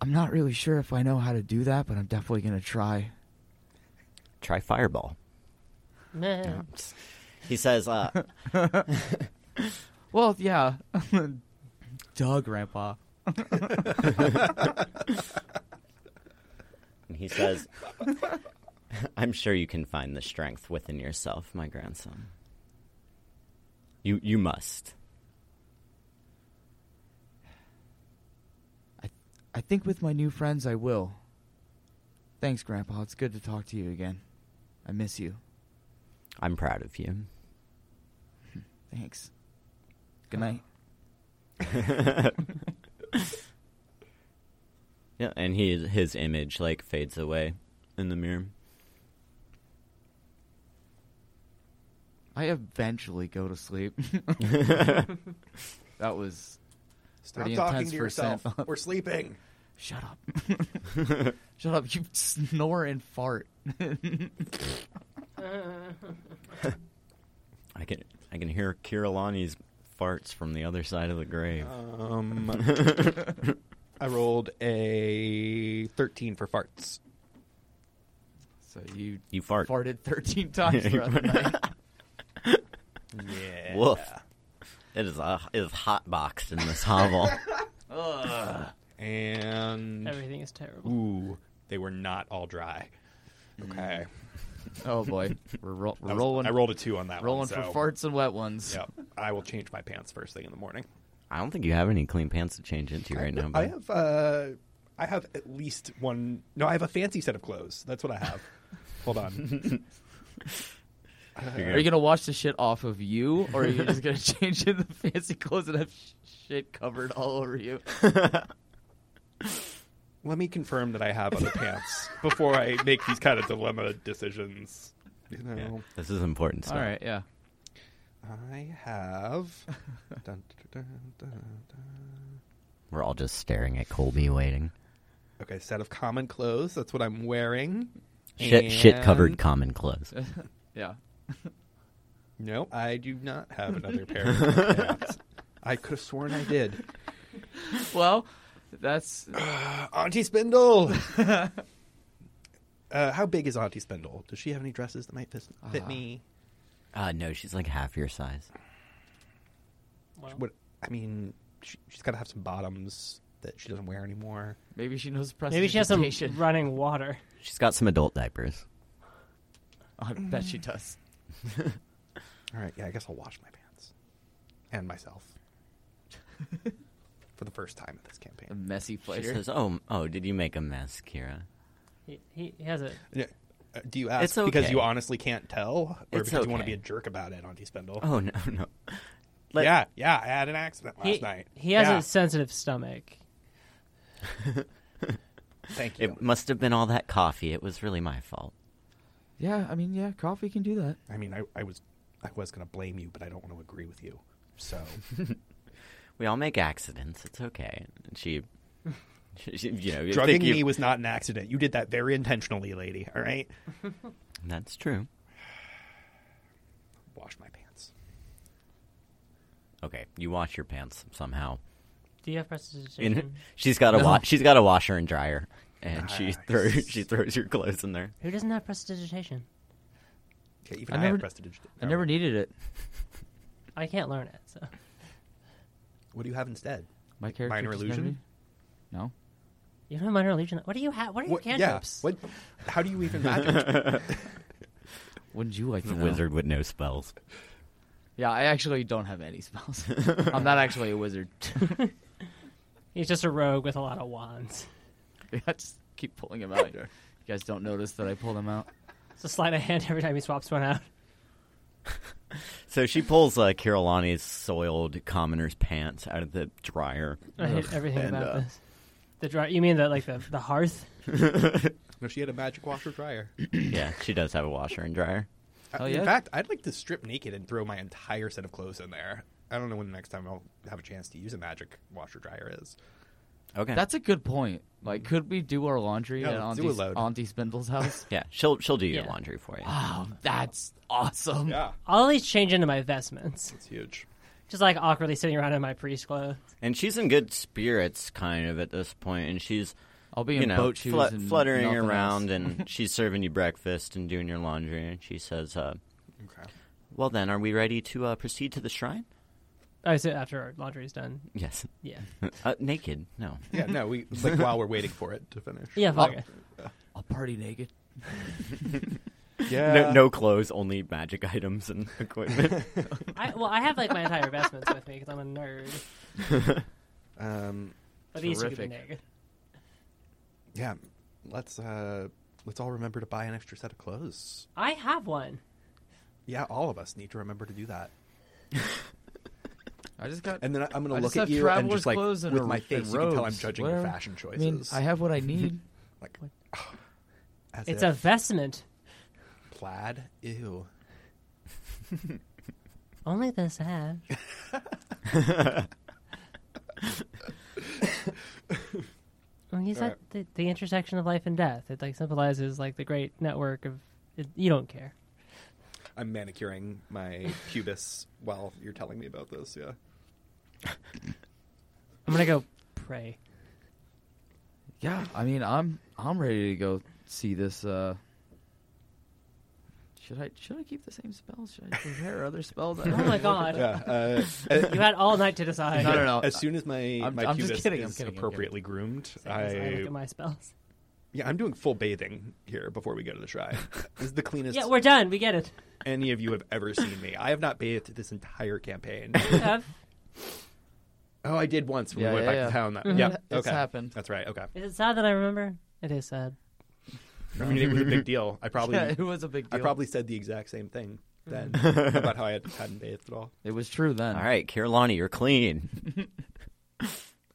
[SPEAKER 2] I'm not really sure if I know how to do that, but I'm definitely gonna try.
[SPEAKER 1] Try Fireball.
[SPEAKER 3] meh.
[SPEAKER 1] He says, uh,
[SPEAKER 2] Well, yeah. Duh, Grandpa.
[SPEAKER 1] and he says, I'm sure you can find the strength within yourself, my grandson. You, you must.
[SPEAKER 2] I think with my new friends, I will. Thanks, Grandpa. It's good to talk to you again. I miss you.
[SPEAKER 1] I'm proud of you.
[SPEAKER 2] Thanks. Good night.
[SPEAKER 1] Yeah, and he, his image like fades away in the mirror.
[SPEAKER 2] I eventually go to sleep. that was
[SPEAKER 4] Stop
[SPEAKER 2] Pretty
[SPEAKER 4] talking
[SPEAKER 2] intense
[SPEAKER 4] to
[SPEAKER 2] for a
[SPEAKER 4] yourself.
[SPEAKER 2] sandbox.
[SPEAKER 4] We're sleeping.
[SPEAKER 2] shut up. shut up. You snore and fart.
[SPEAKER 1] I can I can hear Kirilani's farts from the other side of the
[SPEAKER 4] Oh.
[SPEAKER 1] grave.
[SPEAKER 4] Um, I rolled a 13 for farts.
[SPEAKER 2] So you
[SPEAKER 1] you fart.
[SPEAKER 2] farted 13 times the other night.
[SPEAKER 4] Yeah.
[SPEAKER 1] Woof. It is a it is hot boxed in this hovel.
[SPEAKER 4] And
[SPEAKER 3] Everything is terrible.
[SPEAKER 4] ooh, they were not all dry. Okay.
[SPEAKER 2] Oh boy, we're, ro-
[SPEAKER 4] I
[SPEAKER 2] we're
[SPEAKER 4] was-
[SPEAKER 2] rolling.
[SPEAKER 4] I rolled a two on that
[SPEAKER 2] rolling
[SPEAKER 4] one.
[SPEAKER 2] for
[SPEAKER 4] so-
[SPEAKER 2] farts and wet ones.
[SPEAKER 4] Yep. I will change my pants first thing in the morning.
[SPEAKER 1] I don't think you have any clean pants to change into right now.
[SPEAKER 4] I
[SPEAKER 1] bud.
[SPEAKER 4] have uh, I have at least one. No, I have a fancy set of clothes. That's what I have. Hold on.
[SPEAKER 2] Are you gonna wash the shit off of you, or are you just gonna change into fancy clothes and have sh- shit covered all over you?
[SPEAKER 4] Let me confirm that I have other pants before I make these kind of dilemma decisions. You know,
[SPEAKER 1] Yeah, this is important stuff.
[SPEAKER 2] All right, yeah.
[SPEAKER 4] I have. Dun, dun, dun, dun, dun.
[SPEAKER 1] We're all just staring at Colby waiting.
[SPEAKER 4] Okay, set of common clothes. That's what I'm wearing.
[SPEAKER 1] Shit, shit covered
[SPEAKER 4] And-
[SPEAKER 1] common clothes.
[SPEAKER 2] Yeah.
[SPEAKER 4] No, I do not have another pair of pants. I could have sworn I did.
[SPEAKER 2] Well, that's
[SPEAKER 4] Auntie Spindle. uh, how big is Auntie Spindle? Does she have any dresses that might fit, fit
[SPEAKER 2] Ah.
[SPEAKER 4] me?
[SPEAKER 1] Uh, no, she's like half your size. Uh-huh.
[SPEAKER 3] Well,
[SPEAKER 4] What I mean, she, she's got to have some bottoms that she doesn't wear anymore.
[SPEAKER 2] maybe she knows
[SPEAKER 3] maybe she has some
[SPEAKER 2] prestidigitation.
[SPEAKER 3] running water.
[SPEAKER 1] She's got some adult diapers.
[SPEAKER 2] I bet she does.
[SPEAKER 4] All right, yeah, I guess I'll wash my pants and myself for the first time in this
[SPEAKER 2] A
[SPEAKER 1] Um,
[SPEAKER 4] campaign.
[SPEAKER 2] messy
[SPEAKER 1] She
[SPEAKER 2] fighter.
[SPEAKER 1] says, "Oh, oh, did you make a mess, Kira?"
[SPEAKER 3] He, he, he has a
[SPEAKER 4] Yeah. Uh, Do you ask
[SPEAKER 1] It's okay.
[SPEAKER 4] because you honestly can't tell, or
[SPEAKER 1] It's
[SPEAKER 4] because you want to
[SPEAKER 1] okay.
[SPEAKER 4] be a jerk about it, Auntie Spindle?
[SPEAKER 1] Oh no, no. Let-
[SPEAKER 4] yeah, yeah, I had an accident last
[SPEAKER 3] he,
[SPEAKER 4] night.
[SPEAKER 3] he has
[SPEAKER 4] yeah,
[SPEAKER 3] a sensitive stomach.
[SPEAKER 4] thank you.
[SPEAKER 1] It must have been all that coffee. It was really my fault.
[SPEAKER 2] yeah, I mean, yeah, coffee can do that.
[SPEAKER 4] I mean, I, I was I was going to blame you, but I don't want to agree with you. So
[SPEAKER 1] We all make accidents. It's okay. And she, she, she- you know, you
[SPEAKER 4] drugging
[SPEAKER 1] think you-
[SPEAKER 4] me was not an accident. You did that very intentionally, lady. All right.
[SPEAKER 1] That's true.
[SPEAKER 4] Wash my pants.
[SPEAKER 1] Okay, you wash your pants somehow.
[SPEAKER 3] Do you have prestidigitation?
[SPEAKER 1] In, she's got a
[SPEAKER 2] No.
[SPEAKER 1] wa- she's got a washer and dryer, and she
[SPEAKER 4] Nice.
[SPEAKER 1] throws she throws your clothes in there.
[SPEAKER 3] Who doesn't have prestidigitation?
[SPEAKER 4] Yeah, even
[SPEAKER 2] I
[SPEAKER 4] I,
[SPEAKER 2] never-
[SPEAKER 4] have prestidigit-
[SPEAKER 2] I never needed it.
[SPEAKER 3] I can't learn it. So
[SPEAKER 4] What do you have instead?
[SPEAKER 2] My character.
[SPEAKER 4] Minor
[SPEAKER 2] just
[SPEAKER 4] illusion?
[SPEAKER 2] never needed- No.
[SPEAKER 3] you have a minor legion. What do you have? What are your
[SPEAKER 4] What- yeah.
[SPEAKER 3] cantrips?
[SPEAKER 4] What? How do you even magic?
[SPEAKER 2] Wouldn't you like to
[SPEAKER 1] The
[SPEAKER 2] know?
[SPEAKER 1] wizard with no spells.
[SPEAKER 2] Yeah, I actually don't have any spells. I'm not actually a wizard.
[SPEAKER 3] He's just a rogue with a lot of wands.
[SPEAKER 2] I just keep pulling them out. You guys don't notice that I pull them out.
[SPEAKER 3] It's a sleight of hand every time he swaps one out.
[SPEAKER 1] So she pulls uh, Kirillani's soiled commoner's pants out of the dryer.
[SPEAKER 3] I hate everything
[SPEAKER 1] And,
[SPEAKER 3] about
[SPEAKER 1] uh,
[SPEAKER 3] this. The dry. You mean the like the the hearth?
[SPEAKER 4] no, she had a magic washer dryer. Uh,
[SPEAKER 1] yeah, she does have a washer and dryer.
[SPEAKER 2] Hell
[SPEAKER 4] in
[SPEAKER 2] yeah.
[SPEAKER 4] fact, I'd like to strip naked and throw my entire set of clothes in there. I don't know when the next time I'll have a chance to use a magic washer dryer is.
[SPEAKER 1] Okay,
[SPEAKER 2] That's a good point. Like, could we do our laundry
[SPEAKER 4] Yeah,
[SPEAKER 2] at
[SPEAKER 4] let's do a
[SPEAKER 2] Auntie,
[SPEAKER 4] load.
[SPEAKER 2] Auntie Spindle's house?
[SPEAKER 1] yeah. She'll she'll do your
[SPEAKER 3] Yeah.
[SPEAKER 1] laundry for you.
[SPEAKER 2] Wow, that's awesome.
[SPEAKER 4] Yeah,
[SPEAKER 3] I'll at least change into my vestments.
[SPEAKER 4] it's huge.
[SPEAKER 3] Just like awkwardly sitting around in my priest clothes.
[SPEAKER 1] And she's in good spirits, kind of at this point, and she's
[SPEAKER 2] I'll be
[SPEAKER 1] you
[SPEAKER 2] in
[SPEAKER 1] know
[SPEAKER 2] boat shoes
[SPEAKER 1] flut-
[SPEAKER 2] and
[SPEAKER 1] fluttering
[SPEAKER 2] nothing else.
[SPEAKER 1] around, and she's serving you breakfast and doing your laundry. And she says, uh,
[SPEAKER 4] Okay.
[SPEAKER 1] "Well, then, are we ready to uh, proceed to the shrine?"
[SPEAKER 3] I Oh, so after our laundry is done.
[SPEAKER 1] Yes.
[SPEAKER 3] Yeah.
[SPEAKER 1] uh, naked? No.
[SPEAKER 4] Yeah, no, we like while we're waiting for it to finish.
[SPEAKER 3] Yeah.
[SPEAKER 2] I'll,
[SPEAKER 3] Fuck it.
[SPEAKER 2] I'll party naked.
[SPEAKER 4] yeah.
[SPEAKER 1] No, no clothes, only magic items and equipment.
[SPEAKER 3] I, well, I have like my entire vestments with me because I'm a nerd.
[SPEAKER 4] Um,
[SPEAKER 3] But these two could be
[SPEAKER 2] Terrific.
[SPEAKER 3] naked.
[SPEAKER 4] yeah, let's uh, let's all remember to buy an extra set of clothes.
[SPEAKER 3] I have one.
[SPEAKER 4] Yeah, all of us need to remember to do that.
[SPEAKER 2] I just got.
[SPEAKER 4] And then I- I'm going
[SPEAKER 2] I
[SPEAKER 4] to
[SPEAKER 2] just
[SPEAKER 4] look at
[SPEAKER 2] have
[SPEAKER 4] you and
[SPEAKER 2] traveler's
[SPEAKER 4] just like
[SPEAKER 2] clothes
[SPEAKER 4] with
[SPEAKER 2] and a-
[SPEAKER 4] my
[SPEAKER 2] and
[SPEAKER 4] face, you can tell I'm
[SPEAKER 2] robes,
[SPEAKER 4] judging
[SPEAKER 2] whatever.
[SPEAKER 4] your fashion
[SPEAKER 2] I mean,
[SPEAKER 4] choices.
[SPEAKER 2] I have what I need.
[SPEAKER 4] like, as
[SPEAKER 3] It's
[SPEAKER 4] if
[SPEAKER 3] a vestment.
[SPEAKER 4] plaid. Ew.
[SPEAKER 3] Only this ash. Well, he's at the, the intersection of life and death. It like symbolizes like the great network of. It, you don't care.
[SPEAKER 4] I'm manicuring my pubis while you're telling me about this. Yeah.
[SPEAKER 3] I'm gonna go pray.
[SPEAKER 2] Yeah, I mean, I'm I'm ready to go see this. Uh, should I should I keep the same spells? Should I prepare other spells? I
[SPEAKER 3] Oh
[SPEAKER 2] don't
[SPEAKER 3] my
[SPEAKER 2] know.
[SPEAKER 3] god!
[SPEAKER 4] Yeah.
[SPEAKER 3] You had all night to decide.
[SPEAKER 2] No, no, no.
[SPEAKER 4] As soon as my
[SPEAKER 2] I'm-
[SPEAKER 4] my
[SPEAKER 2] I'm just
[SPEAKER 4] pubis
[SPEAKER 2] kidding, I'm
[SPEAKER 4] is
[SPEAKER 2] kidding, I'm
[SPEAKER 4] appropriately groomed,
[SPEAKER 3] I,
[SPEAKER 4] I
[SPEAKER 3] look at my spells.
[SPEAKER 4] yeah, I'm doing full bathing here before we go to the shrine. this is the cleanest
[SPEAKER 3] Yeah, we're done. We get it.
[SPEAKER 4] any of you have ever seen me. I have not bathed this entire campaign.
[SPEAKER 3] Have-
[SPEAKER 4] oh, I did once when
[SPEAKER 2] Yeah,
[SPEAKER 4] we went
[SPEAKER 2] yeah,
[SPEAKER 4] back
[SPEAKER 2] yeah. Mm-hmm.
[SPEAKER 4] to town. That,
[SPEAKER 3] Mhm.
[SPEAKER 4] Yeah,
[SPEAKER 2] It's
[SPEAKER 4] okay.
[SPEAKER 2] happened.
[SPEAKER 4] That's right. Okay.
[SPEAKER 3] Is it sad that I remember? It is sad.
[SPEAKER 4] I mean, it was a big deal. I probably
[SPEAKER 2] Yeah, it was a big
[SPEAKER 4] I
[SPEAKER 2] deal. Mm-hmm.
[SPEAKER 4] probably said the exact same thing then about how I had, hadn't bathed at all.
[SPEAKER 2] it was true then.
[SPEAKER 1] All right, Kirlani, you're clean.
[SPEAKER 4] Um,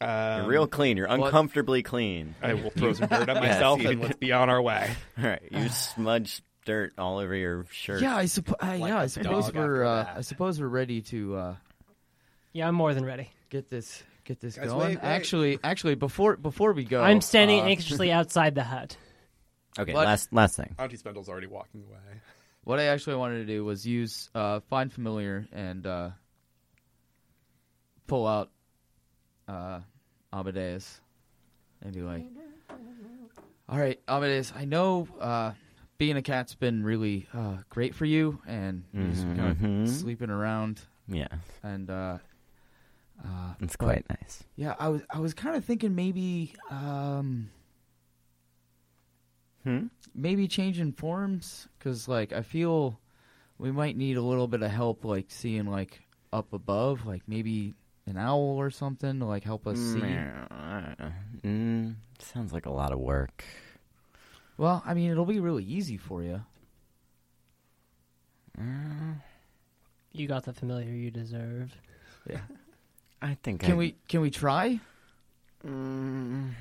[SPEAKER 1] You're real clean. You're
[SPEAKER 2] what-
[SPEAKER 1] uncomfortably clean.
[SPEAKER 4] I will throw some dirt on
[SPEAKER 1] Yes,
[SPEAKER 4] myself
[SPEAKER 1] you
[SPEAKER 4] and let's be on our way.
[SPEAKER 1] All right, you smudged dirt all over your shirt.
[SPEAKER 2] Yeah, I suppose.
[SPEAKER 4] Like
[SPEAKER 2] yeah, I
[SPEAKER 4] a
[SPEAKER 2] suppose
[SPEAKER 4] dog
[SPEAKER 2] we're.
[SPEAKER 4] after
[SPEAKER 2] Uh,
[SPEAKER 4] that.
[SPEAKER 2] I suppose we're ready to uh,
[SPEAKER 3] Yeah, I'm more than ready.
[SPEAKER 2] get this get this
[SPEAKER 4] Guys,
[SPEAKER 2] going.
[SPEAKER 4] wait, wait.
[SPEAKER 2] Actually, actually, before before we go,
[SPEAKER 3] I'm standing
[SPEAKER 2] uh,
[SPEAKER 3] anxiously outside the hut.
[SPEAKER 1] Okay,
[SPEAKER 2] What?
[SPEAKER 1] last last thing.
[SPEAKER 4] Auntie Spindle's already walking away.
[SPEAKER 2] What I actually wanted to do was use uh, find familiar and uh, pull out uh, Amadeus and be like, "All right, Amadeus, I know uh, being a cat's been really uh, great for you, and you're just
[SPEAKER 1] Mhm,
[SPEAKER 2] kind of
[SPEAKER 1] mhm.
[SPEAKER 2] sleeping around,
[SPEAKER 1] Yeah,
[SPEAKER 2] and uh, uh,
[SPEAKER 1] it's
[SPEAKER 2] but-
[SPEAKER 1] quite nice.
[SPEAKER 2] yeah, I was I was kind of thinking maybe um,
[SPEAKER 1] Hmm?
[SPEAKER 2] maybe changing forms because like I feel we might need a little bit of help like seeing like up above like maybe an owl or something to like help us see.
[SPEAKER 1] Mm, sounds like a lot of work.
[SPEAKER 2] Well, I mean it'll be really easy for you.
[SPEAKER 3] You got the familiar you deserved.
[SPEAKER 2] Yeah.
[SPEAKER 1] I think.
[SPEAKER 2] Can
[SPEAKER 1] I,
[SPEAKER 2] we can we try?
[SPEAKER 1] Mm,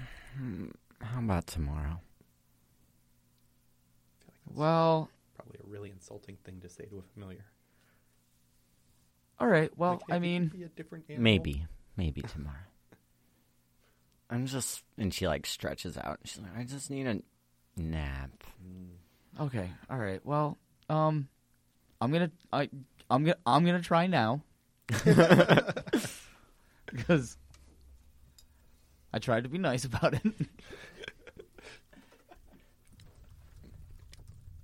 [SPEAKER 1] how about tomorrow?
[SPEAKER 4] I feel like that's
[SPEAKER 2] Well,
[SPEAKER 4] probably a really insulting thing to say to a familiar.
[SPEAKER 2] all right. Well,
[SPEAKER 4] Like, hey,
[SPEAKER 2] I
[SPEAKER 4] could you
[SPEAKER 2] mean,
[SPEAKER 4] be a different animal?
[SPEAKER 1] Maybe, maybe tomorrow. I'm just, and she like stretches out. And she's like, I just need a nap.
[SPEAKER 2] okay. All right. Well, um I'm going to I I'm going to I'm going to try now. Cuz I tried to be nice about it.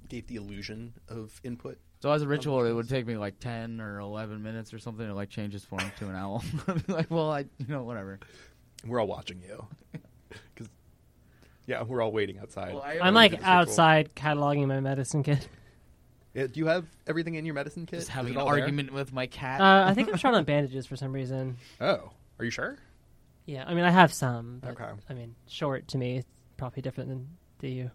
[SPEAKER 4] Gave the illusion of input.
[SPEAKER 2] So as a ritual, it would take me like ten or eleven minutes or something to like change his form to an owl. I'd be like, well, I you know whatever.
[SPEAKER 4] We're all watching you. 'Cause- yeah, we're all waiting outside.
[SPEAKER 2] Well, I-
[SPEAKER 3] I'm
[SPEAKER 4] do
[SPEAKER 3] like
[SPEAKER 4] this ritual.
[SPEAKER 3] outside cataloging my medicine kit.
[SPEAKER 4] Yeah, do you have everything in your medicine kit?
[SPEAKER 2] Just
[SPEAKER 4] Is
[SPEAKER 2] having
[SPEAKER 4] it
[SPEAKER 2] an
[SPEAKER 4] all there?
[SPEAKER 2] argument with my cat.
[SPEAKER 3] Uh, I think I'm short on bandages for some reason.
[SPEAKER 4] Oh, are you sure?
[SPEAKER 3] Yeah, I mean I have some, but
[SPEAKER 4] Okay.
[SPEAKER 3] I mean short to me is probably different than to you.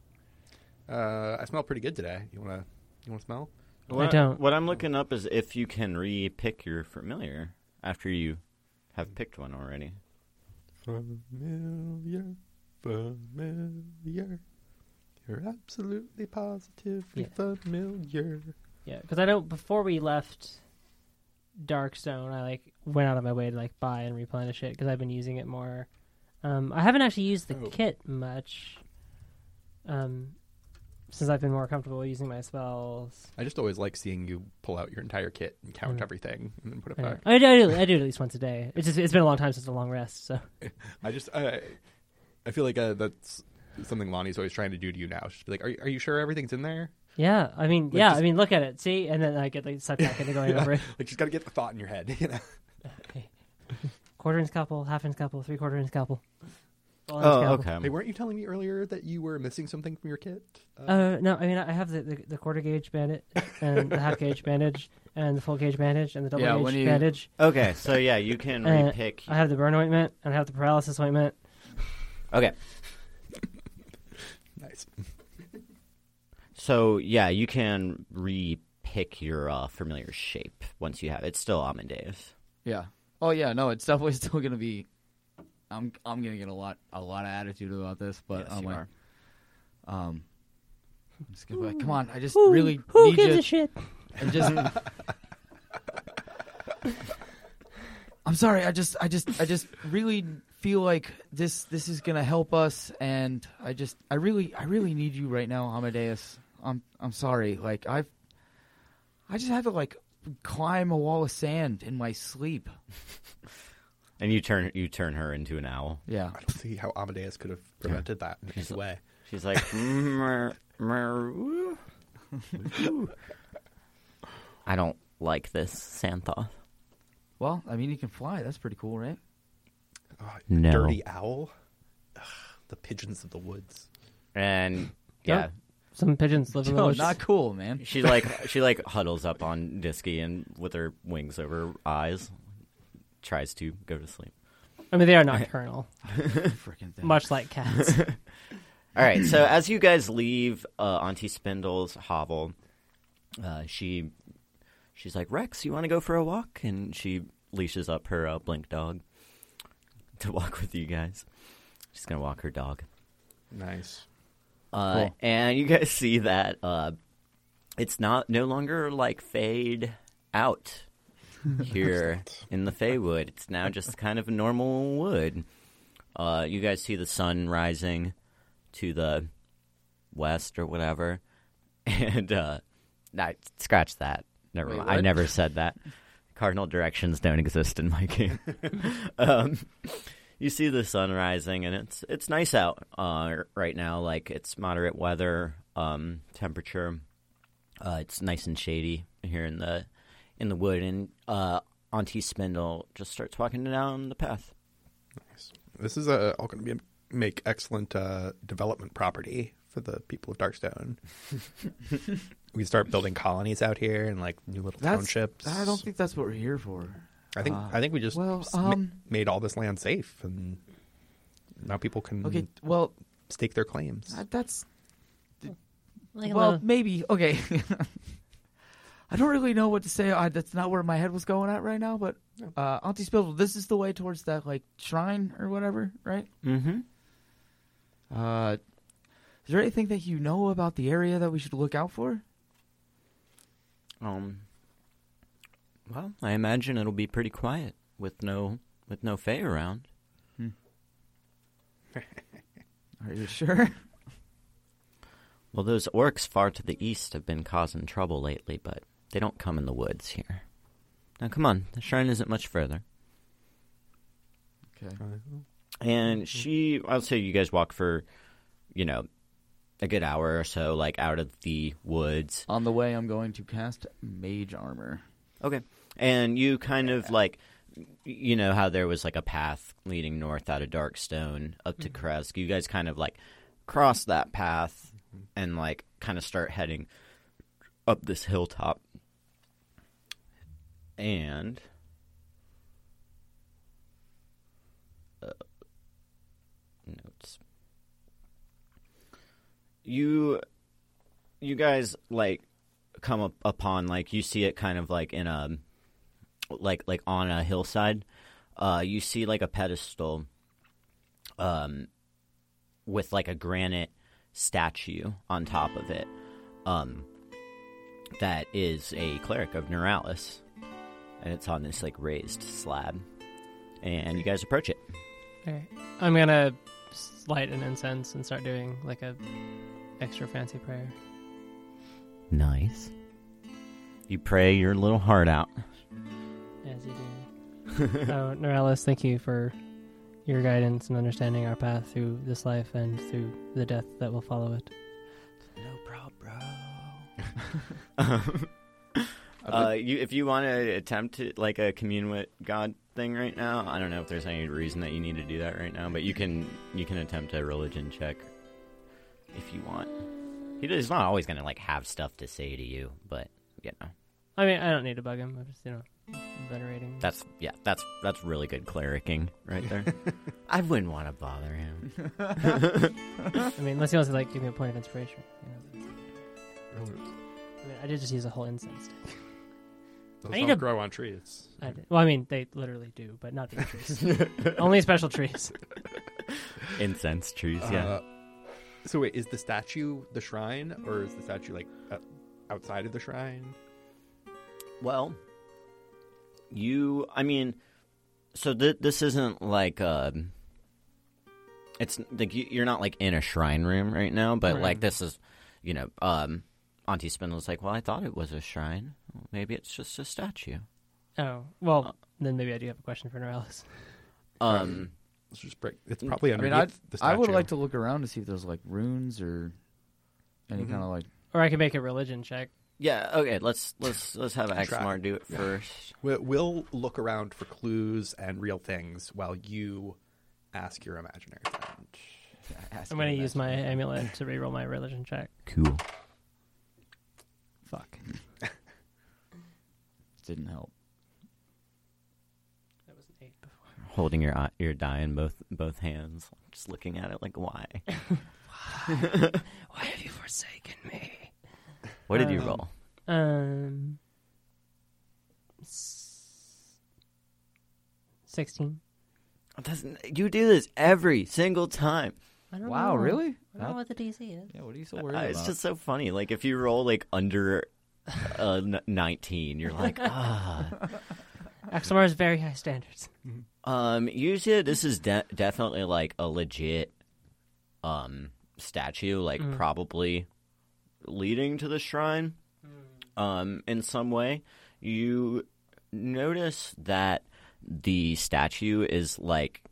[SPEAKER 4] Uh, I smell pretty good today. You wanna, you wanna smell?
[SPEAKER 3] I don't.
[SPEAKER 1] What I'm looking up is if you can re-pick your familiar after you have picked one already.
[SPEAKER 4] Familiar, familiar. You're absolutely positively
[SPEAKER 3] Yeah.
[SPEAKER 4] familiar.
[SPEAKER 3] Yeah, because I don't. Before we left Darkstone, I like went out of my way to like buy and replenish it because I've been using it more. Um, I haven't actually used the
[SPEAKER 4] Oh.
[SPEAKER 3] kit much. Um, since I've been more comfortable using my spells.
[SPEAKER 4] I just always like seeing you pull out your entire kit and count
[SPEAKER 3] Mm.
[SPEAKER 4] everything and then put it
[SPEAKER 3] I, don't
[SPEAKER 4] back.
[SPEAKER 3] know. I do, I do. I do it at least once a day. It's just it's been a long time since a long rest, so
[SPEAKER 4] I just, I, I feel like uh, that's something Lonnie's always trying to do to you now. She's like, are you, are you sure everything's in there?
[SPEAKER 3] yeah. I mean,
[SPEAKER 4] Like,
[SPEAKER 3] yeah.
[SPEAKER 4] just-
[SPEAKER 3] I mean, look at it, see, and then I get like sucked back into going over it.
[SPEAKER 4] Like she's got to get the thought in your head. You know?
[SPEAKER 3] Quarter inch couple, half inch couple, three quarter inch couple. full inch couple.
[SPEAKER 1] Oh, okay.
[SPEAKER 4] Hey, weren't you telling me earlier that you were missing something from your kit? Uh,
[SPEAKER 3] Uh, no, I mean I have the, the, the quarter gauge bandage and the half gauge bandage and the full gauge bandage and the double
[SPEAKER 2] Yeah, when
[SPEAKER 3] gauge
[SPEAKER 2] you-
[SPEAKER 3] bandage.
[SPEAKER 1] Okay, so yeah, you can
[SPEAKER 3] Uh,
[SPEAKER 1] re-pick.
[SPEAKER 3] I have the burn ointment and I have the paralysis ointment.
[SPEAKER 1] Okay,
[SPEAKER 4] nice.
[SPEAKER 1] so yeah, you can re-pick your uh, familiar shape once you have it. It's still Amadeus.
[SPEAKER 2] yeah. Oh yeah. No, it's definitely still gonna be. I'm I'm gonna get a lot a lot of attitude about this, but
[SPEAKER 1] Yes,
[SPEAKER 2] I'm
[SPEAKER 1] you
[SPEAKER 2] like,
[SPEAKER 1] are.
[SPEAKER 2] um, I'm just gonna be like, come on, I just
[SPEAKER 3] Who-
[SPEAKER 2] really
[SPEAKER 3] who
[SPEAKER 2] need
[SPEAKER 3] gives
[SPEAKER 2] you
[SPEAKER 3] a shit?
[SPEAKER 2] and just I'm sorry. I just, I just, I just really feel like this, this is gonna help us, and I just, I really, I really need you right now, Amadeus. I'm, I'm sorry. Like I've, I just had to like climb a wall of sand in my sleep.
[SPEAKER 1] And you turn you turn her into an owl.
[SPEAKER 2] Yeah.
[SPEAKER 4] I don't see how Amadeus could have prevented that in any way.
[SPEAKER 1] She's like, "Mer- mer- woo." I don't like this Santha.
[SPEAKER 2] Well, I mean, you can fly. That's pretty cool, right?
[SPEAKER 4] Ah,
[SPEAKER 1] No.
[SPEAKER 4] Dirty owl. Ugh, the pigeons of the woods.
[SPEAKER 1] And yeah,
[SPEAKER 3] Nope. Some pigeons live in the
[SPEAKER 2] No,
[SPEAKER 3] woods.
[SPEAKER 2] not cool, man.
[SPEAKER 1] she like she like huddles up on Disky and with her wings over her eyes, tries to go to sleep.
[SPEAKER 3] I mean, they are nocturnal,
[SPEAKER 2] Freaking thing.
[SPEAKER 3] much like cats.
[SPEAKER 1] All right. So as you guys leave uh, Auntie Spindle's hovel, uh, she she's like, "Rex, you want to go for a walk?" And she leashes up her uh, blink dog to walk with you guys. She's gonna walk her dog,
[SPEAKER 4] Nice.
[SPEAKER 1] uh,
[SPEAKER 2] Cool.
[SPEAKER 1] and you guys see that uh, it's not no longer like fade out here in the Feywood. It's now just kind of a normal wood. Uh, you guys see the sun rising to the west or whatever, and uh, I scratch that. Never
[SPEAKER 2] Wait,
[SPEAKER 1] mind. I
[SPEAKER 2] what?
[SPEAKER 1] never said that. Cardinal directions don't exist in my game. um, you see the sun rising, and it's it's nice out uh, right now. Like it's moderate weather, um, temperature. Uh, it's nice and shady here in the in the wood, and uh, Auntie Spindle just starts walking down the path.
[SPEAKER 4] This is uh, all going to be make excellent uh, development property for the people of Darkstone. we start building colonies out here and like new little
[SPEAKER 2] That's,
[SPEAKER 4] townships.
[SPEAKER 2] I don't think that's what we're here for.
[SPEAKER 4] I think
[SPEAKER 2] uh,
[SPEAKER 4] I think we just
[SPEAKER 2] well,
[SPEAKER 4] s- ma-
[SPEAKER 2] um,
[SPEAKER 4] made all this land safe, and now people can
[SPEAKER 2] Okay, well,
[SPEAKER 4] stake their claims.
[SPEAKER 2] uh, that's
[SPEAKER 3] Like a
[SPEAKER 2] well,
[SPEAKER 3] little-
[SPEAKER 2] maybe okay. I don't really know what to say. I, that's not where my head was going at right now. But uh, Auntie Spindle, this is the way towards that like shrine or whatever, right?
[SPEAKER 1] Mm-hmm.
[SPEAKER 2] Uh, is there anything that you know about the area that we should look out for?
[SPEAKER 1] Um. Well, I imagine it'll be pretty quiet with no with no Fae around.
[SPEAKER 2] Are you sure?
[SPEAKER 1] Well, those orcs far to the east have been causing trouble lately, but they don't come in the woods here. Now, come on, the shrine isn't much further.
[SPEAKER 2] okay.
[SPEAKER 1] And she, I'll say you guys walk for, you know, a good hour or so, like out of the woods,
[SPEAKER 2] On the way, I'm going to cast mage armor.
[SPEAKER 1] Okay. And you kind of like, you know how there was like a path leading north out of Darkstone up to Kresk. You guys kind of like cross that path and like kind of start heading up this hilltop. And uh, notes. You, you guys like come up upon like you see it kind of like in a like like on a hillside uh you see like a pedestal um with like a granite statue on top of it um that is a cleric of Neuralis and it's on this like raised slab and you guys approach it
[SPEAKER 3] Alright. I'm gonna s- light an incense and start doing like a extra fancy prayer.
[SPEAKER 1] nice you pray your little heart out
[SPEAKER 3] As you do. oh, Norellis, thank you for your guidance and understanding our path through this life and through the death that will follow it.
[SPEAKER 1] no problem Uh, you, if you want to attempt to, like a commune with God thing right now, I don't know if there's any reason that you need to do that right now, but you can you can attempt a religion check if you want. He does, he's not always going to like have stuff to say to you, but you know
[SPEAKER 3] I mean, I don't need to bug him. I'm just, you know, venerating.
[SPEAKER 1] that's yeah that's that's really good clericking right there. I wouldn't want to bother him.
[SPEAKER 3] I mean, unless he wants to like give me a point of inspiration. You know, I mean, I did just use a whole incense. stick. I need don't a-
[SPEAKER 4] grow on trees.
[SPEAKER 3] I did- well, I mean, they literally do, but not these trees. Only special trees.
[SPEAKER 1] Incense trees,
[SPEAKER 4] Uh-huh.
[SPEAKER 1] yeah.
[SPEAKER 4] Uh, so wait, is the statue the shrine, or is the statue like uh, outside of the shrine?
[SPEAKER 1] Well, You, I mean, so th- this isn't like uh it's like you- you're not like in a shrine room right now, but
[SPEAKER 3] Right.
[SPEAKER 1] like this is, you know, um, Auntie Spindle's like, well, I thought it was a shrine. Well, maybe it's just a statue.
[SPEAKER 3] Oh, well, then maybe I do have a question for Norellis.
[SPEAKER 1] Um,
[SPEAKER 4] Let's just break. It's probably
[SPEAKER 2] I mean,
[SPEAKER 4] underneath
[SPEAKER 2] I'd,
[SPEAKER 4] the statue.
[SPEAKER 2] I would like to look around to see if there's like runes or any kind of like.
[SPEAKER 3] Or I can make a religion check.
[SPEAKER 1] yeah, okay. Let's let's let's have Axmar do it first.
[SPEAKER 4] We- We'll look around for clues and real things while you ask your imaginary friend.
[SPEAKER 3] I'm going to use my amulet to reroll my religion check.
[SPEAKER 1] Cool.
[SPEAKER 3] Fuck.
[SPEAKER 2] Didn't help.
[SPEAKER 3] That was an eight before.
[SPEAKER 1] Holding your eye- your die in both both hands, just looking at it like, why?
[SPEAKER 3] Why have you forsaken me?
[SPEAKER 1] What did you
[SPEAKER 3] Um,
[SPEAKER 1] roll?
[SPEAKER 3] Um. s- 16.
[SPEAKER 1] Doesn't you do this every single time?
[SPEAKER 3] I don't
[SPEAKER 2] Wow,
[SPEAKER 3] know.
[SPEAKER 2] really?
[SPEAKER 3] I don't know
[SPEAKER 2] That-
[SPEAKER 3] what the DC is.
[SPEAKER 2] yeah, what are you so worried
[SPEAKER 1] Uh,
[SPEAKER 2] about?
[SPEAKER 1] it's just so funny. Like if you roll like under uh, n- nineteen, you're like, ah.
[SPEAKER 3] Axamar has very high standards.
[SPEAKER 1] Um, usually this is de- definitely like a legit um statue, like probably leading to the shrine. Um, in some way, you notice that the statue is like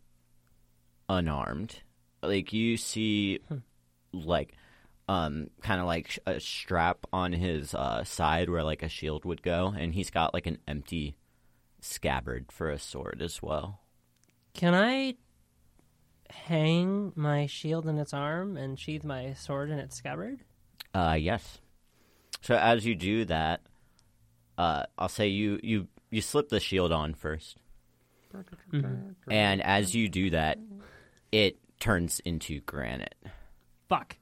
[SPEAKER 1] unarmed. Like you see, like um, kind of like sh- a strap on his uh, side where like a shield would go, and he's got like an empty scabbard for a sword as well.
[SPEAKER 3] Can I hang my shield in its arm and sheath my sword in its scabbard?
[SPEAKER 1] Uh, yes. So as you do that, uh, I'll say you you you slip the shield on 1st and as you do that, it turns into granite.
[SPEAKER 3] Fuck.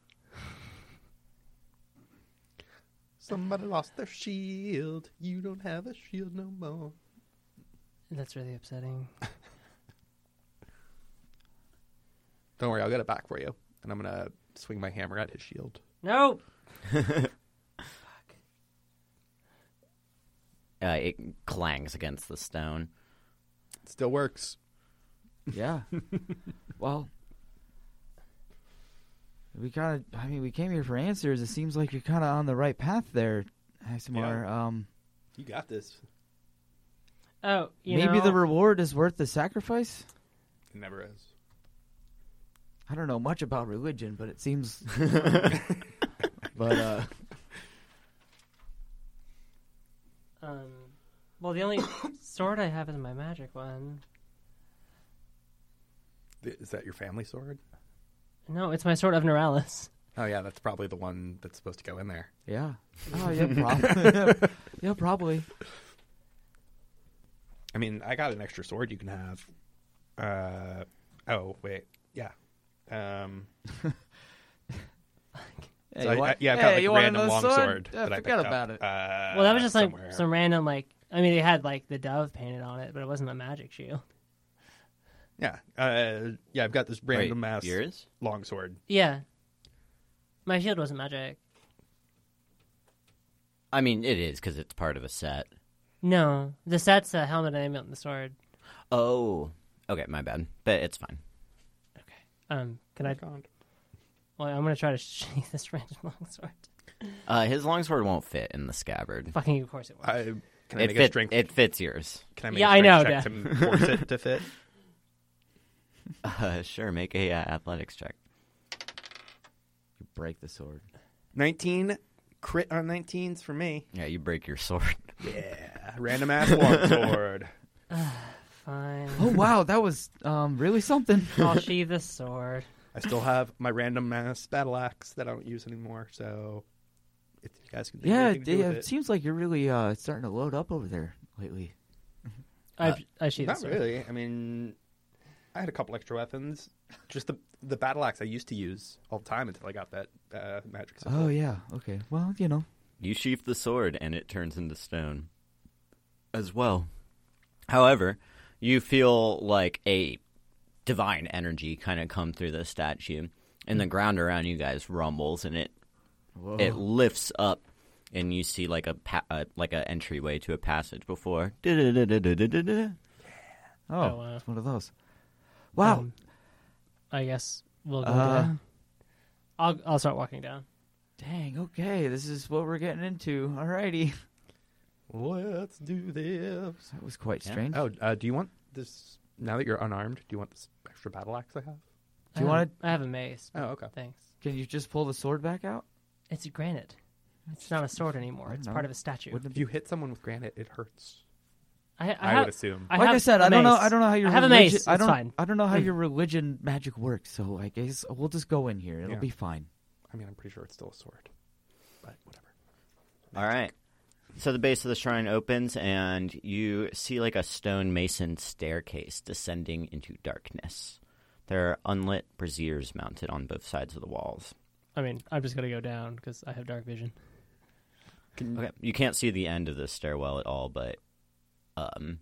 [SPEAKER 4] Somebody lost their shield. You don't have a shield no more.
[SPEAKER 3] That's really upsetting.
[SPEAKER 4] Don't worry, I'll get it back for you. And I'm gonna swing my hammer at his shield.
[SPEAKER 3] No!
[SPEAKER 1] Uh, it clangs against the stone.
[SPEAKER 4] It still works.
[SPEAKER 2] Yeah. well, we kind of. I mean, we came here for answers. It seems like you're kind of on the right path there, Axemar. Um,
[SPEAKER 4] You got this.
[SPEAKER 3] Oh, you
[SPEAKER 2] maybe
[SPEAKER 3] know,
[SPEAKER 2] the reward is worth the sacrifice.
[SPEAKER 4] It never is.
[SPEAKER 2] I don't know much about religion, but it seems. but uh,
[SPEAKER 3] um, well, the only sword I have is my magic one.
[SPEAKER 4] Is that your family sword?
[SPEAKER 3] No, it's my sword of Neuralis.
[SPEAKER 4] Oh yeah, that's probably the one that's supposed to go in there.
[SPEAKER 2] yeah. Oh yeah, probably. yeah, probably.
[SPEAKER 4] I mean, I got an extra sword you can have. Uh, oh wait, yeah. Um,
[SPEAKER 2] Hey,
[SPEAKER 4] so I-
[SPEAKER 2] you want-
[SPEAKER 4] I- yeah, I've
[SPEAKER 2] hey,
[SPEAKER 4] got like
[SPEAKER 2] you
[SPEAKER 4] a
[SPEAKER 2] want
[SPEAKER 4] random long
[SPEAKER 2] another
[SPEAKER 4] sword,
[SPEAKER 2] Yeah,
[SPEAKER 4] that I
[SPEAKER 2] forget
[SPEAKER 4] picked
[SPEAKER 2] about
[SPEAKER 4] up,
[SPEAKER 2] it.
[SPEAKER 4] Uh,
[SPEAKER 3] Well, that was just like
[SPEAKER 4] somewhere.
[SPEAKER 3] some random, like, I mean, they had, like, the dove painted on it, but it wasn't a magic shield.
[SPEAKER 4] yeah, uh, yeah. I've got this random ass
[SPEAKER 1] yours?
[SPEAKER 4] long sword.
[SPEAKER 3] Yeah. My shield wasn't magic.
[SPEAKER 1] I mean, it is because it's part of a set.
[SPEAKER 3] No. The set's a helmet and amulet and the sword.
[SPEAKER 1] Oh, okay, my bad. But it's fine.
[SPEAKER 3] Um, can I? Well, I'm gonna try to sheath this random longsword.
[SPEAKER 1] Uh, his longsword won't fit in the scabbard.
[SPEAKER 3] Fucking, of course it
[SPEAKER 4] I,
[SPEAKER 3] works.
[SPEAKER 4] can I
[SPEAKER 1] It,
[SPEAKER 4] make a
[SPEAKER 1] fit-
[SPEAKER 4] strength?
[SPEAKER 1] it fits yours.
[SPEAKER 4] can I make
[SPEAKER 3] Yeah,
[SPEAKER 4] a
[SPEAKER 3] I know,
[SPEAKER 4] strength check to force it to fit?
[SPEAKER 1] Uh, sure, make a uh, athletics check.
[SPEAKER 2] You break the sword.
[SPEAKER 4] Nineteen crit on nineteens for me.
[SPEAKER 1] Yeah, you break your sword.
[SPEAKER 4] Yeah, random ass long sword.
[SPEAKER 3] Fine.
[SPEAKER 2] Oh wow, that was um, really something.
[SPEAKER 3] I'll sheath the sword.
[SPEAKER 4] I still have my random ass battle axe that I don't use anymore. So, if you guys can, think of
[SPEAKER 2] Yeah,
[SPEAKER 4] anything
[SPEAKER 2] it,
[SPEAKER 4] to do
[SPEAKER 2] yeah,
[SPEAKER 4] with
[SPEAKER 2] it seems like you're really uh, starting to load up over there lately.
[SPEAKER 3] I I sheath the
[SPEAKER 4] Uh, Not
[SPEAKER 3] sword.
[SPEAKER 4] really. I mean, I had a couple extra weapons. Just the the battle axe I used to use all the time until I got that uh, magic.
[SPEAKER 2] Oh
[SPEAKER 4] symbol.
[SPEAKER 2] yeah, okay. Well, you know,
[SPEAKER 1] You sheath the sword, and it turns into stone as well. However, you feel like a divine energy kind of come through the statue, and the ground around you guys rumbles, and it it lifts up and you see like a, pa- uh, like a entryway to a passage before. Da-da-da-da-da-da-da.
[SPEAKER 2] Oh,
[SPEAKER 3] Oh, wow.
[SPEAKER 2] it's
[SPEAKER 4] uh,
[SPEAKER 2] one of those. Wow.
[SPEAKER 3] Um, I guess we'll go
[SPEAKER 2] Uh,
[SPEAKER 3] down. I'll I'll start walking down.
[SPEAKER 2] Dang. Okay, this is what we're getting into. Alrighty.
[SPEAKER 4] Let's do this.
[SPEAKER 2] That was quite
[SPEAKER 1] Yeah.
[SPEAKER 2] strange.
[SPEAKER 4] Oh, uh, do you want this? Now that you're unarmed, do you want this extra battle axe I have?
[SPEAKER 2] Do you
[SPEAKER 3] I
[SPEAKER 2] wanna-
[SPEAKER 3] have- I have a mace.
[SPEAKER 4] Oh, okay.
[SPEAKER 3] Thanks.
[SPEAKER 2] Can you just pull the sword back out?
[SPEAKER 3] It's granite. It's not a sword anymore.
[SPEAKER 2] I
[SPEAKER 3] It's
[SPEAKER 2] don't
[SPEAKER 3] part
[SPEAKER 2] know.
[SPEAKER 3] of a statue.
[SPEAKER 2] Wouldn't it
[SPEAKER 4] If you hit someone with granite, it hurts.
[SPEAKER 3] I, I,
[SPEAKER 4] I,
[SPEAKER 3] have,
[SPEAKER 4] would assume.
[SPEAKER 3] I
[SPEAKER 2] like
[SPEAKER 3] have
[SPEAKER 2] I said,
[SPEAKER 3] a
[SPEAKER 2] I don't know.
[SPEAKER 3] mace.
[SPEAKER 2] I don't know how your
[SPEAKER 3] I have a
[SPEAKER 2] religi-
[SPEAKER 3] mace.
[SPEAKER 2] I
[SPEAKER 3] It's
[SPEAKER 2] don't.
[SPEAKER 3] fine.
[SPEAKER 2] I don't know how
[SPEAKER 3] Mm.
[SPEAKER 2] your religion magic works. So I guess we'll just go in here. It'll
[SPEAKER 4] Yeah.
[SPEAKER 2] be fine.
[SPEAKER 4] I mean, I'm pretty sure it's still a sword, but whatever.
[SPEAKER 1] All right. So the base of the shrine opens, and you see like a stonemason staircase descending into darkness. There are unlit braziers mounted on both sides of the walls.
[SPEAKER 3] I mean, I'm just gonna go down because I have dark vision.
[SPEAKER 1] Okay, you can't see the end of this stairwell at all, but, um,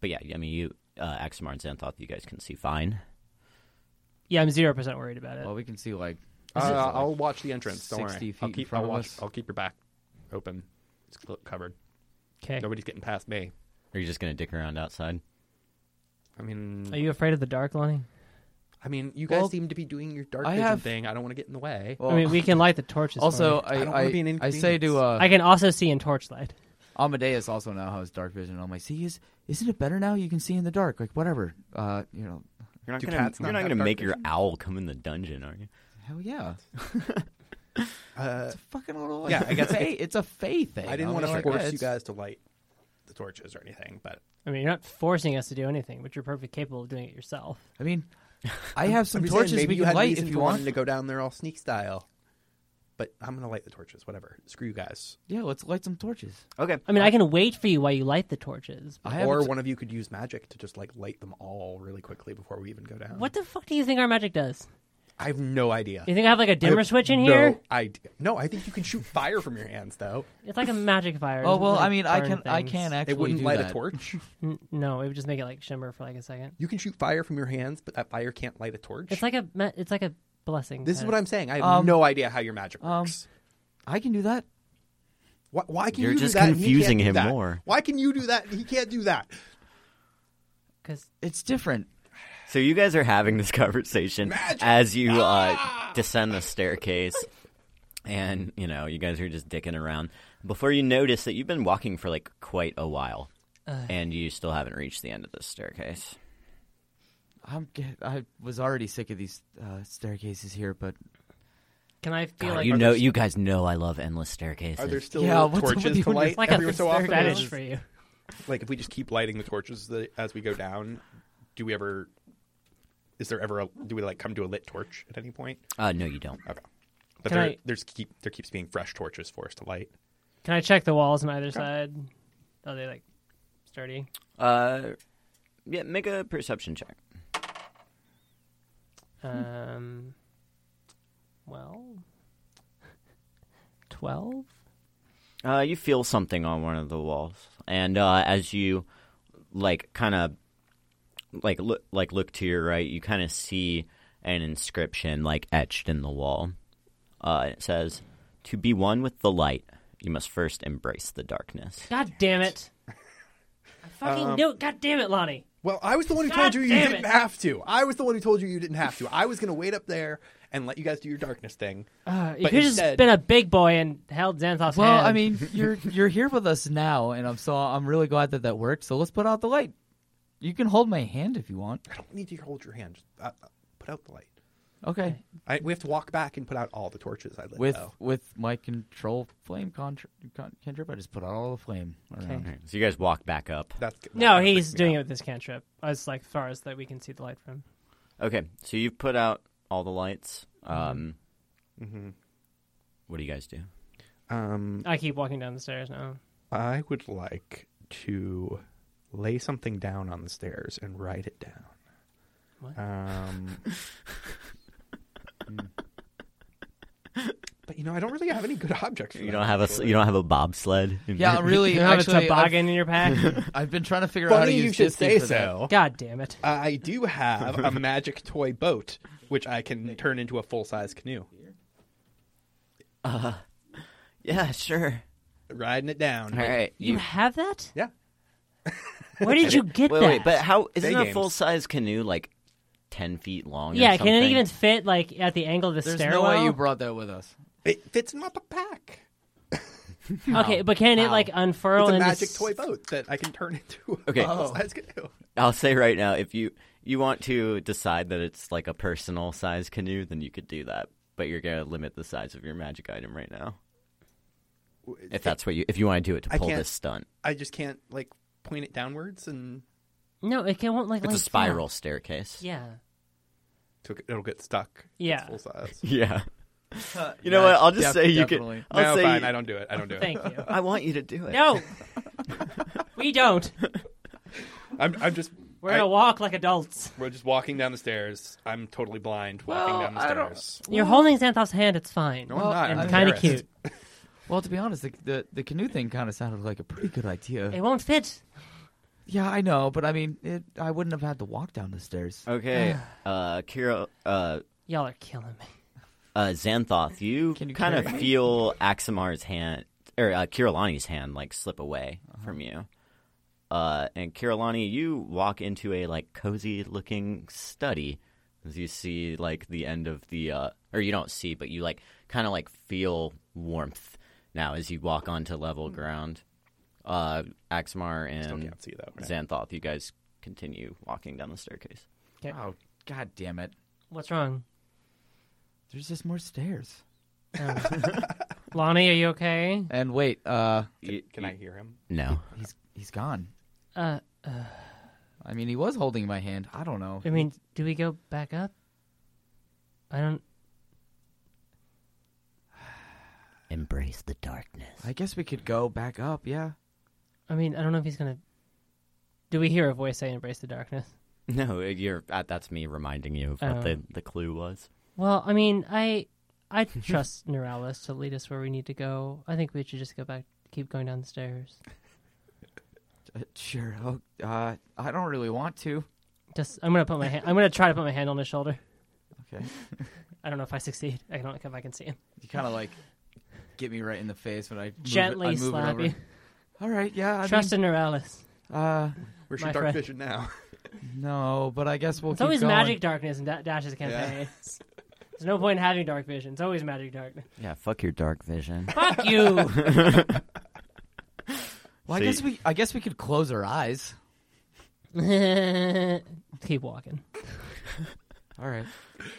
[SPEAKER 1] but yeah, I mean, you, uh, Axamar and Xanthoth, you guys can see fine.
[SPEAKER 3] Yeah, I'm zero percent worried about it.
[SPEAKER 2] Well, we can see like
[SPEAKER 4] Uh,
[SPEAKER 2] This is like
[SPEAKER 4] I'll watch the entrance. Don't
[SPEAKER 2] 60
[SPEAKER 4] worry.
[SPEAKER 2] feet
[SPEAKER 4] I'll
[SPEAKER 2] in
[SPEAKER 4] keep.
[SPEAKER 2] front
[SPEAKER 4] I'll
[SPEAKER 2] of
[SPEAKER 4] watch.
[SPEAKER 2] us.
[SPEAKER 4] I'll keep your back open. It's cl- covered.
[SPEAKER 3] okay.
[SPEAKER 4] Nobody's getting past me.
[SPEAKER 1] Are you just gonna dick around outside?
[SPEAKER 4] I mean,
[SPEAKER 3] Are you afraid of the dark, Lonnie?
[SPEAKER 4] I mean, you guys
[SPEAKER 2] Well,
[SPEAKER 4] seem to be doing your dark
[SPEAKER 2] I
[SPEAKER 4] vision
[SPEAKER 2] have-
[SPEAKER 4] thing. I don't want to get in the way.
[SPEAKER 2] Well,
[SPEAKER 3] I mean, we can light the torches. for
[SPEAKER 2] also,
[SPEAKER 3] you.
[SPEAKER 2] I
[SPEAKER 4] I don't wanna
[SPEAKER 2] I,
[SPEAKER 4] be an
[SPEAKER 2] I say to uh,
[SPEAKER 3] I can also see in torchlight.
[SPEAKER 2] Amadeus also now has dark vision. I'm like, see, is isn't it better now? You can see in the dark. Like whatever. Uh, you know,
[SPEAKER 1] You're not
[SPEAKER 4] Do
[SPEAKER 1] gonna.
[SPEAKER 4] cats
[SPEAKER 1] You're
[SPEAKER 4] not
[SPEAKER 1] not
[SPEAKER 4] have
[SPEAKER 1] gonna
[SPEAKER 4] dark
[SPEAKER 1] make your
[SPEAKER 4] vision?
[SPEAKER 1] owl come in the dungeon, are you?
[SPEAKER 2] hell yeah.
[SPEAKER 4] Uh,
[SPEAKER 2] It's a fucking little.
[SPEAKER 4] Yeah, I guess
[SPEAKER 2] fae, it's a fae thing.
[SPEAKER 4] I didn't
[SPEAKER 2] mean,
[SPEAKER 4] want to
[SPEAKER 2] like,
[SPEAKER 4] force
[SPEAKER 2] it's-
[SPEAKER 4] you guys to light the torches or anything, but
[SPEAKER 3] I mean, you're not forcing us to do anything, but you're perfectly capable of doing it yourself.
[SPEAKER 2] I mean, I have some torches we can light if you want.
[SPEAKER 4] to go down there all sneak style. But I'm gonna light the torches. Whatever. Screw you guys.
[SPEAKER 2] Yeah, let's light some torches.
[SPEAKER 1] Okay.
[SPEAKER 3] I mean,
[SPEAKER 2] Uh,
[SPEAKER 3] I can wait for you while you light the torches.
[SPEAKER 2] I have
[SPEAKER 4] or
[SPEAKER 2] a t-
[SPEAKER 4] one of you could use magic to just like light them all really quickly before we even go down.
[SPEAKER 3] What the fuck do you think our magic does?
[SPEAKER 4] I have no idea.
[SPEAKER 3] You think I have like a
[SPEAKER 4] I
[SPEAKER 3] dimmer
[SPEAKER 4] have
[SPEAKER 3] switch in
[SPEAKER 4] no
[SPEAKER 3] here?
[SPEAKER 4] idea. No, I think you can shoot fire from your hands though.
[SPEAKER 3] It's like a magic fire.
[SPEAKER 2] Oh
[SPEAKER 3] It
[SPEAKER 2] well,
[SPEAKER 3] doesn't,
[SPEAKER 2] I
[SPEAKER 3] like,
[SPEAKER 2] mean, I
[SPEAKER 3] burn
[SPEAKER 2] can I
[SPEAKER 3] things.
[SPEAKER 2] can actually
[SPEAKER 4] it wouldn't
[SPEAKER 2] do
[SPEAKER 4] light
[SPEAKER 2] that.
[SPEAKER 4] a torch.
[SPEAKER 3] N- No, it would just make it like shimmer for like a second.
[SPEAKER 4] You can shoot fire from your hands, but that fire can't light a torch.
[SPEAKER 3] It's like a ma- it's like a blessing.
[SPEAKER 4] this is
[SPEAKER 3] kinda.
[SPEAKER 4] what I'm saying. I have
[SPEAKER 2] Um,
[SPEAKER 4] no idea how your magic
[SPEAKER 2] um,
[SPEAKER 4] works.
[SPEAKER 2] I can do that.
[SPEAKER 4] why, why can
[SPEAKER 1] You're
[SPEAKER 4] you do
[SPEAKER 1] just
[SPEAKER 4] that and he can't
[SPEAKER 1] confusing
[SPEAKER 4] do
[SPEAKER 1] him
[SPEAKER 4] that?
[SPEAKER 1] more.
[SPEAKER 4] Why can you do that? and He can't do that.
[SPEAKER 3] Because
[SPEAKER 2] It's different.
[SPEAKER 1] So you guys are having this conversation as you
[SPEAKER 4] Ah!
[SPEAKER 1] uh, descend the staircase, and you know you guys are just dicking around. Before you notice that you've been walking for like quite a while, and you still haven't reached the end of this staircase.
[SPEAKER 2] I'm get- I was already sick of these uh, staircases here, but
[SPEAKER 3] can I feel
[SPEAKER 1] God,
[SPEAKER 3] like
[SPEAKER 1] you know, you guys know I love endless staircases.
[SPEAKER 4] Are there still
[SPEAKER 2] Yeah, what's-
[SPEAKER 4] torches
[SPEAKER 2] what do you
[SPEAKER 4] to light
[SPEAKER 2] just-
[SPEAKER 3] like
[SPEAKER 4] every
[SPEAKER 3] a
[SPEAKER 4] so often?
[SPEAKER 3] fetish
[SPEAKER 2] is-
[SPEAKER 3] for you?
[SPEAKER 4] Like if we just keep lighting the torches that- as we go down, do we ever? Is there ever? A, do we like come to a lit torch at any point?
[SPEAKER 1] uh, no, you don't.
[SPEAKER 4] Okay, but
[SPEAKER 3] Can
[SPEAKER 4] there,
[SPEAKER 3] I-
[SPEAKER 4] there's keep there keeps being fresh torches for us to light.
[SPEAKER 3] Can I check the walls on either side? Are they like sturdy?
[SPEAKER 1] Uh, yeah, make a perception check.
[SPEAKER 3] Um, well, twelve.
[SPEAKER 1] Uh, you feel something on one of the walls, and uh, as you like, kind of like look like look to your right, you kind of see an inscription like etched in the wall. Uh, it says, "To be one with the light, you must first embrace the darkness."
[SPEAKER 3] God damn it! I fucking knew it. God damn it, Lonnie.
[SPEAKER 4] Well, I was the one who
[SPEAKER 3] God
[SPEAKER 4] told you you
[SPEAKER 3] damn
[SPEAKER 4] didn't
[SPEAKER 3] it.
[SPEAKER 4] have to. I was the one who told you you didn't have to. I was going to wait up there and let you guys do your darkness thing.
[SPEAKER 3] Uh, you
[SPEAKER 4] But
[SPEAKER 3] could have just
[SPEAKER 4] instead-
[SPEAKER 3] been a big boy and held Xanthoff's
[SPEAKER 2] well,
[SPEAKER 3] hand.
[SPEAKER 2] I mean, you're you're here with us now, and I'm so I'm really glad that that worked. So let's put out the light. You can hold my hand if you want.
[SPEAKER 4] I don't need to hold your hand. Just uh, uh, put out the light.
[SPEAKER 2] Okay,
[SPEAKER 4] I, we have to walk back and put out all the torches I lit.
[SPEAKER 2] with
[SPEAKER 3] Oh.
[SPEAKER 4] though.
[SPEAKER 2] with my control flame contr- con- cantrip, I just put out all the flame.
[SPEAKER 3] Okay.
[SPEAKER 2] around.
[SPEAKER 1] So you guys walk back up.
[SPEAKER 4] That's, that
[SPEAKER 3] no,
[SPEAKER 4] kinda
[SPEAKER 3] he's
[SPEAKER 4] freaks me
[SPEAKER 3] doing it
[SPEAKER 4] out.
[SPEAKER 3] with his cantrip. As like far as that we can see the light from.
[SPEAKER 1] Okay, so you've put out all the lights. Um, Mm-hmm. What do you guys do?
[SPEAKER 4] Um,
[SPEAKER 3] I keep walking down the stairs now.
[SPEAKER 4] I would like to lay something down on the stairs and write it down.
[SPEAKER 3] What?
[SPEAKER 4] Um, mm. but you know, I don't really have any good objects. For
[SPEAKER 1] You
[SPEAKER 4] that,
[SPEAKER 1] don't have a s-
[SPEAKER 4] actually.
[SPEAKER 1] you don't have a bobsled.
[SPEAKER 2] Yeah, really.
[SPEAKER 3] You have
[SPEAKER 2] actually,
[SPEAKER 3] a toboggan in your pack.
[SPEAKER 2] I've, I've been trying to figure out how to
[SPEAKER 4] Funny
[SPEAKER 2] use
[SPEAKER 4] you should
[SPEAKER 2] Disney
[SPEAKER 4] say
[SPEAKER 2] for that.
[SPEAKER 4] so. Uh,
[SPEAKER 3] God damn it!
[SPEAKER 4] I do have a magic toy boat, which I can turn into a full size canoe.
[SPEAKER 1] Yeah, sure.
[SPEAKER 4] riding it down.
[SPEAKER 1] All right.
[SPEAKER 3] You, have that?
[SPEAKER 4] Yeah.
[SPEAKER 3] Where did you get
[SPEAKER 1] wait,
[SPEAKER 3] that?
[SPEAKER 1] wait, but how isn't
[SPEAKER 4] Day
[SPEAKER 1] a
[SPEAKER 4] games.
[SPEAKER 1] full size canoe like ten feet long? or
[SPEAKER 3] yeah, can it
[SPEAKER 1] something?
[SPEAKER 3] even fit like at the angle of the
[SPEAKER 2] There's no
[SPEAKER 3] stairwell?
[SPEAKER 2] way you brought that with us.
[SPEAKER 4] It fits in my pack.
[SPEAKER 3] okay, but can it like unfurl
[SPEAKER 4] It's a
[SPEAKER 3] and
[SPEAKER 4] magic
[SPEAKER 3] s-
[SPEAKER 4] toy boat that I can turn into.
[SPEAKER 1] Okay.
[SPEAKER 4] Oh, that's good.
[SPEAKER 1] I'll say right now, if you you want to decide that it's like a personal size canoe, then you could do that. But you're gonna limit the size of your magic item right now. If that's what you if you want to do it to
[SPEAKER 4] I
[SPEAKER 1] pull
[SPEAKER 4] can't-
[SPEAKER 1] this stunt,
[SPEAKER 4] I just can't like point it downwards and
[SPEAKER 3] No, it can won't like
[SPEAKER 1] it's
[SPEAKER 3] like
[SPEAKER 1] a spiral staircase.
[SPEAKER 3] Yeah.
[SPEAKER 4] took- it'll get stuck. It's
[SPEAKER 3] Yeah.
[SPEAKER 4] full size.
[SPEAKER 1] Yeah. You know what? I'll just say you could.
[SPEAKER 2] definitely.
[SPEAKER 1] I'll
[SPEAKER 4] no,
[SPEAKER 1] say
[SPEAKER 4] fine.
[SPEAKER 1] you-
[SPEAKER 4] I don't do it. I don't do
[SPEAKER 3] yeah.
[SPEAKER 4] it.
[SPEAKER 3] Thank you.
[SPEAKER 1] I want you to do it.
[SPEAKER 3] No, we don't.
[SPEAKER 4] I'm, I'm just.
[SPEAKER 3] We're gonna
[SPEAKER 4] I-
[SPEAKER 3] walk like adults.
[SPEAKER 4] We're just walking down the stairs. I'm totally blind walking
[SPEAKER 2] Well,
[SPEAKER 4] down the
[SPEAKER 2] I don't-
[SPEAKER 4] stairs.
[SPEAKER 3] You're holding Xanthoff's hand. It's fine.
[SPEAKER 4] No, I'm not.
[SPEAKER 3] and
[SPEAKER 4] I'm
[SPEAKER 3] kind of
[SPEAKER 4] embarrassed.
[SPEAKER 3] cute.
[SPEAKER 2] Well, to be honest, the, the, the canoe thing kind of sounded like a pretty good
[SPEAKER 3] It
[SPEAKER 2] idea.
[SPEAKER 3] won't fit.
[SPEAKER 2] Yeah, I know, but I mean, it, I wouldn't have had to walk down the stairs.
[SPEAKER 1] Okay, uh, Kira, uh,
[SPEAKER 3] Y'all are killing me.
[SPEAKER 1] uh, Xanthoth, you,
[SPEAKER 2] Can you
[SPEAKER 1] kind of
[SPEAKER 2] carry me?
[SPEAKER 1] feel Aximar's hand or uh, Kirillani's hand like slip away
[SPEAKER 4] Uh-huh.
[SPEAKER 1] from you. Uh, and Kirillani, you walk into a like cozy looking study as you see like the end of the uh, or you don't see, but you like kind of like feel warmth now as you walk onto level ground. Uh, Axmar
[SPEAKER 4] Hmm. Still
[SPEAKER 1] and
[SPEAKER 4] can't see though. Right?
[SPEAKER 1] Xanthoth, you guys continue walking down the staircase.
[SPEAKER 2] Oh, god damn it.
[SPEAKER 3] What's wrong?
[SPEAKER 2] There's just more stairs.
[SPEAKER 3] Oh. Lonnie, are you okay?
[SPEAKER 2] And wait, uh,
[SPEAKER 1] You-
[SPEAKER 4] Can
[SPEAKER 1] you-
[SPEAKER 4] I hear him?
[SPEAKER 1] No.
[SPEAKER 2] he's he's gone.
[SPEAKER 3] Uh,
[SPEAKER 2] I mean, he was holding my hand. I don't know.
[SPEAKER 3] I mean, do we go back up? I don't.
[SPEAKER 1] Embrace the darkness.
[SPEAKER 2] I guess we could go back up. Yeah.
[SPEAKER 3] I mean, I don't know if he's gonna. Do we hear a voice say "Embrace the darkness"?
[SPEAKER 1] No, you're uh, that's me reminding you of
[SPEAKER 3] Oh.
[SPEAKER 1] what the, the clue was.
[SPEAKER 3] Well, I mean, I I trust Neuralis to lead us where we need to go. I think we should just go back, keep going down the stairs.
[SPEAKER 2] Uh, sure. Oh, uh, I don't really want to.
[SPEAKER 3] Just, I'm gonna put my hand. I'm gonna try to put my hand on his shoulder.
[SPEAKER 2] Okay.
[SPEAKER 3] I don't know if I succeed. I don't know if I can see him.
[SPEAKER 2] You kind of like get me right in the face when I move it-
[SPEAKER 3] Gently
[SPEAKER 2] I move it
[SPEAKER 3] slap
[SPEAKER 2] over.
[SPEAKER 3] you.
[SPEAKER 2] All right. Yeah. I
[SPEAKER 3] Trust in Neuralis.
[SPEAKER 2] mean, uh,
[SPEAKER 4] Where's
[SPEAKER 3] My
[SPEAKER 4] your dark
[SPEAKER 3] friend.
[SPEAKER 4] vision now?
[SPEAKER 2] no, but I guess we'll.
[SPEAKER 3] it's
[SPEAKER 2] keep
[SPEAKER 3] always
[SPEAKER 2] going.
[SPEAKER 3] magic darkness in da- Dash's campaign. There's no point in having dark vision. It's always magic darkness.
[SPEAKER 1] Yeah, fuck your dark vision.
[SPEAKER 3] Fuck you.
[SPEAKER 2] Well, I
[SPEAKER 1] See-
[SPEAKER 2] guess we. I guess we could close our eyes.
[SPEAKER 3] keep walking.
[SPEAKER 2] All right.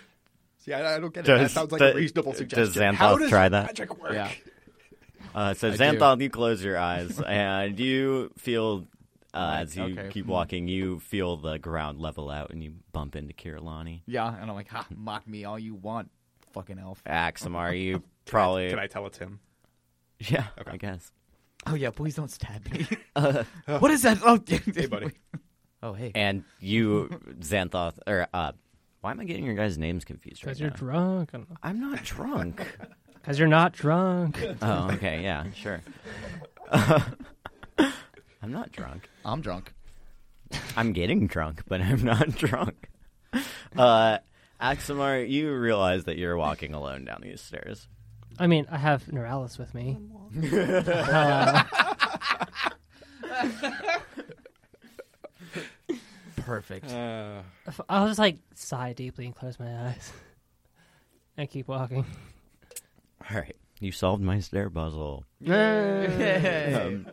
[SPEAKER 4] See, I, I don't get it. that
[SPEAKER 1] Does-
[SPEAKER 4] sounds like
[SPEAKER 1] does-
[SPEAKER 4] a reasonable
[SPEAKER 1] does
[SPEAKER 4] suggestion.
[SPEAKER 1] Xanthoth
[SPEAKER 4] How does
[SPEAKER 1] try that?
[SPEAKER 4] magic work?
[SPEAKER 2] Yeah.
[SPEAKER 1] Uh, so
[SPEAKER 2] I do.
[SPEAKER 1] Xanthoth, you close your eyes and you feel uh, as you
[SPEAKER 2] okay.
[SPEAKER 1] keep walking, you feel the ground level out and you bump into Kirilani.
[SPEAKER 2] Yeah. And I'm like, ha, mock me all you want, fucking elf.
[SPEAKER 1] Axamar, you probably
[SPEAKER 4] Can I tell it's him?
[SPEAKER 1] yeah,
[SPEAKER 4] Okay.
[SPEAKER 1] I guess.
[SPEAKER 2] Oh yeah, please don't stab me. what is that? Oh,
[SPEAKER 4] Hey, buddy.
[SPEAKER 2] Oh hey.
[SPEAKER 1] And you, Xanthoth, or uh, why am I getting your guys' names confused right
[SPEAKER 3] Because you're
[SPEAKER 1] now?
[SPEAKER 3] drunk.
[SPEAKER 1] I'm not drunk.
[SPEAKER 3] Because you're not drunk.
[SPEAKER 1] oh, okay, yeah, sure. I'm not drunk.
[SPEAKER 2] I'm drunk.
[SPEAKER 1] I'm getting drunk, but I'm not drunk. Uh, Axamar, you realize that you're walking alone down these stairs.
[SPEAKER 3] I mean, I have Neuralis with me.
[SPEAKER 2] Perfect.
[SPEAKER 4] Uh,
[SPEAKER 3] If- I'll just like sigh deeply and close my eyes and keep walking.
[SPEAKER 1] All right, you solved my stair puzzle. Um,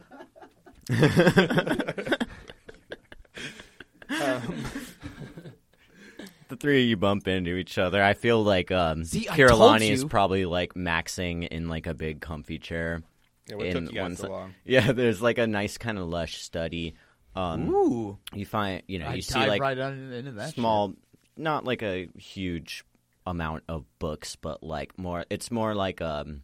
[SPEAKER 1] the three of you bump into each other. I feel like um,
[SPEAKER 2] See, I told
[SPEAKER 1] Kirillani
[SPEAKER 2] you.
[SPEAKER 1] is probably like maxing in like a big comfy chair.
[SPEAKER 4] yeah, what
[SPEAKER 1] in
[SPEAKER 4] took you
[SPEAKER 1] one
[SPEAKER 4] guys so
[SPEAKER 1] si-
[SPEAKER 4] long?
[SPEAKER 1] Yeah, there's like a nice kind of lush study. Um,
[SPEAKER 2] Ooh.
[SPEAKER 1] You find you know
[SPEAKER 2] I
[SPEAKER 1] you see
[SPEAKER 2] dive
[SPEAKER 1] like
[SPEAKER 2] right on into that. shit.
[SPEAKER 1] small, not like a huge amount of books, but like more. It's more like um.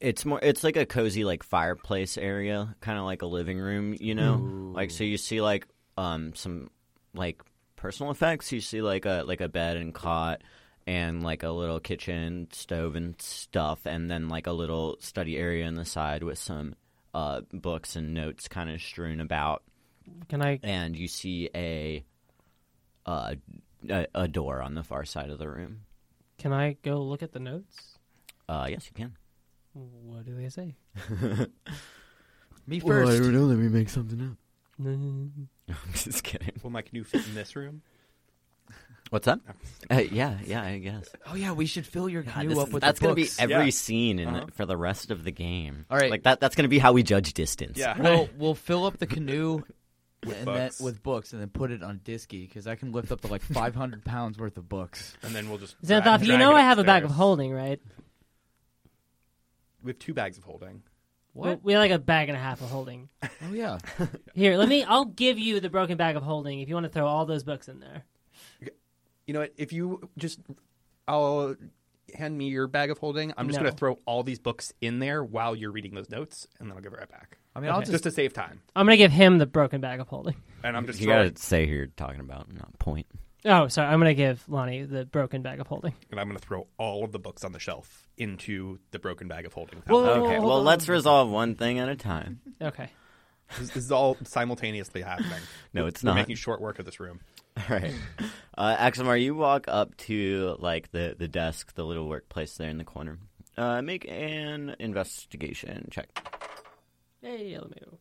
[SPEAKER 1] It's more. It's like a cozy like fireplace area, kind of like a living room. You know, like so you see like um some like personal effects. You see like a like a bed and cot. And like a little kitchen stove and stuff, and then like a little study area on the side with some uh, books and notes kind of strewn about
[SPEAKER 3] Can I?
[SPEAKER 1] and you see a, uh, a a door on the far side of the room.
[SPEAKER 3] Can I go look at the notes?
[SPEAKER 1] Uh, yes, you can.
[SPEAKER 3] What do they say?
[SPEAKER 2] Me first.
[SPEAKER 1] know. Let me make something up.
[SPEAKER 3] Mm.
[SPEAKER 1] I'm just kidding.
[SPEAKER 4] Will my canoe fit in this room?
[SPEAKER 1] What's that? Uh, yeah, yeah, I guess.
[SPEAKER 2] oh yeah, we should fill your
[SPEAKER 1] God,
[SPEAKER 2] canoe
[SPEAKER 1] this
[SPEAKER 2] up
[SPEAKER 1] is-
[SPEAKER 2] with
[SPEAKER 1] that's
[SPEAKER 2] the
[SPEAKER 1] gonna be
[SPEAKER 2] books.
[SPEAKER 1] every
[SPEAKER 4] Yeah.
[SPEAKER 1] scene in
[SPEAKER 4] Uh-huh.
[SPEAKER 1] it for the rest of the game.
[SPEAKER 2] All right.
[SPEAKER 1] like that. That's gonna be how we judge distance.
[SPEAKER 4] Yeah.
[SPEAKER 2] we'll we'll fill up the canoe
[SPEAKER 4] With
[SPEAKER 2] and
[SPEAKER 4] books.
[SPEAKER 2] Then, with books and then put it on disky because I can lift up to like 500 pounds worth of books.
[SPEAKER 4] And then we'll just. drag-
[SPEAKER 3] Xanthoff, you
[SPEAKER 4] drag
[SPEAKER 3] know
[SPEAKER 4] it
[SPEAKER 3] I have a bag of
[SPEAKER 4] upstairs.
[SPEAKER 3] holding, right?
[SPEAKER 4] We have two bags of holding.
[SPEAKER 3] We- We have like a bag and a half of holding.
[SPEAKER 2] Oh yeah,
[SPEAKER 3] Here, let me. I'll give you the broken bag of holding if you want to throw all those books in there.
[SPEAKER 4] You know what? If you just. I'll hand me your bag of holding. I'm just
[SPEAKER 3] No.
[SPEAKER 4] going to throw all these books in there while you're reading those notes, and then I'll give it right back.
[SPEAKER 2] I mean I'll
[SPEAKER 4] Just,
[SPEAKER 2] just
[SPEAKER 4] to save time.
[SPEAKER 3] I'm gonna give him the broken bag of holding.
[SPEAKER 4] And I'm just
[SPEAKER 1] you
[SPEAKER 4] throwing.
[SPEAKER 1] gotta say who you're talking about, not point.
[SPEAKER 3] Oh, sorry. I'm gonna give Lonnie the broken bag of holding.
[SPEAKER 4] And I'm going to throw all of the books on the shelf into the broken bag of holding.
[SPEAKER 3] Whoa.
[SPEAKER 1] Okay,
[SPEAKER 3] hold
[SPEAKER 1] well,
[SPEAKER 3] on.
[SPEAKER 1] let's resolve one thing at a time.
[SPEAKER 3] Okay.
[SPEAKER 4] This, this is all simultaneously happening.
[SPEAKER 1] No, it's
[SPEAKER 4] We're
[SPEAKER 1] not.
[SPEAKER 4] making short work of this room.
[SPEAKER 1] All right, uh, Axelmar, you walk up to like the the desk, the little workplace there in the corner. Uh, make an investigation check.
[SPEAKER 3] Hey, let me go.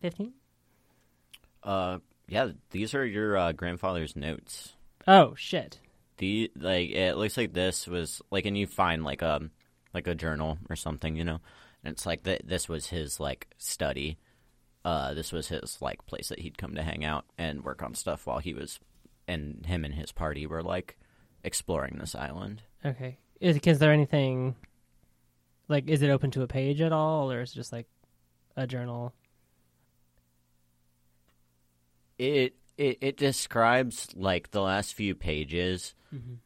[SPEAKER 3] Fifteen.
[SPEAKER 1] Uh, yeah, these are your uh, grandfather's notes.
[SPEAKER 3] Oh shit.
[SPEAKER 1] The like it looks like this was like, and you find like um like a journal or something, you know, and it's like th- this was his like study. Uh, this was his like place that he'd come to hang out and work on stuff while he was, and him and his party were like exploring this island.
[SPEAKER 3] Okay. Is, is there anything? Like, is it open to a page at all, or is it just like a journal?
[SPEAKER 1] It it it describes like the last few pages.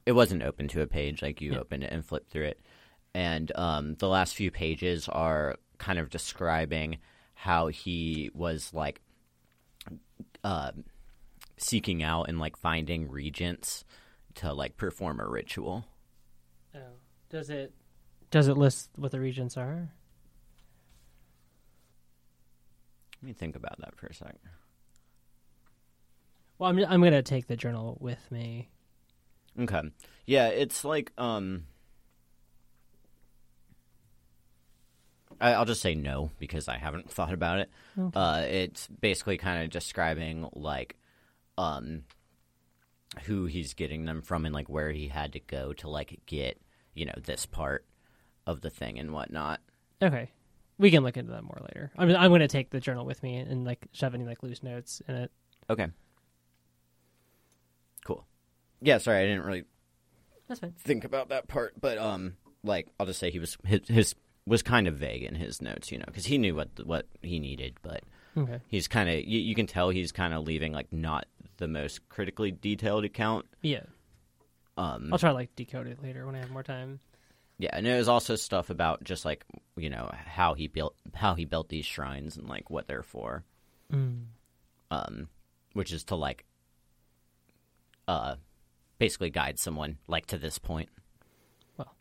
[SPEAKER 1] It wasn't open to a page like you
[SPEAKER 3] Yeah.
[SPEAKER 1] opened it and flipped through it, and um, the last few pages are kind of describing how he was like uh, seeking out and like finding regents to like perform a ritual.
[SPEAKER 3] Oh. Does it? Does it list what the regents are?
[SPEAKER 1] Let me think about that for a second.
[SPEAKER 3] Well, I'm I'm gonna take the journal with me.
[SPEAKER 1] Okay. Yeah, it's like um I, I'll just say no because I haven't thought about it. Uh it's basically kind of describing like um who he's getting them from and like where he had to go to like get, you know, this part of the thing and whatnot.
[SPEAKER 3] Okay. We can look into that more later. I'm I'm gonna take the journal with me and like shove any like loose notes in it.
[SPEAKER 1] Okay. Cool. Yeah, sorry, I didn't really
[SPEAKER 3] That's fine.
[SPEAKER 1] think about that part, but um, like I'll just say he was his, his was kind of vague in his notes, you know, because he knew what what he needed, but
[SPEAKER 3] Okay.
[SPEAKER 1] he's kind of you, you can tell he's kind of leaving like not the most critically detailed account.
[SPEAKER 3] Yeah.
[SPEAKER 1] Um,
[SPEAKER 3] I'll try to like decode it later when I have more time.
[SPEAKER 1] yeah, and it was also stuff about just like you know how he built how he built these shrines and like what they're for, um, which is to like uh basically guide someone like to this point.
[SPEAKER 3] Well.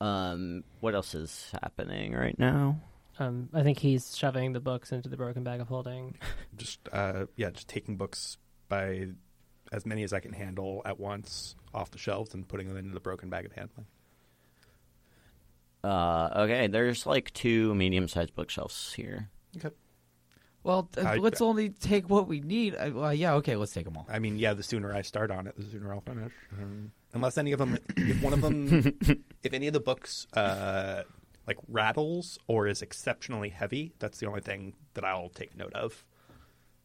[SPEAKER 1] Um, what else is happening right now?
[SPEAKER 3] Um, I think he's shoving the books into the broken bag of holding.
[SPEAKER 4] Just, uh, yeah, just taking books by as many as I can handle at once off the shelves and putting them into the broken bag of handling.
[SPEAKER 1] Uh, okay, there's like two medium-sized bookshelves here.
[SPEAKER 4] Okay.
[SPEAKER 2] well th-
[SPEAKER 4] I-
[SPEAKER 2] let's only take what we need. I, well, yeah, okay, let's take them all.
[SPEAKER 4] I mean, yeah, the sooner I start on it, the sooner I'll finish. Um, unless any of them, if one of them, if any of the books uh, like rattles or is exceptionally heavy, that's the only thing that I'll take note of.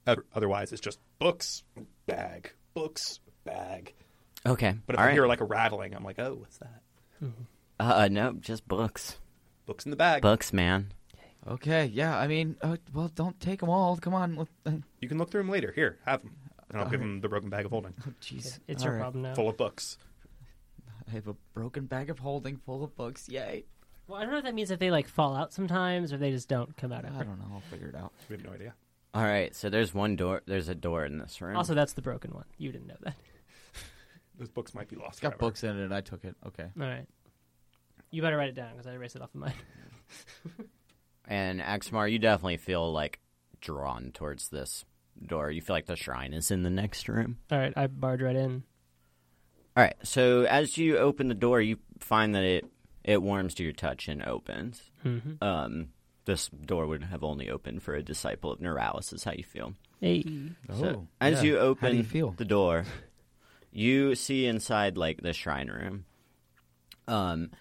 [SPEAKER 4] Uh, otherwise, it's just books, bag, books, bag.
[SPEAKER 1] Okay,
[SPEAKER 4] But if
[SPEAKER 1] all
[SPEAKER 4] I
[SPEAKER 1] right.
[SPEAKER 4] hear like a rattling, I'm like, oh, what's that?
[SPEAKER 1] uh, no, just books,
[SPEAKER 4] Books in the bag.
[SPEAKER 1] books, man.
[SPEAKER 2] Okay, yeah, I mean, uh, well, don't take them all. Come on. let- uh,
[SPEAKER 4] You can look through them later. Here, have them. And I'll give him the broken bag of holding
[SPEAKER 2] oh, Jeez,
[SPEAKER 3] It's
[SPEAKER 2] All
[SPEAKER 3] your
[SPEAKER 2] right.
[SPEAKER 3] problem now.
[SPEAKER 4] full of books.
[SPEAKER 2] I have a broken bag of holding full of books. Yay!
[SPEAKER 3] Well, I don't know if that means if they like fall out sometimes or they just don't come out
[SPEAKER 2] I
[SPEAKER 3] ever.
[SPEAKER 2] don't know. I'll figure it out.
[SPEAKER 4] We have no idea.
[SPEAKER 1] All right, so there's one door. There's a door in this room.
[SPEAKER 3] Also, that's the broken one. You didn't know that.
[SPEAKER 4] Those books might be lost.
[SPEAKER 2] It's got
[SPEAKER 4] forever.
[SPEAKER 2] books in it. and I took it. Okay.
[SPEAKER 3] All right. You better write it down because I erased it off of mine.
[SPEAKER 1] and Axmar, you definitely feel like drawn towards this door. You feel like the shrine is in the next room.
[SPEAKER 3] All right, I barge right in.
[SPEAKER 1] All right. So as you open the door, you find that it it warms to your touch and opens.
[SPEAKER 3] Mm-hmm.
[SPEAKER 1] Um, this door would have only opened for a disciple of Neuralis. Is how you feel.
[SPEAKER 3] Hey.
[SPEAKER 2] Mm-hmm.
[SPEAKER 1] So as you
[SPEAKER 2] Oh, How do
[SPEAKER 1] open
[SPEAKER 2] you feel?
[SPEAKER 1] the door, you see inside like the shrine room, um,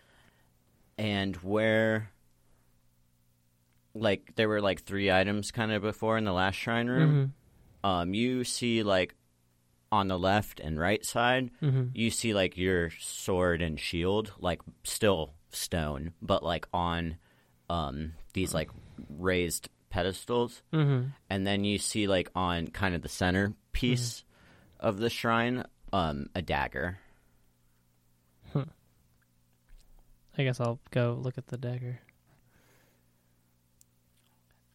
[SPEAKER 1] and where like there were like three items kind of before in the last shrine room.
[SPEAKER 3] Mm-hmm.
[SPEAKER 2] Mm-hmm.
[SPEAKER 1] Um, you see like on the left and right side,
[SPEAKER 3] Mm-hmm.
[SPEAKER 1] you see like your sword and shield like still stone, but like on um these like raised pedestals
[SPEAKER 3] Mm-hmm.
[SPEAKER 1] and then you see like on kind of the center piece of the shrine um a dagger
[SPEAKER 3] I guess I'll go look at the dagger.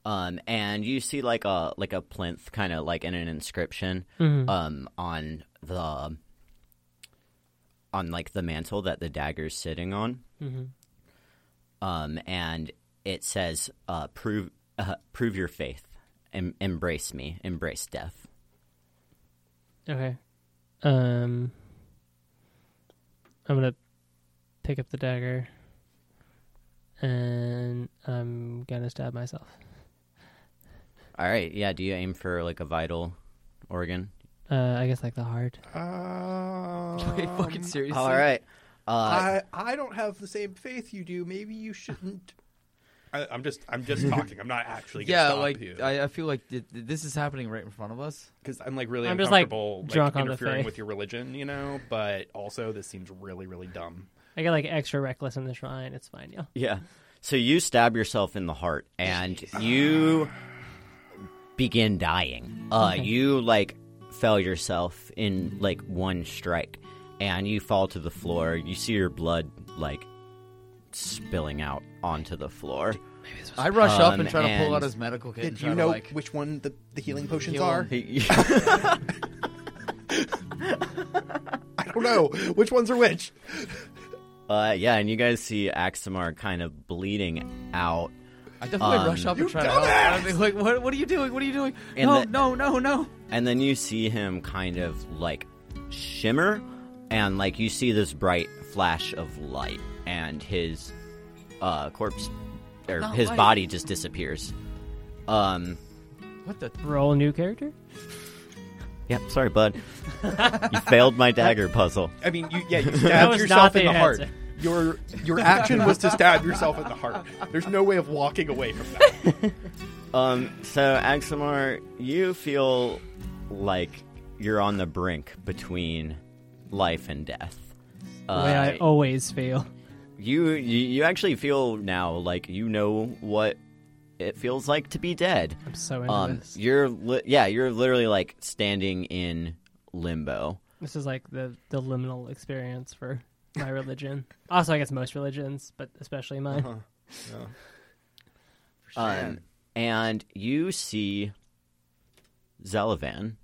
[SPEAKER 1] um and you see like a like a plinth kind of like in an inscription
[SPEAKER 3] Mm-hmm.
[SPEAKER 2] Uh,
[SPEAKER 1] um on the on like the mantle that the dagger's sitting on
[SPEAKER 3] Mm-hmm.
[SPEAKER 1] um and it says uh prove uh, prove your faith em- embrace me embrace death
[SPEAKER 3] Okay. Um, I'm gonna pick up the dagger, and I'm gonna stab myself.
[SPEAKER 1] all right yeah do you aim for like a vital organ
[SPEAKER 3] Uh, I guess like the heart.
[SPEAKER 2] Wait,
[SPEAKER 4] Um,
[SPEAKER 2] fucking seriously.
[SPEAKER 1] all right uh,
[SPEAKER 4] I I don't have the same faith you do. Maybe you shouldn't. I, I'm just I'm just talking. I'm not actually gonna
[SPEAKER 2] Yeah,
[SPEAKER 4] stop you.
[SPEAKER 2] like I, I feel like th- th- this is happening right in front of us.
[SPEAKER 4] because I'm like really
[SPEAKER 3] I'm just, like,
[SPEAKER 4] uncomfortable
[SPEAKER 3] drunk on the
[SPEAKER 4] interfering
[SPEAKER 3] faith.
[SPEAKER 4] with your religion, you know. But also, this seems really, really dumb.
[SPEAKER 3] I get like extra reckless in the shrine. It's fine, yo.
[SPEAKER 1] Yeah. So you stab yourself in the heart and you begin dying. Uh you like fell yourself in like one strike and you fall to the floor. You see your blood like spilling out onto the floor.
[SPEAKER 2] I rush up
[SPEAKER 1] Um,
[SPEAKER 2] and try to pull
[SPEAKER 1] and-
[SPEAKER 2] out his medical kit. and
[SPEAKER 4] Did
[SPEAKER 2] try
[SPEAKER 4] you
[SPEAKER 2] to,
[SPEAKER 4] know
[SPEAKER 2] like,
[SPEAKER 4] which one the, the Mm, healing potions
[SPEAKER 2] heal
[SPEAKER 4] are?
[SPEAKER 2] him.
[SPEAKER 4] I don't know which ones are which.
[SPEAKER 1] Uh yeah, and you guys see Axamar kind of bleeding out.
[SPEAKER 2] I definitely
[SPEAKER 1] Um,
[SPEAKER 2] rush up and try to help.
[SPEAKER 4] dumbass!
[SPEAKER 2] I mean, like, what, what are you doing? What are you doing?
[SPEAKER 1] And
[SPEAKER 2] no,
[SPEAKER 1] the-
[SPEAKER 2] no, no, no.
[SPEAKER 1] And then you see him kind of like shimmer and like you see this bright flash of light and his uh corpse or
[SPEAKER 2] Not
[SPEAKER 1] his
[SPEAKER 2] light.
[SPEAKER 1] body just disappears. Um
[SPEAKER 2] What the?
[SPEAKER 3] Roll new character.
[SPEAKER 1] yep, sorry bud. you failed my dagger puzzle.
[SPEAKER 4] I mean, you, yeah, you
[SPEAKER 3] That
[SPEAKER 4] stabbed
[SPEAKER 3] was
[SPEAKER 4] yourself
[SPEAKER 3] not
[SPEAKER 4] in
[SPEAKER 3] the
[SPEAKER 4] the heart.
[SPEAKER 3] answer.
[SPEAKER 4] Your your action was to stab yourself in the heart. There's no way of walking away from that.
[SPEAKER 1] Um so Axamar, you feel like you're on the brink between life and death.
[SPEAKER 3] The way I always feel.
[SPEAKER 1] you, you you actually feel now like you know what it feels like to be dead.
[SPEAKER 3] I'm so into
[SPEAKER 1] Um,
[SPEAKER 3] this.
[SPEAKER 1] you're li- yeah, you're literally like standing in limbo.
[SPEAKER 3] This is like the the liminal experience for my religion. also, I guess most religions, but especially mine.
[SPEAKER 1] Um, and you see Zelavan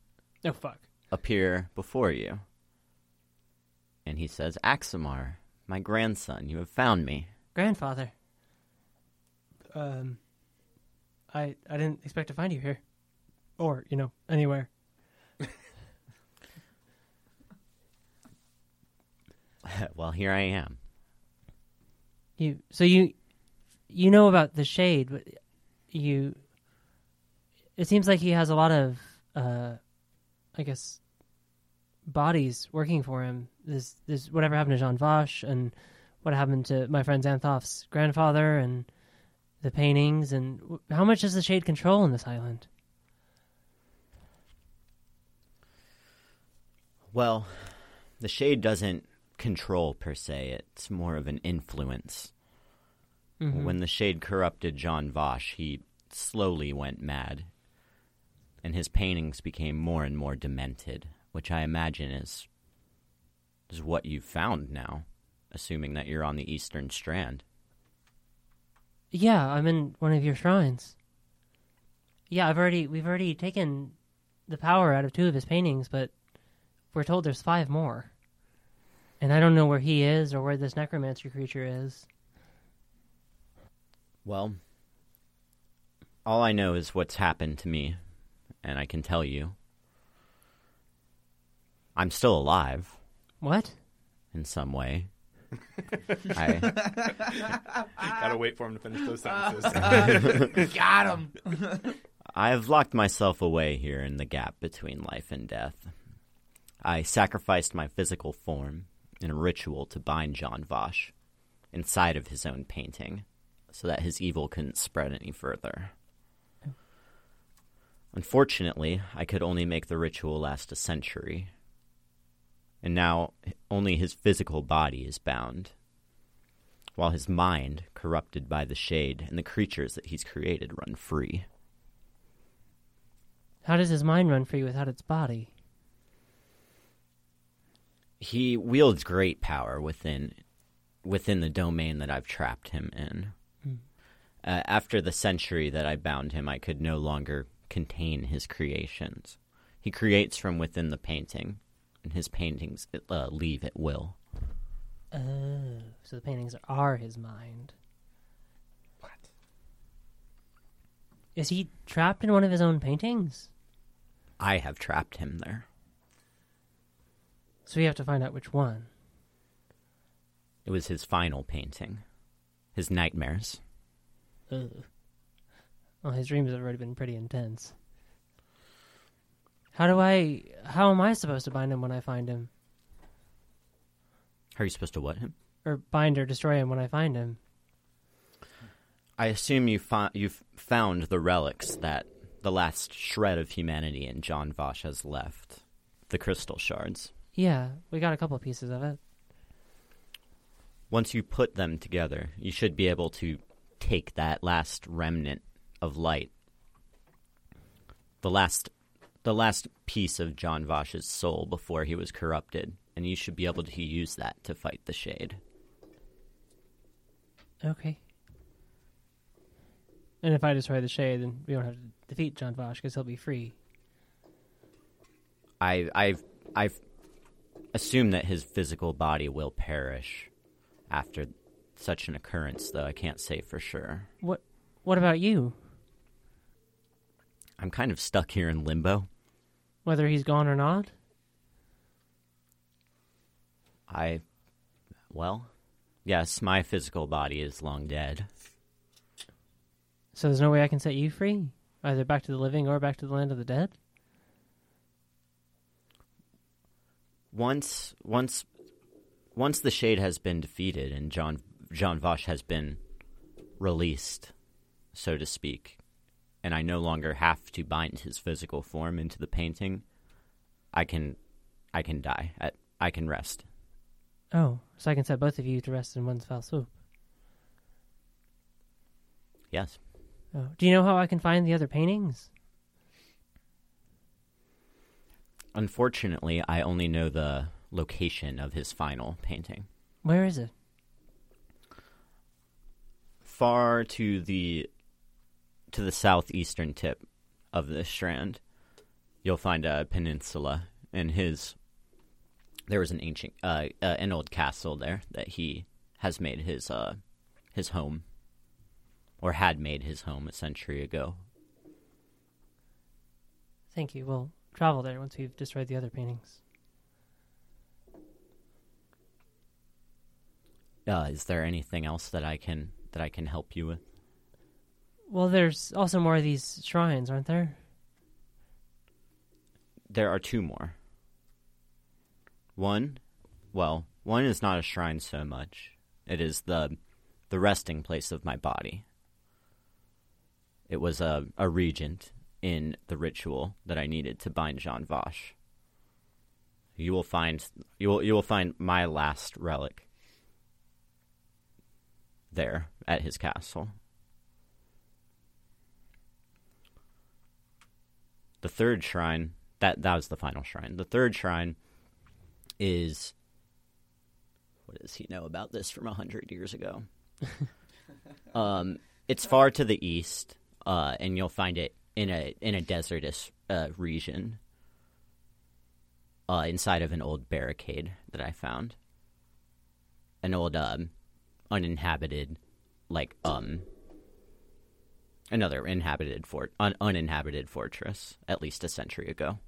[SPEAKER 3] Oh fuck.
[SPEAKER 1] appear before you, and he says, "Axamar, my grandson, you have found me."
[SPEAKER 3] grandfather. Um, I I didn't expect to find you here, or you know anywhere.
[SPEAKER 1] well, here I am.
[SPEAKER 3] You so you you know about the shade, but you. It seems like he has a lot of, uh, I guess, bodies working for him. This this whatever happened to Jean Vache and what happened to my friend Xanthoff's grandfather and the paintings and w- how much does the shade control in this island?
[SPEAKER 1] Well, the shade doesn't control per se, it's more of an influence. When the shade corrupted John Vosh, he slowly went mad, and his paintings became more and more demented, which I imagine is is what you've found now, assuming that you're on the eastern strand.
[SPEAKER 3] Yeah, I'm in one of your shrines. Yeah, I've already we've already taken the power out of two of his paintings, but we're told there's five more. And I don't know where he is or where this necromancer creature is.
[SPEAKER 1] Well, all I know is what's happened to me, and I can tell you. I'm still alive.
[SPEAKER 3] What?
[SPEAKER 1] in some way. I,
[SPEAKER 4] Gotta wait for him to finish those sentences.
[SPEAKER 2] Got him.
[SPEAKER 1] I've locked myself away here in the gap between life and death. I sacrificed my physical form in a ritual to bind John Vosh inside of his own painting so that his evil couldn't spread any further. Unfortunately, I could only make the ritual last a century. And now only his physical body is bound, while his mind, corrupted by the shade and the creatures that he's created, run free.
[SPEAKER 3] How does his mind run free without its body?
[SPEAKER 1] he wields great power within within the domain that I've trapped him in. Uh, after the century that I bound him, I could no longer contain his creations. He creates from within the painting, and his paintings uh, leave at will.
[SPEAKER 3] Oh, so the paintings are his mind.
[SPEAKER 4] What?
[SPEAKER 3] Is he trapped in one of his own paintings?
[SPEAKER 1] I have trapped him there.
[SPEAKER 3] So we have to find out which one.
[SPEAKER 1] It was his final painting, his nightmares.
[SPEAKER 3] Ugh. Well, his dreams have already been pretty intense. How do I? How am I supposed to bind him when I find him,
[SPEAKER 1] How are you supposed to what him?
[SPEAKER 3] or bind or destroy him when I find him?
[SPEAKER 1] I assume you fi- you've found the relics that the last shred of humanity in John Vosh has left. The crystal shards.
[SPEAKER 3] Yeah, we got a couple pieces of it.
[SPEAKER 1] Once you put them together, you should be able to take that last remnant of light. The last the last piece of John Vosh's soul before he was corrupted, and you should be able to use that to fight the shade.
[SPEAKER 3] Okay. And if I destroy the shade, then we don't have to defeat John Vosh because he'll be free.
[SPEAKER 1] I I've I've assumed that his physical body will perish after such an occurrence, though I can't say for sure.
[SPEAKER 3] What? What about you?
[SPEAKER 1] I'm kind of stuck here in limbo.
[SPEAKER 3] Whether he's gone or not?
[SPEAKER 1] I well, yes, my physical body is long dead.
[SPEAKER 3] So there's no way I can set you free, either back to the living or back to the land of the dead.
[SPEAKER 1] Once once once the shade has been defeated and John John Vosh has been released, so to speak, and I no longer have to bind his physical form into the painting, I can I can die. I, I can rest.
[SPEAKER 3] Oh, so I can set both of you to rest in one fell swoop.
[SPEAKER 1] Yes.
[SPEAKER 3] Oh, do you know how I can find the other paintings?
[SPEAKER 1] Unfortunately, I only know the location of his final painting.
[SPEAKER 3] Where is it?
[SPEAKER 1] Far to the to the southeastern tip of the strand, you'll find a peninsula and his there was an ancient uh, uh, an old castle there that he has made his uh his home or had made his home a century ago.
[SPEAKER 3] Thank you. We'll travel there once we've destroyed the other paintings.
[SPEAKER 1] Uh, is there anything else that I can that I can help you with?
[SPEAKER 3] Well, there's also more of these shrines, aren't there?
[SPEAKER 1] there are two more. One, well, one is not a shrine so much. It is the the resting place of my body. It was a, a regent in the ritual that I needed to bind Jean Vosh. You will find you will you will find my last relic there at his castle. the third shrine that that was the final shrine the third shrine is what does he know about this from a hundred years ago um it's far to the east uh and you'll find it in a in a desertous uh region uh inside of an old barricade that i found an old um uninhabited like um another inhabited fort, un- uninhabited fortress, at least a century ago.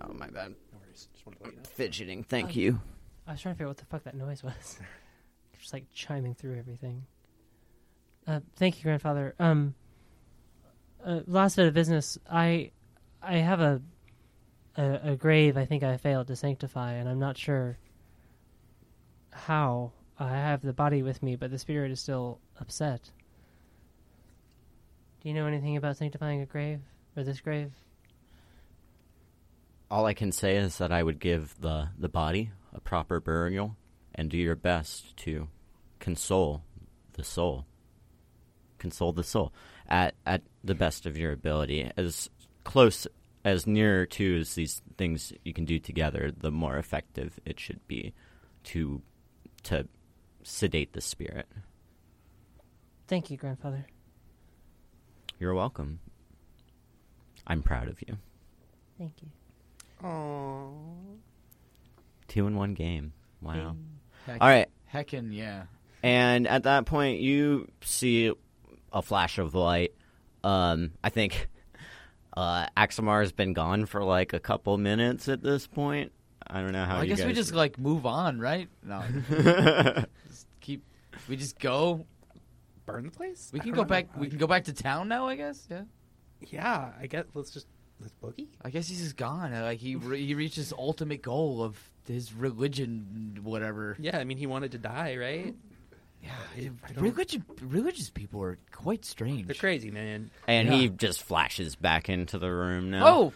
[SPEAKER 1] Oh my bad,
[SPEAKER 4] Just wanted to let you know.
[SPEAKER 1] fidgeting. Thank you.
[SPEAKER 3] I was trying to figure out what the fuck that noise was. Just like chiming through everything. Uh, thank you, grandfather. Um, uh, last bit of business. I, I have a, a, a grave. I think I failed to sanctify, and I'm not sure. How I have the body with me, but the spirit is still upset. Do you know anything about sanctifying a grave or this grave?
[SPEAKER 1] All I can say is that I would give the, the body a proper burial and do your best to console the soul. Console the soul at, at the best of your ability. As close, as near to as these things you can do together, the more effective it should be to, to sedate the spirit.
[SPEAKER 3] Thank you, grandfather.
[SPEAKER 1] You're welcome. I'm proud of you.
[SPEAKER 3] Thank you.
[SPEAKER 4] Aww.
[SPEAKER 1] Two in one game. Wow.
[SPEAKER 2] Heck,
[SPEAKER 1] All right.
[SPEAKER 2] Heckin' yeah.
[SPEAKER 1] And at that point, you see a flash of light. Um, I think uh, Axamar's been gone for like a couple minutes at this point. I don't know how.
[SPEAKER 2] Well, I
[SPEAKER 1] you
[SPEAKER 2] guess we
[SPEAKER 1] guys-
[SPEAKER 2] just like move on, right? No, just keep. We just go.
[SPEAKER 4] Burn the place?
[SPEAKER 2] We
[SPEAKER 4] I
[SPEAKER 2] can
[SPEAKER 4] don't
[SPEAKER 2] go
[SPEAKER 4] know.
[SPEAKER 2] back. We
[SPEAKER 4] I-
[SPEAKER 2] can go back to town now. I guess. Yeah.
[SPEAKER 4] Yeah, I guess let's just let's boogie.
[SPEAKER 2] I guess he's just gone. Uh, Like he re- he reached his ultimate goal of his religion, whatever.
[SPEAKER 4] Yeah, I mean he wanted to die, right?
[SPEAKER 2] Yeah,
[SPEAKER 4] I don't-
[SPEAKER 2] religion. Religious people are quite strange.
[SPEAKER 4] They're crazy, man.
[SPEAKER 1] and he
[SPEAKER 2] Yeah.
[SPEAKER 1] just flashes back into the room now.
[SPEAKER 2] Oh,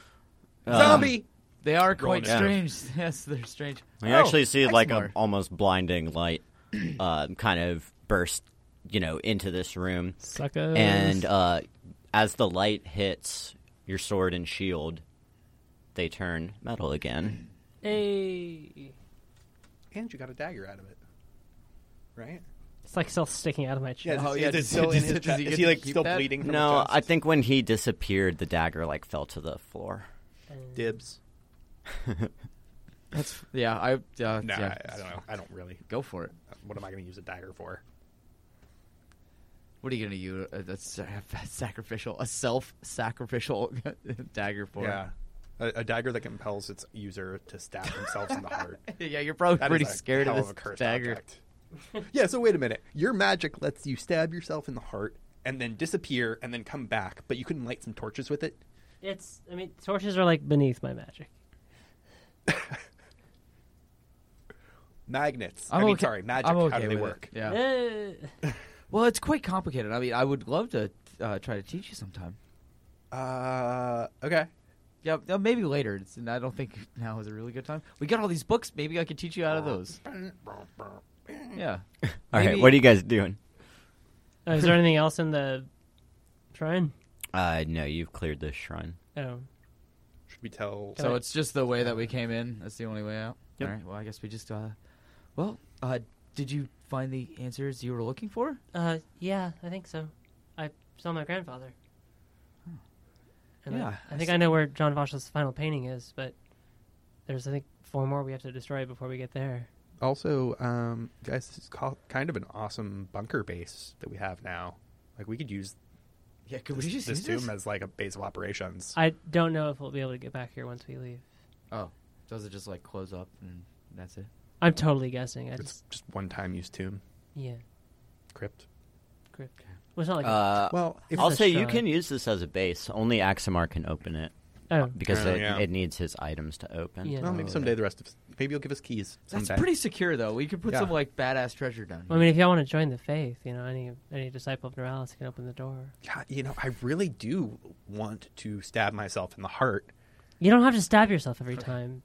[SPEAKER 1] Uh,
[SPEAKER 4] Zombie.
[SPEAKER 2] they are
[SPEAKER 4] Rolling
[SPEAKER 2] quite
[SPEAKER 1] down.
[SPEAKER 2] strange. Yes, they're strange.
[SPEAKER 1] You
[SPEAKER 2] Oh,
[SPEAKER 1] actually see like
[SPEAKER 2] Exmar.
[SPEAKER 1] a almost blinding light, uh, kind of burst, you know, into this room.
[SPEAKER 3] Suckers.
[SPEAKER 1] And uh, as the light hits your sword and shield, they turn metal again.
[SPEAKER 3] hey,
[SPEAKER 4] And you got a dagger out of it. Right?
[SPEAKER 3] it's like still sticking out of my chest.
[SPEAKER 2] Oh, yeah,
[SPEAKER 4] is it
[SPEAKER 2] does-
[SPEAKER 4] still in
[SPEAKER 2] does-
[SPEAKER 4] his
[SPEAKER 2] does
[SPEAKER 4] chest?
[SPEAKER 2] he
[SPEAKER 4] Is
[SPEAKER 2] get
[SPEAKER 4] he
[SPEAKER 2] to
[SPEAKER 4] like
[SPEAKER 2] keep
[SPEAKER 4] still
[SPEAKER 2] that?
[SPEAKER 4] bleeding from
[SPEAKER 1] No,
[SPEAKER 4] his chest?
[SPEAKER 1] I think when he disappeared, the dagger like fell to the floor.
[SPEAKER 4] dibs.
[SPEAKER 2] That's yeah. I uh,
[SPEAKER 4] No,
[SPEAKER 2] yeah.
[SPEAKER 4] I, I don't know. I don't really.
[SPEAKER 2] Go for it.
[SPEAKER 4] What am I going to use a dagger for?
[SPEAKER 2] What are you gonna use? Uh, that's sacrificial. A self-sacrificial dagger for?
[SPEAKER 4] A, a dagger that compels its user to stab themselves in the heart.
[SPEAKER 2] yeah. You're probably
[SPEAKER 4] That is
[SPEAKER 2] pretty
[SPEAKER 4] a
[SPEAKER 2] scared
[SPEAKER 4] hell
[SPEAKER 2] of this
[SPEAKER 4] a cursed
[SPEAKER 2] dagger.
[SPEAKER 4] object. yeah, so wait a minute. Your magic lets you stab yourself in the heart and then disappear and then come back, but you couldn't light some torches with it?
[SPEAKER 3] It's. I mean, torches are like beneath my magic.
[SPEAKER 4] Magnets. i
[SPEAKER 2] I'm
[SPEAKER 4] mean,
[SPEAKER 2] okay-
[SPEAKER 4] sorry, magic.
[SPEAKER 2] I'm okay
[SPEAKER 4] How do
[SPEAKER 2] with
[SPEAKER 4] they
[SPEAKER 2] it.
[SPEAKER 4] work?
[SPEAKER 2] Yeah.
[SPEAKER 3] Eh.
[SPEAKER 2] Well, it's quite complicated. I mean, I would love to uh, try to teach you sometime.
[SPEAKER 4] Uh, okay.
[SPEAKER 2] Yeah, uh, maybe later. It's, and I don't think now is a really good time. We got all these books. Maybe I could teach you out of those. Yeah.
[SPEAKER 1] All right,
[SPEAKER 2] Maybe-
[SPEAKER 1] what are you guys doing?
[SPEAKER 3] Uh, is there anything else in the shrine?
[SPEAKER 1] Uh, no, you've cleared this shrine.
[SPEAKER 3] Oh,
[SPEAKER 4] Should we tell?
[SPEAKER 2] So it's just the way that we came in. That's the only way out.
[SPEAKER 1] Yep.
[SPEAKER 2] All right. Well, I guess we just. Uh, well, uh, did you find the answers you were looking for?
[SPEAKER 3] uh, yeah, I think so. I saw my grandfather. And I-
[SPEAKER 2] Yeah,
[SPEAKER 3] I,
[SPEAKER 2] I
[SPEAKER 3] think
[SPEAKER 2] see.
[SPEAKER 3] I know where John Vosch's final painting is, but there's I think four more we have to destroy before we get there.
[SPEAKER 4] also, um, guys, this is ca- kind of an awesome bunker base that we have now. Like we could use
[SPEAKER 2] Yeah. Could
[SPEAKER 4] this,
[SPEAKER 2] we just
[SPEAKER 4] this
[SPEAKER 2] use
[SPEAKER 4] tomb
[SPEAKER 2] this?
[SPEAKER 4] as like a base of operations.
[SPEAKER 3] I don't know if we'll be able to get back here once we leave.
[SPEAKER 2] Oh, does it just like close up and that's it?
[SPEAKER 3] I'm totally guessing. I
[SPEAKER 4] it's
[SPEAKER 3] just
[SPEAKER 4] just one time use tomb
[SPEAKER 3] yeah.
[SPEAKER 4] crypt.
[SPEAKER 3] Crypt. Well, it's not like
[SPEAKER 1] Uh,
[SPEAKER 4] Well, if,
[SPEAKER 1] I'll
[SPEAKER 3] It's a
[SPEAKER 1] say you
[SPEAKER 3] shrine.
[SPEAKER 1] can use this as a base. Only Axamar can open it
[SPEAKER 3] oh,
[SPEAKER 1] because
[SPEAKER 4] Oh,
[SPEAKER 1] it,
[SPEAKER 4] yeah.
[SPEAKER 1] it needs his items to open.
[SPEAKER 3] Yeah.
[SPEAKER 4] well, maybe someday the rest of us, maybe you'll give us keys.
[SPEAKER 2] That's
[SPEAKER 4] someday.
[SPEAKER 2] pretty secure though. We could put
[SPEAKER 4] Yeah.
[SPEAKER 2] some like badass treasure down.
[SPEAKER 3] I
[SPEAKER 2] Here.
[SPEAKER 3] mean, if y'all want to join the faith, you know, any any disciple of Neralis can open the door.
[SPEAKER 4] God, you know, I really do want to stab myself in the heart.
[SPEAKER 3] You don't have to stab yourself every time.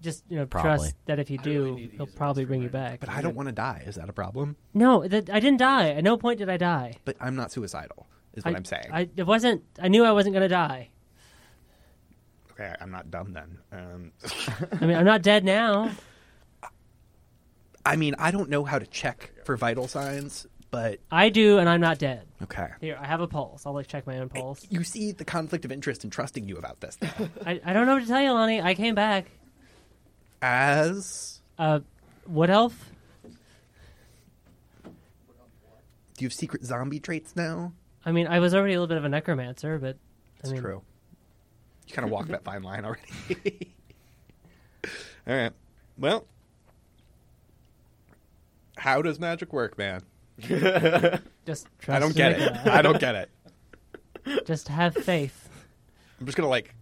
[SPEAKER 3] Just you know,
[SPEAKER 1] Probably.
[SPEAKER 3] trust that if you
[SPEAKER 5] I
[SPEAKER 3] do,
[SPEAKER 5] really need to
[SPEAKER 3] he'll
[SPEAKER 5] use it.
[SPEAKER 3] probably
[SPEAKER 5] It's
[SPEAKER 3] bring you
[SPEAKER 5] really-
[SPEAKER 3] back.
[SPEAKER 4] But I don't want to die. Is that a problem?
[SPEAKER 3] No, that, I didn't die. At no point did I die.
[SPEAKER 4] But I'm not suicidal, is
[SPEAKER 3] I,
[SPEAKER 4] what I, am saying.
[SPEAKER 3] I it wasn't. I knew I wasn't going to die.
[SPEAKER 4] okay, I'm not dumb then. Um,
[SPEAKER 3] I mean, I'm not dead now.
[SPEAKER 4] I mean, I don't know how to check for vital signs, but
[SPEAKER 3] I do, and I'm not dead.
[SPEAKER 4] okay.
[SPEAKER 3] Here, I have a pulse. I'll like check my own pulse.
[SPEAKER 4] You see the conflict of interest in trusting you about this. though.
[SPEAKER 3] I, I don't know what to tell you, Lonnie. I came back.
[SPEAKER 4] As
[SPEAKER 3] Uh, what elf?
[SPEAKER 4] do you have secret zombie traits now?
[SPEAKER 3] I mean, I was already a little bit of a necromancer, but I
[SPEAKER 4] It's
[SPEAKER 3] mean,
[SPEAKER 4] true. You kind of walked that fine line already. All right. Well, How does magic work, man?
[SPEAKER 3] Just trust
[SPEAKER 4] I don't get it.
[SPEAKER 3] Nicola.
[SPEAKER 4] I don't get it.
[SPEAKER 3] Just have faith.
[SPEAKER 4] I'm just gonna like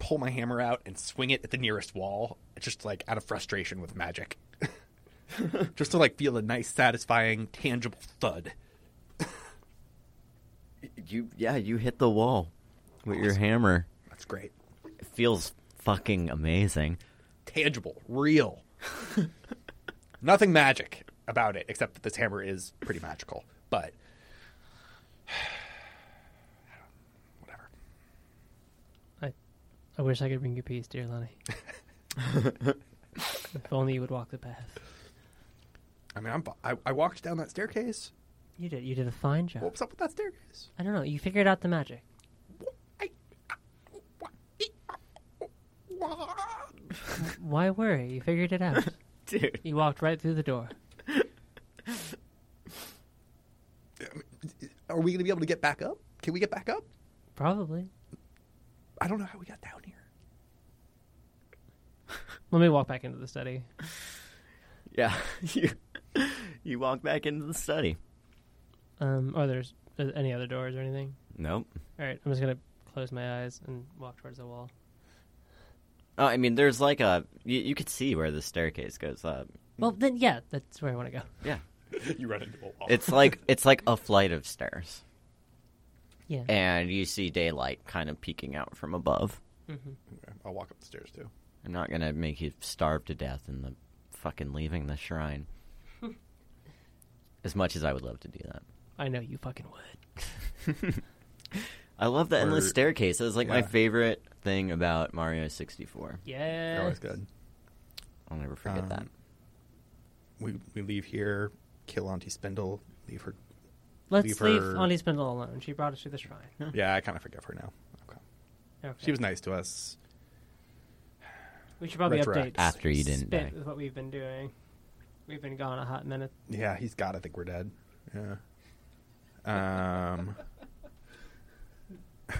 [SPEAKER 4] pull my hammer out and swing it at the nearest wall, just like out of frustration with magic, just to like feel a nice, satisfying, tangible thud.
[SPEAKER 1] You yeah, you hit the wall with your hammer.
[SPEAKER 4] That's great.
[SPEAKER 1] It feels fucking amazing.
[SPEAKER 4] Tangible, real. Nothing magic about it, except that this hammer is pretty magical. But whatever.
[SPEAKER 3] I, I wish I could bring you peace, dear Lonnie. if only you would walk the path.
[SPEAKER 4] I mean, I'm, I, I walked down that staircase.
[SPEAKER 3] You did. You did a fine job.
[SPEAKER 4] What was up with that staircase?
[SPEAKER 3] I don't know. You figured out the magic. Why worry? You figured it out.
[SPEAKER 1] Dude.
[SPEAKER 3] You walked right through the door.
[SPEAKER 4] Are we going to be able to get back up? Can we get back up?
[SPEAKER 3] Probably.
[SPEAKER 4] I don't know how we got down here.
[SPEAKER 3] Let me walk back into the study.
[SPEAKER 1] Yeah. you you walk back into the study.
[SPEAKER 3] Um, or there's uh, any other doors or anything.
[SPEAKER 1] Nope.
[SPEAKER 3] All right, I'm just gonna close my eyes and walk towards the wall.
[SPEAKER 1] Oh, I mean, there's like a you, you could see where the staircase goes up.
[SPEAKER 3] Well, then, yeah, that's where I want to go.
[SPEAKER 1] Yeah.
[SPEAKER 4] you run into a wall.
[SPEAKER 1] It's like it's like a flight of stairs,
[SPEAKER 3] Yeah.
[SPEAKER 4] Eh.
[SPEAKER 1] and you see daylight kind of peeking out from above.
[SPEAKER 3] Mm-hmm.
[SPEAKER 4] Okay, I'll walk up the stairs too.
[SPEAKER 1] I'm not gonna make you starve to death in the fucking leaving the shrine. as much as I would love to do that,
[SPEAKER 3] I know you fucking would.
[SPEAKER 1] I love the endless
[SPEAKER 4] Or-
[SPEAKER 1] staircase. It was like my
[SPEAKER 4] yeah.
[SPEAKER 1] favorite thing about Mario 64.
[SPEAKER 3] Yeah.
[SPEAKER 4] Always good.
[SPEAKER 1] I'll never forget
[SPEAKER 4] Um,
[SPEAKER 1] that.
[SPEAKER 4] We we leave here, kill Auntie Spindle, leave her.
[SPEAKER 3] Let's
[SPEAKER 4] Leave
[SPEAKER 3] leave,
[SPEAKER 4] her-
[SPEAKER 3] Auntie Spindle alone. She brought us to the shrine.
[SPEAKER 4] Yeah, I kind of forgive her now. Okay.
[SPEAKER 3] Okay.
[SPEAKER 4] She was nice to us.
[SPEAKER 3] we should probably
[SPEAKER 4] retroactive.
[SPEAKER 3] update
[SPEAKER 1] After you didn't
[SPEAKER 3] Spit
[SPEAKER 1] die.
[SPEAKER 3] with what we've been doing. We've been gone a hot minute.
[SPEAKER 4] Yeah, he's got. I think we're dead. Yeah. Um.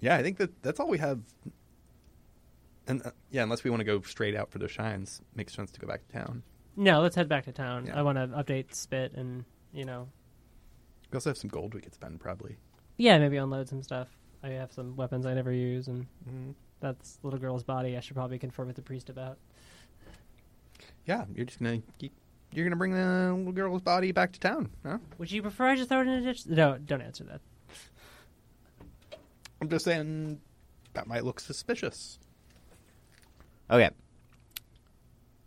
[SPEAKER 4] yeah, I think that that's all we have. And uh, yeah, unless we want to go straight out for the shines, makes sense to go back to town.
[SPEAKER 3] No, let's head back to town.
[SPEAKER 4] Yeah.
[SPEAKER 3] I want to update Spit and you know,
[SPEAKER 4] We also have some gold we could spend, probably.
[SPEAKER 3] yeah, maybe unload some stuff. I have some weapons I never use, and
[SPEAKER 4] Mhm.
[SPEAKER 3] that's little girl's body. I should probably confer with the priest about.
[SPEAKER 4] Yeah, you're just gonna keep, you're gonna bring the little girl's body back to town. Huh?
[SPEAKER 3] Would you prefer I just throw it in a ditch? No, don't answer that.
[SPEAKER 4] I'm just saying that might look suspicious.
[SPEAKER 1] Okay.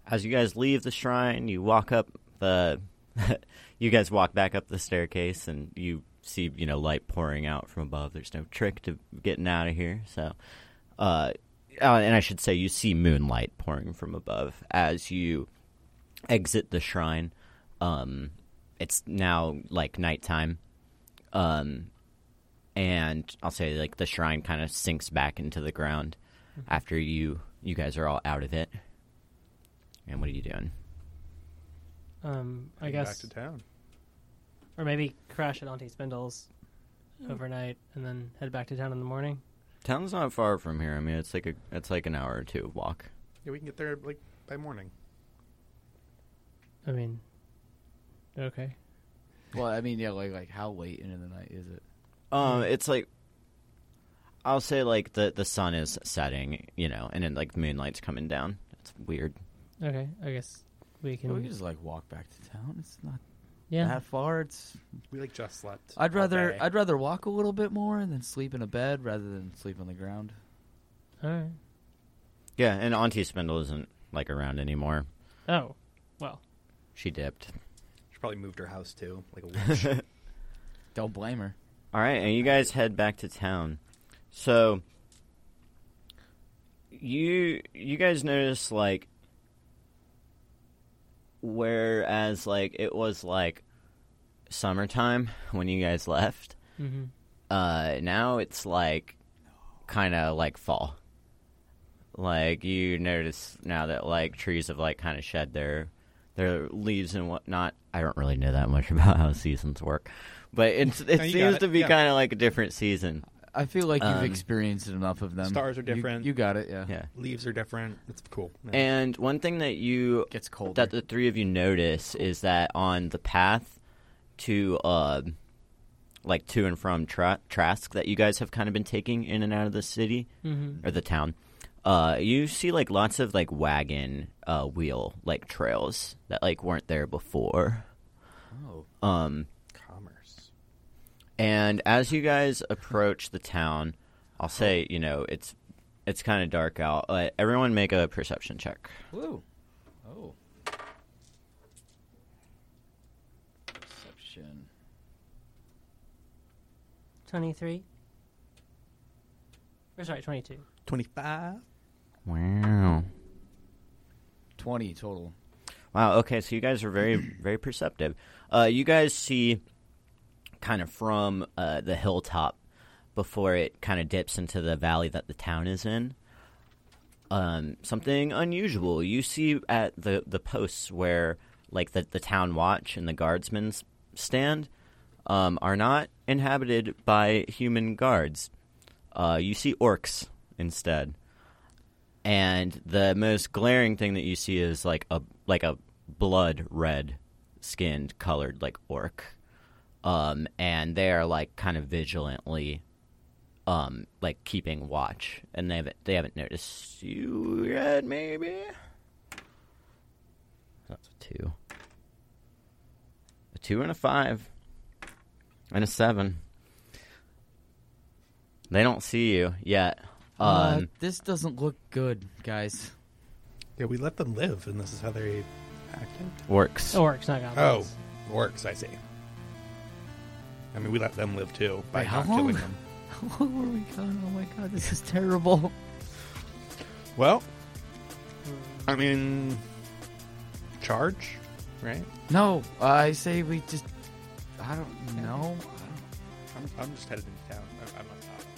[SPEAKER 1] As you guys leave the shrine, you walk up the. you guys walk back up the staircase, and you see you know light pouring out from above. There's no trick to getting out of here. So, uh, uh, and I should say you see moonlight pouring from above as you exit the shrine. Um, it's now like nighttime. Um, and I'll say like the shrine kind of sinks back into the ground after you you guys are all out of it. And what are you doing?
[SPEAKER 3] Um, I
[SPEAKER 4] back
[SPEAKER 3] guess,
[SPEAKER 4] to town.
[SPEAKER 3] or maybe crash at Auntie Spindle's overnight and then head back to town in the morning.
[SPEAKER 1] Town's not far from here. I mean, it's like a it's like an hour or two of walk.
[SPEAKER 4] Yeah, we can get there like by morning.
[SPEAKER 3] I mean, okay.
[SPEAKER 2] Well, I mean, yeah, like like how late into the night is it?
[SPEAKER 1] Um, it's like I'll say like the the sun is setting, you know, and then like the moonlight's coming down. It's weird.
[SPEAKER 3] Okay, I guess we can.
[SPEAKER 2] Can we just like walk back to town? It's not
[SPEAKER 3] yeah,
[SPEAKER 2] that far. It's
[SPEAKER 4] We like just slept.
[SPEAKER 2] I'd
[SPEAKER 4] all
[SPEAKER 2] rather
[SPEAKER 4] day.
[SPEAKER 2] I'd rather walk a little bit more and then sleep in a bed rather than sleep on the ground.
[SPEAKER 3] all right.
[SPEAKER 1] Yeah, and Auntie Spindle isn't like around anymore.
[SPEAKER 3] Oh, well,
[SPEAKER 1] She dipped.
[SPEAKER 4] She probably moved her house too, like a witch.
[SPEAKER 2] Don't blame her.
[SPEAKER 1] All right, and you guys head back to town. So you you guys notice like whereas like it was like summertime when you guys left,
[SPEAKER 3] mm-hmm.
[SPEAKER 1] uh now it's like kind of like fall. Like you notice now that like trees have like kind of shed their their leaves and whatnot. I don't really know that much about how seasons work, but it's it
[SPEAKER 4] No, you got
[SPEAKER 1] seems
[SPEAKER 4] it.
[SPEAKER 1] to be
[SPEAKER 4] Yeah.
[SPEAKER 1] kind of like a different season.
[SPEAKER 2] I feel like you've
[SPEAKER 1] Um,
[SPEAKER 2] experienced enough of them.
[SPEAKER 4] Stars are
[SPEAKER 2] You-
[SPEAKER 4] different.
[SPEAKER 2] You, got it. Yeah.
[SPEAKER 1] Yeah.
[SPEAKER 4] Leaves are different. It's cool. Yeah.
[SPEAKER 1] And one thing that you
[SPEAKER 2] Gets colder.
[SPEAKER 1] that the three of you notice is that on the path to uh like to and from Tra- Trask that you guys have kind of been taking in and out of the city
[SPEAKER 2] Mm-hmm.
[SPEAKER 1] or the town. Uh, you see like lots of like wagon uh, wheel like trails that like weren't there before.
[SPEAKER 2] oh.
[SPEAKER 1] Um,
[SPEAKER 4] Commerce.
[SPEAKER 1] and as you guys approach the town, I'll say you know it's it's kind of dark out. Uh, everyone make a perception check.
[SPEAKER 2] Woo. Oh. Perception.
[SPEAKER 3] 23? Or sorry, 22.
[SPEAKER 4] Twenty-five.
[SPEAKER 1] Wow.
[SPEAKER 2] Twenty total.
[SPEAKER 1] Wow. Okay. So you guys are very, very perceptive. Uh, you guys see kind of from uh, the hilltop before it kind of dips into the valley that the town is in. Um, something unusual. You see at the, the posts where like the, the town watch and the guardsmen's stand um, are not inhabited by human guards. Uh, you see orcs instead and the most glaring thing that you see is like a like a blood red skinned colored like orc um and they are like kind of vigilantly um like keeping watch and they haven't they haven't noticed you yet maybe that's a two a two and a five and a seven they don't see you yet um
[SPEAKER 2] uh, this doesn't look good, guys.
[SPEAKER 4] Yeah, we let them live, and this is how they acted.
[SPEAKER 1] orcs
[SPEAKER 3] Orcs, not
[SPEAKER 4] Oh,
[SPEAKER 3] goblins.
[SPEAKER 4] orcs. I see. I mean, we let them live too by
[SPEAKER 2] Wait, how
[SPEAKER 4] not
[SPEAKER 2] long?
[SPEAKER 4] killing them.
[SPEAKER 2] Where were we going? Oh my god, this is terrible.
[SPEAKER 4] Well, I mean, charge, right?
[SPEAKER 2] No, I say we just. I don't know. I don't,
[SPEAKER 4] I'm, I'm just headed into town. I'm, I'm not stopping.